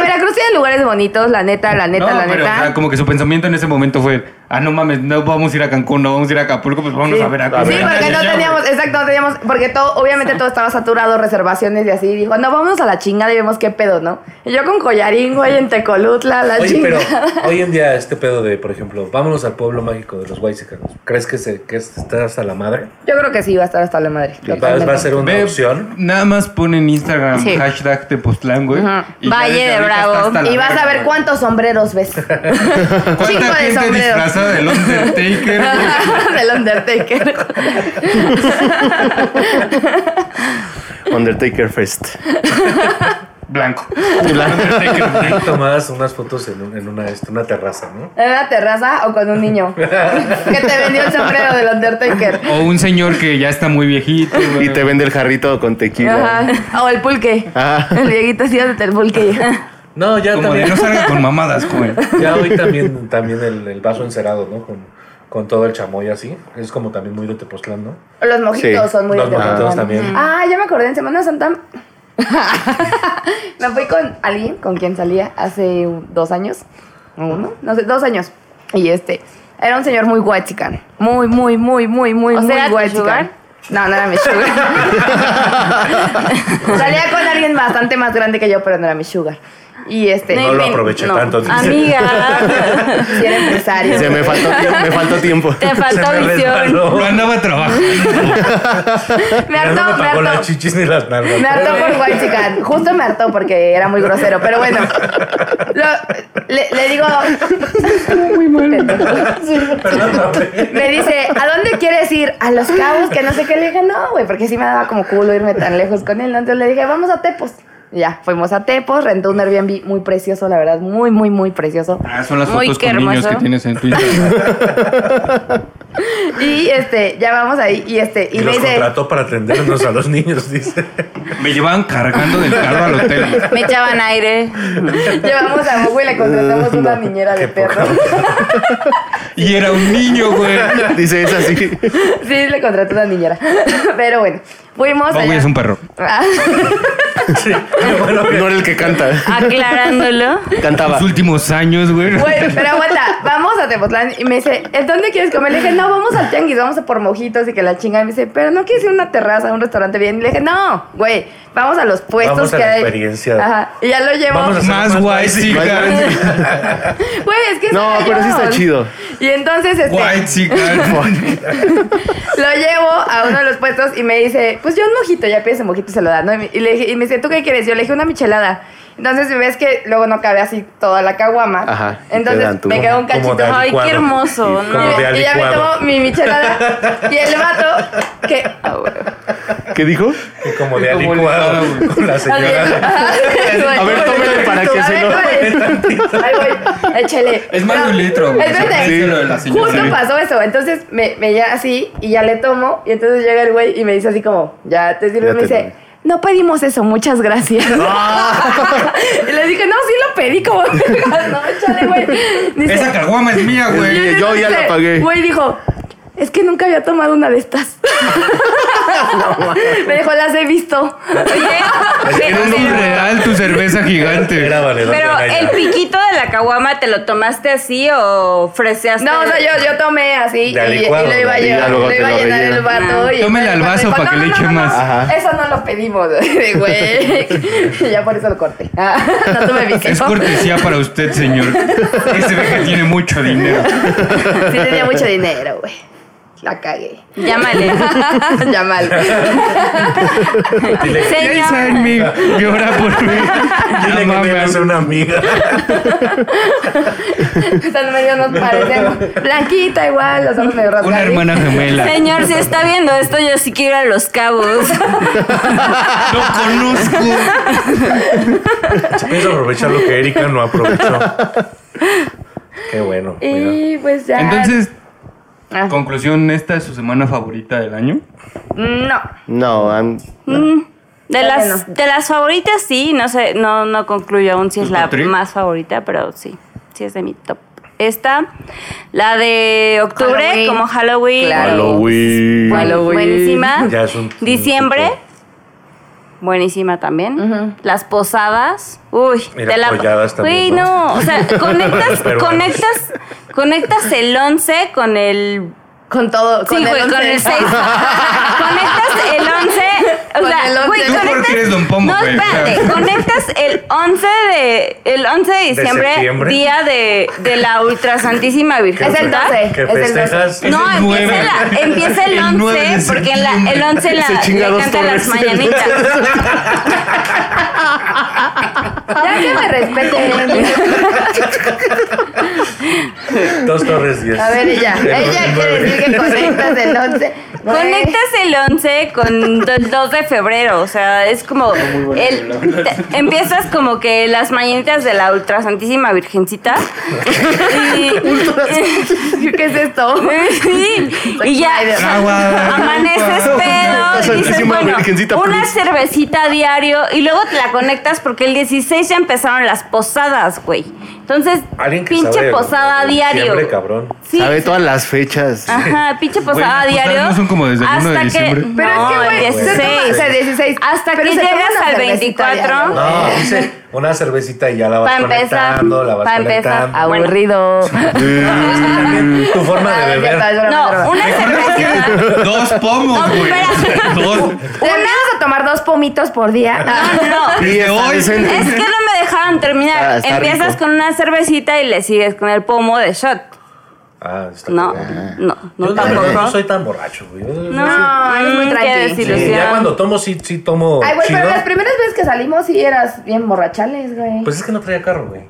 Speaker 2: Veracruz tiene lugares bonitos, la neta, la neta,
Speaker 3: no,
Speaker 2: la
Speaker 3: pero o
Speaker 2: neta.
Speaker 3: sea, como que su pensamiento en ese momento fue, ah, no mames, no vamos a ir a Cancún, no vamos a ir a Acapulco, pues vámonos a Veracruz.
Speaker 2: Sí, porque no
Speaker 3: Ya,
Speaker 2: teníamos,
Speaker 3: güey.
Speaker 2: exacto, no teníamos, porque todo, obviamente todo estaba saturado, reservaciones y así. y dijo, no, vámonos a la chingada y vemos qué pedo, ¿no? Y yo con collarín, güey, en Tecolutla, la
Speaker 6: Oye, pero
Speaker 2: chingada.
Speaker 6: hoy en día este pedo de, por ejemplo, vámonos al pueblo mágico de los Huaycicanos. ¿Crees que, se, que está hasta la madre?
Speaker 2: Yo creo que sí iba a estar hasta la madre.
Speaker 6: ¿Va,
Speaker 2: totalmente.
Speaker 6: va a ser una
Speaker 3: Ve,
Speaker 6: opción?
Speaker 3: Nada más pone en Instagram
Speaker 5: Sí.
Speaker 3: hashtag Tepoztlán, güey.
Speaker 5: Ajá.
Speaker 3: y ya
Speaker 5: Valle
Speaker 3: desde
Speaker 5: de
Speaker 3: ahorita
Speaker 5: Bravo.
Speaker 3: está hasta la
Speaker 2: Y vas a ver
Speaker 3: verga,
Speaker 2: cuántos sombreros ves.
Speaker 3: güey.
Speaker 2: chico de
Speaker 3: ¿Cuánta gente
Speaker 2: sombreros.
Speaker 3: disfrazada del Undertaker, güey?
Speaker 2: del Undertaker.
Speaker 4: Undertaker Fest.
Speaker 3: Blanco.
Speaker 6: Tomadas unas fotos en, un- en una, este, una terraza, ¿no?
Speaker 2: ¿En una terraza o con un niño? que te vendió el sombrero del Undertaker.
Speaker 3: O un señor que ya está muy viejito. güey.
Speaker 4: Y te vende el jarrito con tequila.
Speaker 5: Oh,
Speaker 2: Ajá. O el pulque.
Speaker 4: Ah.
Speaker 2: El Dieguito sí hace el pulque.
Speaker 6: No, ya
Speaker 3: Como de
Speaker 6: también.
Speaker 3: no salga con mamadas, güey.
Speaker 6: Ya hoy también, también el, el vaso encerado, ¿no? Con, con todo el chamoy así. Es como también muy de Tepoztlán, ¿no?
Speaker 2: O Los mojitos
Speaker 4: Sí,
Speaker 2: son muy
Speaker 6: los
Speaker 2: de
Speaker 6: mojitos
Speaker 2: Tijuana.
Speaker 6: también.
Speaker 2: Ah, ya me acordé, en Semana Santa me fui con alguien con quien salía hace un- dos años, o uno, no sé, dos años. Y este, Era un señor muy guachican. Muy, muy, muy, muy, muy,
Speaker 5: ¿O
Speaker 2: muy
Speaker 5: sea, tu
Speaker 2: guachican.
Speaker 5: sugar?
Speaker 2: No, no era mi sugar. Salía con alguien bastante más grande que yo, pero no era mi sugar. Y este,
Speaker 6: No lo
Speaker 5: invent-
Speaker 6: aproveché tanto, dice.
Speaker 5: Amiga,
Speaker 2: sí era empresario.
Speaker 4: Se me faltó tiempo. Me faltó tiempo.
Speaker 5: te faltó
Speaker 6: Se me
Speaker 5: visión.
Speaker 6: resbaló.
Speaker 3: Lo andaba trabajando.
Speaker 2: Me
Speaker 6: Ya no
Speaker 2: hartó,
Speaker 6: me
Speaker 2: me
Speaker 6: pagó las
Speaker 2: hartó.
Speaker 6: chichis ni las nalgas.
Speaker 2: Me hartó por guay, chica. Justo me hartó porque era muy grosero, pero bueno. Lo- le, le digo. muy mal.
Speaker 6: Perdóname.
Speaker 2: Me dice, ¿a dónde quieres ir? A los cabos, que no sé qué. Le dije, no, güey, porque sí me daba como culo irme tan lejos con él. ¿no? Entonces le dije, vamos a Tepos. Y ya, fuimos a Tepos, rentó un Airbnb muy precioso, la verdad, muy, muy, muy precioso.
Speaker 3: Ah, son las
Speaker 5: Muy
Speaker 3: fotos
Speaker 5: que
Speaker 3: con niños
Speaker 5: hermoso.
Speaker 3: que tienes en Twitter.
Speaker 2: Y este, ya vamos ahí, y este, y,
Speaker 6: Y
Speaker 2: me
Speaker 6: los
Speaker 2: dice,
Speaker 6: contrató para atendernos a los niños, dice.
Speaker 3: Me llevaban cargando del carro al hotel.
Speaker 5: Me echaban aire.
Speaker 2: llevamos a Mogo y le contratamos una niñera de
Speaker 6: Qué
Speaker 2: perro.
Speaker 6: poca
Speaker 3: Y era un niño, güey.
Speaker 4: Dice, es así.
Speaker 2: sí, le contrató una niñera. Pero bueno, fuimos
Speaker 3: Bowie
Speaker 2: allá.
Speaker 3: es un perro.
Speaker 2: Ah,
Speaker 6: Sí, pero bueno,
Speaker 4: No era el que canta.
Speaker 5: Aclarándolo.
Speaker 4: Cantaba.
Speaker 3: Los últimos años, güey.
Speaker 2: Güey, pero aguanta, vamos a Tepoztlán. Y me dice, "¿En ¿dónde quieres comer? Le dije, no, vamos al tianguis, vamos a por mojitos y que la chinga. Y me dice, pero no quieres ir a una terraza, a un restaurante bien. Y le dije, no, güey, vamos a los puestos
Speaker 6: Vamos a
Speaker 2: que
Speaker 6: la
Speaker 2: hay.
Speaker 6: experiencia.
Speaker 2: Ajá. Y ya lo llevo.
Speaker 6: Vamos a hacer
Speaker 3: Más guay, chicas.
Speaker 2: Güey, es que es
Speaker 4: No,
Speaker 2: un
Speaker 4: pero sí está
Speaker 2: avión.
Speaker 4: chido.
Speaker 2: Y entonces, este,
Speaker 3: White chican.
Speaker 2: lo llevo a uno de los puestos y me dice, pues yo un mojito, ya pides el mojito y se lo da, ¿no? Y me- Y, le dije, y me dice, ¿tú qué quieres? Yo le dije una michelada. Entonces ves que luego no cabe así toda la caguama.
Speaker 4: Ajá, y te dan
Speaker 2: Entonces
Speaker 4: tu-
Speaker 2: me queda un
Speaker 6: como
Speaker 2: cachito.
Speaker 6: de
Speaker 5: Ay, qué
Speaker 6: alicuado.
Speaker 5: hermoso, ¿no?
Speaker 6: Como
Speaker 2: Y-
Speaker 6: de
Speaker 2: y ya me
Speaker 6: alicuado.
Speaker 2: tomo mi michelada. Y el vato que. ah, bueno.
Speaker 4: ¿Qué dijo?
Speaker 6: Como de
Speaker 3: Como licuado,
Speaker 6: alicuado. Con la señora.
Speaker 2: A
Speaker 4: ver, tómele para que se lo-
Speaker 2: Ahí voy, échale.
Speaker 3: Es más de un
Speaker 2: Pero,
Speaker 3: litro, güey.
Speaker 2: Espérate.
Speaker 3: Sí, lo de la señora.
Speaker 2: Justo
Speaker 3: Sí.
Speaker 2: pasó eso. Entonces me, me ya así y ya le tomo. Y entonces llega el güey y me dice así como, ya te sirve.
Speaker 4: Ya
Speaker 2: me
Speaker 4: te
Speaker 2: dice, no pedimos eso, muchas gracias.
Speaker 4: Ah.
Speaker 2: y le dije, no, sí lo pedí como. verga, no, échale, güey. Dice,
Speaker 3: Esa caguama es mía, güey.
Speaker 4: que yo ya la
Speaker 2: Dice,
Speaker 4: pagué.
Speaker 2: Güey dijo, es que nunca había tomado una de estas. Me dijo, las he visto.
Speaker 3: Era un real tu cerveza gigante.
Speaker 6: Era valedor de
Speaker 5: Pero
Speaker 6: Anaya.
Speaker 5: el piquito de la caguama, ¿te lo tomaste así o freseaste?
Speaker 2: No, o sea, yo, yo tomé así y,
Speaker 6: De
Speaker 2: y
Speaker 6: licuado,
Speaker 2: lo iba a
Speaker 6: y
Speaker 2: llevar,
Speaker 4: luego
Speaker 2: lo
Speaker 4: te
Speaker 2: iba a
Speaker 4: lo
Speaker 2: llenar el
Speaker 4: rellenan.
Speaker 2: vato. y-
Speaker 3: Tómele Mm. al
Speaker 2: el vato
Speaker 3: vaso
Speaker 2: dijo,
Speaker 3: pa' que
Speaker 2: "No,
Speaker 3: le
Speaker 2: no,
Speaker 3: eche
Speaker 2: no, no,
Speaker 3: más".
Speaker 4: Ajá.
Speaker 2: Eso no lo pedimos, güey. Y ya por eso lo corté. Ah, no tuve vicio.
Speaker 3: Es cortesía para usted, señor. Ese ve que tiene mucho dinero.
Speaker 2: Sí tenía mucho dinero, güey. La cagué.
Speaker 5: Llámale.
Speaker 2: ya mal.
Speaker 3: Piensa
Speaker 5: Señor.
Speaker 3: en mí. Llora por mí.
Speaker 6: Dile que me hace
Speaker 3: Llámame.
Speaker 6: una amiga.
Speaker 2: Están medio nos parecemos. Blanquita igual, los ojos medio rasgados.
Speaker 3: Una hermana gemela.
Speaker 5: Señor, si está viendo esto, yo sí quiero ir a los cabos.
Speaker 3: Lo conozco.
Speaker 6: Pienso aprovechar lo que Erika no aprovechó. Qué bueno. mira.
Speaker 2: Y pues ya.
Speaker 3: Entonces,
Speaker 2: Ah.
Speaker 3: conclusión, esta es su semana favorita del año.
Speaker 2: No.
Speaker 4: No, I'm-
Speaker 5: De
Speaker 2: Bueno.
Speaker 5: las, de las favoritas, sí, no sé, no, no concluyo aún si es
Speaker 3: ¿Tu
Speaker 5: la
Speaker 3: top three?
Speaker 5: más favorita, pero sí, sí es de mi top. Esta, la de octubre,
Speaker 2: Halloween.
Speaker 5: como Halloween.
Speaker 2: Claro.
Speaker 4: Halloween.
Speaker 5: Buen-
Speaker 2: Halloween.
Speaker 5: Buenísima.
Speaker 6: Ya es un-
Speaker 5: Diciembre. Buenísima también. Las posadas. Uy,
Speaker 6: Y las polladas
Speaker 5: Uy,
Speaker 6: también, ¿no?
Speaker 5: no. O sea, conectas,
Speaker 6: Pero bueno.
Speaker 5: conectas, conectas el 11 con el.
Speaker 2: Con todo.
Speaker 5: Sí, güey, con
Speaker 2: once.
Speaker 5: el 6. conectas el 11. O
Speaker 2: Con
Speaker 5: sea,
Speaker 2: el once.
Speaker 5: güey,
Speaker 2: Tú
Speaker 5: conectas.
Speaker 3: porque eres Don Pombo,
Speaker 5: no,
Speaker 3: güey, o sea.
Speaker 5: espérate. conectas el 11 de. El 11 de diciembre,
Speaker 6: septiembre?
Speaker 5: día de, de la Ultra Santísima Virgen.
Speaker 2: Es el
Speaker 5: ¿verdad?
Speaker 2: 12.
Speaker 6: Que
Speaker 2: Es el
Speaker 6: festejas.
Speaker 5: No,
Speaker 3: Es el
Speaker 5: empieza,
Speaker 3: nueve.
Speaker 5: la- empieza el
Speaker 3: El nueve de
Speaker 5: 11, porque en la- el
Speaker 3: septiembre.
Speaker 5: 11 la,
Speaker 4: Se chinga
Speaker 5: le
Speaker 4: dos
Speaker 5: canta las
Speaker 4: torres.
Speaker 5: mañanitas.
Speaker 2: Ya Ah, que me respeten.
Speaker 6: Dos torres diez.
Speaker 2: A ver, ella. Ella quiere decir que conectas el 11. Güey.
Speaker 5: Conectas el 11 con el 2 de febrero, o sea, es como... el- te- empiezas como que las mañanitas de la Ultra Santísima Virgencita.
Speaker 2: ¿Qué es esto? Pues
Speaker 5: y, y ya
Speaker 3: Agua.
Speaker 5: amaneces pedo, y dices,
Speaker 4: Santísima
Speaker 5: bueno,
Speaker 4: Virgencita,
Speaker 5: una
Speaker 4: please.
Speaker 5: cervecita a diario y luego te la conectas porque el 16 ya empezaron las posadas, güey. Entonces,
Speaker 6: Alguien que
Speaker 5: pinche
Speaker 6: sabe,
Speaker 5: posada a
Speaker 6: ¿no?
Speaker 5: diario.
Speaker 6: Diciembre, cabrón.
Speaker 5: Sí,
Speaker 4: Sabe todas las fechas.
Speaker 5: Ajá, pinche posada
Speaker 3: Güey, las
Speaker 5: diario.
Speaker 3: posadas no son como desde el uno de
Speaker 5: hasta que-
Speaker 3: diciembre.
Speaker 2: Pero
Speaker 5: no,
Speaker 2: es que, güey,
Speaker 5: el
Speaker 2: se toma- o
Speaker 5: 16.
Speaker 2: sea, 16.
Speaker 5: Hasta
Speaker 2: Pero
Speaker 5: que
Speaker 2: se toma
Speaker 5: llegas
Speaker 2: una
Speaker 5: al
Speaker 2: cervecita
Speaker 5: 24.
Speaker 2: diaria.
Speaker 6: No, dice una cervecita y ya la vas
Speaker 5: Para empezar,
Speaker 6: conectando, la vas
Speaker 5: para empezar, Ah,
Speaker 6: conectando.
Speaker 5: Bueno.
Speaker 2: Aburrido.
Speaker 6: Es que también Tu forma de
Speaker 2: Ah, ya
Speaker 6: beber.
Speaker 2: está, ya la
Speaker 5: No,
Speaker 2: mandaron.
Speaker 5: una cerveza.
Speaker 3: Dos pomos,
Speaker 5: No,
Speaker 3: güey.
Speaker 5: espera.
Speaker 3: Dos.
Speaker 2: Te obligas a tomar dos pomitos por día.
Speaker 6: Ah,
Speaker 5: No, no, no.
Speaker 4: Y
Speaker 3: de
Speaker 4: está
Speaker 3: hoy.
Speaker 4: decente.
Speaker 5: Es que no me dejaron terminar.
Speaker 4: Ah, está
Speaker 5: Empiezas
Speaker 4: rico.
Speaker 5: con una cervecita y le sigues con el pomo de shot.
Speaker 6: Ah, está
Speaker 5: No,
Speaker 6: bien.
Speaker 5: no,
Speaker 6: Yo
Speaker 5: no
Speaker 6: la verdad no
Speaker 5: tampoco.
Speaker 6: soy tan borracho, güey.
Speaker 5: No,
Speaker 2: No, eres muy
Speaker 5: mm, qué
Speaker 2: tranqui.
Speaker 6: Sí,
Speaker 5: desilusión.
Speaker 6: ya cuando tomo, sí, sí tomo
Speaker 2: Ay, güey,
Speaker 6: chido.
Speaker 2: pero las primeras veces que salimos sí eras bien borrachales, güey.
Speaker 6: Pues es que no traía carro, güey.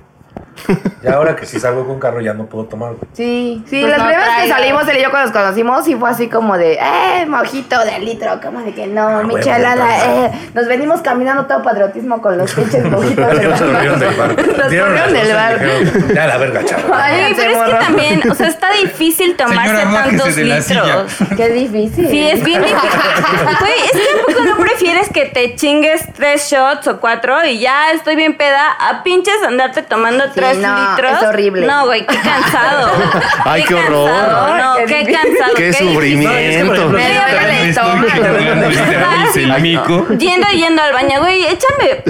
Speaker 6: Ya ahora que si salgo con carro ya no puedo tomar, güey.
Speaker 2: Sí, sí,
Speaker 5: Pues
Speaker 2: las
Speaker 5: no
Speaker 2: primeras que
Speaker 5: traigo.
Speaker 2: salimos, él y yo cuando nos conocimos, sí fue así como de, eh, mojito de litro, como de que no, mi
Speaker 6: huevo,
Speaker 2: chalada,
Speaker 6: ya
Speaker 2: eh. Nos venimos caminando todo patriotismo con los pinches mojitos.
Speaker 6: Ya
Speaker 2: del
Speaker 6: nos corrieron del bar.
Speaker 2: bar. Nos
Speaker 6: Dieron las
Speaker 2: corrieron del
Speaker 6: cosas
Speaker 2: bar.
Speaker 6: y dijeron, Ya la verga, chaval.
Speaker 2: Ay,
Speaker 5: Ay,
Speaker 2: se
Speaker 5: pero es que
Speaker 2: borró.
Speaker 5: también, o sea, está difícil tomarse
Speaker 3: Señora, bájese
Speaker 5: tantos
Speaker 3: de la silla.
Speaker 5: litros.
Speaker 2: Qué difícil.
Speaker 5: Sí, es bien difícil. Güey, es que tampoco no prefieres que te chingues tres shots o cuatro y ya estoy bien peda a pinches andarte tomando tres
Speaker 2: no,
Speaker 5: litros.
Speaker 2: es horrible.
Speaker 5: No, güey, qué cansado.
Speaker 4: Ay, qué horror.
Speaker 5: cansado, No,
Speaker 2: Qué
Speaker 5: qué,
Speaker 2: difícil.
Speaker 5: cansado.
Speaker 4: Qué
Speaker 5: difícil.
Speaker 4: sufrimiento.
Speaker 2: Me duele el
Speaker 3: Estoy quitando
Speaker 2: estómago.
Speaker 5: Ah,
Speaker 3: literal el celíaco.
Speaker 5: Yendo, yendo al baño, güey, échame, a ver,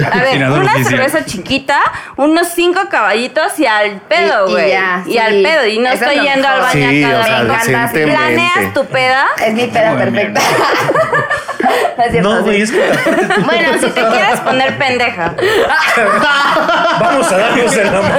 Speaker 3: Patrocinador
Speaker 5: una
Speaker 3: oficial.
Speaker 5: cerveza chiquita, unos cinco caballitos y al pedo,
Speaker 2: Y- y
Speaker 5: güey.
Speaker 2: ya,
Speaker 5: Y,
Speaker 2: sí.
Speaker 5: al pedo, y no
Speaker 2: Eso
Speaker 5: estoy
Speaker 2: es lo
Speaker 5: yendo al
Speaker 2: mejor.
Speaker 5: baño
Speaker 4: Sí,
Speaker 5: a cada
Speaker 4: o sea,
Speaker 5: rato.
Speaker 4: decentemente.
Speaker 5: Planeas tu peda.
Speaker 2: Es mi peda
Speaker 3: Joder,
Speaker 2: perfecta. No es cierto,
Speaker 6: No,
Speaker 2: sí.
Speaker 6: güey, es que aparte tú-
Speaker 5: Bueno, si te quieres poner pendeja.
Speaker 6: vamos a darnos el amor.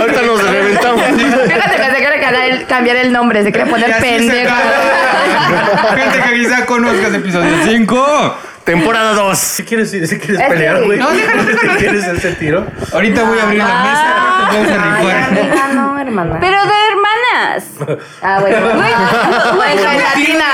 Speaker 4: Ahorita nos reventamos.
Speaker 2: Fíjate que se quiere cambiar el, cambiar el nombre, se quiere
Speaker 3: Y
Speaker 2: poner
Speaker 3: así se
Speaker 2: pendejo.
Speaker 3: acaba. Gente que quizá conozcas episodio 5.
Speaker 4: Temporada 2.
Speaker 6: Si quieres, si quieres
Speaker 2: Es que
Speaker 6: pelear,
Speaker 2: sí.
Speaker 6: güey.
Speaker 2: No,
Speaker 6: Si quieres ese tiro.
Speaker 3: Ahorita voy a abrir la
Speaker 5: Ah.
Speaker 3: mesa. Vamos a
Speaker 2: Ay,
Speaker 3: rifar.
Speaker 2: amiga, no, hermana.
Speaker 5: Pero de hermanas.
Speaker 2: ah, bueno.
Speaker 5: Güey, güey,
Speaker 2: Soy
Speaker 5: nunca-
Speaker 2: Pues, latina.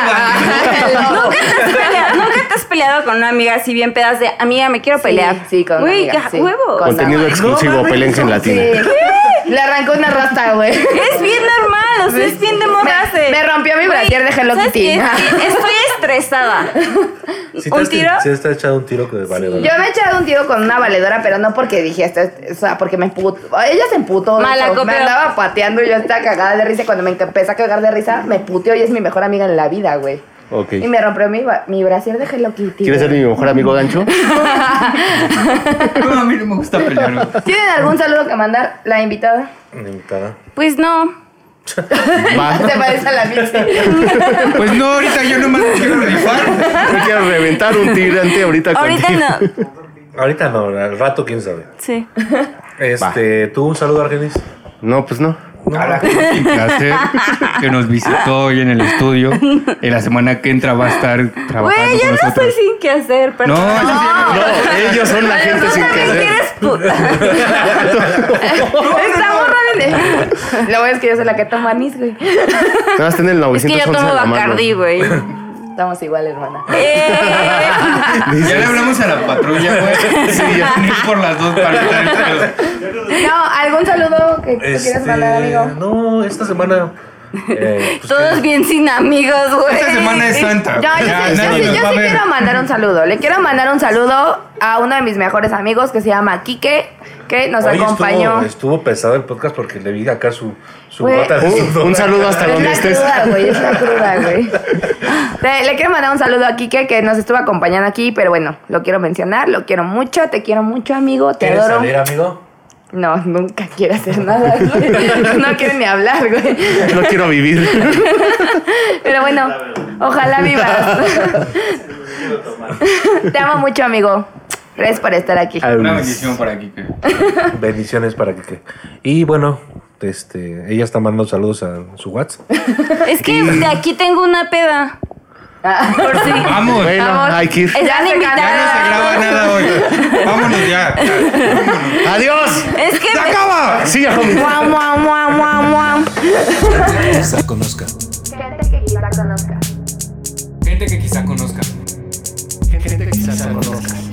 Speaker 5: Nunca te, has peleado, nunca te has peleado con una amiga así bien pedas de amiga, me quiero
Speaker 2: Sí,
Speaker 5: pelear.
Speaker 2: sí, con una
Speaker 5: Güey,
Speaker 2: amiga,
Speaker 5: ya,
Speaker 2: sí.
Speaker 5: huevo.
Speaker 2: Con-
Speaker 4: Contenido
Speaker 2: No,
Speaker 4: exclusivo, Pelenca en Latina.
Speaker 2: Sí. Le arrancó una rasta, güey.
Speaker 5: Es bien normal, o sea, es bien de morras.
Speaker 2: Me-
Speaker 5: eh.
Speaker 2: me rompió mi
Speaker 5: Güey,
Speaker 2: brasier de Hello
Speaker 5: ¿sabes
Speaker 2: Kitty.
Speaker 5: qué? Estoy- Estoy estresada.
Speaker 6: Si te
Speaker 5: ¿Un
Speaker 6: has-
Speaker 5: tiro?
Speaker 6: Si está echado un tiro que vale, vale.
Speaker 2: Yo me he echado un tiro con una valedora, pero no porque dije esto, es- o sea, porque me emputó. Ella se emputó. de
Speaker 5: Mala
Speaker 2: hecho.
Speaker 5: copia.
Speaker 2: me andaba pateando y yo estaba cagada de risa. y Cuando me empecé a cagar de risa, me puteó y es mi mejor amiga en la vida, güey.
Speaker 4: Ok.
Speaker 2: Y me rompió mi, ba- mi brasier de Hello Kitty.
Speaker 4: ¿Quieres ser
Speaker 2: güey.
Speaker 4: mi mejor amigo gancho?
Speaker 3: No, a mí no me gusta pelear. güey.
Speaker 2: ¿Tienen algún saludo que mandar la invitada?
Speaker 6: Ni mitad.
Speaker 5: Pues no.
Speaker 4: Va.
Speaker 2: Se parece a la Mitzi.
Speaker 3: Pues no, ahorita yo nomás me quiero rifar.
Speaker 4: Yo quiero reventar un tirante ahorita
Speaker 5: Ahorita
Speaker 4: contigo.
Speaker 5: no.
Speaker 6: Ahorita no, al rato quién sabe.
Speaker 5: Sí.
Speaker 6: Este, tú un saludo, Argenis.
Speaker 4: No, pues no.
Speaker 3: A la gente en placer que nos visitó hoy en el estudio. En la semana que entra va a estar trabajando
Speaker 5: Güey, yo
Speaker 3: con
Speaker 5: no estoy
Speaker 3: nosotros.
Speaker 5: sin qué hacer,
Speaker 3: No,
Speaker 5: perdón.
Speaker 3: eso sí,
Speaker 4: No, ellos son la gente sin
Speaker 5: ¿Qué
Speaker 4: querer.
Speaker 5: quieres, puta?
Speaker 2: Está borrada. Lo bueno es que yo soy la que toma anís, güey.
Speaker 4: Nada más tener el
Speaker 5: Es que yo
Speaker 4: 911
Speaker 5: tomo
Speaker 4: a la mano.
Speaker 5: Bacardi, güey.
Speaker 2: Estamos igual, hermana.
Speaker 5: Eh.
Speaker 3: Ya le hablamos a la patrulla, güey. Sí, ya venir por las dos partes.
Speaker 2: No, ¿algún saludo que tú quieras mandar, amigo?
Speaker 6: Este, no, esta semana. eh, pues,
Speaker 5: Todos
Speaker 6: que-
Speaker 5: bien sin amigos, güey.
Speaker 3: Esta semana es santa.
Speaker 2: No, yo
Speaker 3: Ya
Speaker 2: sí, yo
Speaker 3: nadie
Speaker 2: sí-
Speaker 3: nos
Speaker 2: yo
Speaker 3: va a
Speaker 2: sí
Speaker 3: ver.
Speaker 2: quiero mandar un saludo. Le quiero mandar un saludo a uno de mis mejores amigos que se llama Quique, que nos
Speaker 6: Hoy
Speaker 2: acompañó.
Speaker 6: Estuvo, estuvo pesado el podcast porque le vi acá su, su
Speaker 2: Güey.
Speaker 6: bata de
Speaker 4: Un,
Speaker 6: sudor.
Speaker 4: un saludo hasta
Speaker 2: Es
Speaker 4: donde
Speaker 2: la
Speaker 4: estés.
Speaker 2: cruda, güey, es la cruda, güey. Le, le quiero mandar un saludo a Quique que nos estuvo acompañando aquí, pero bueno, lo quiero mencionar, lo quiero mucho, te quiero mucho, amigo, te
Speaker 6: ¿Quieres
Speaker 2: adoro.
Speaker 6: salir, amigo?
Speaker 2: No, nunca quiero hacer nada, güey. No quiero ni hablar, güey.
Speaker 4: No quiero vivir.
Speaker 2: Pero bueno, ojalá vivas. Te amo mucho, amigo. Gracias por estar aquí.
Speaker 3: Una bendición para Kike.
Speaker 6: Bendiciones para que. que- Y bueno, este, ella está mandando saludos a su WhatsApp.
Speaker 5: Es que de aquí tengo una peda.
Speaker 2: Ah,
Speaker 5: Por si.
Speaker 3: Vamos.
Speaker 4: Bueno,
Speaker 2: Vamos.
Speaker 4: hay que ir.
Speaker 5: Están
Speaker 2: se
Speaker 3: Ya no se
Speaker 5: invitadas.
Speaker 3: graba nada hoy. Vámonos ya.
Speaker 4: ¡Adiós!
Speaker 5: Es que.
Speaker 3: ¡Se acaba!
Speaker 4: Sí, ya, homie.
Speaker 5: Mua, mua, mua, mua, mua.
Speaker 7: Quizá conozca.
Speaker 2: Gente que quizá conozca.
Speaker 3: Gente que quizá conozca.
Speaker 4: Gente que quizás no conozcas.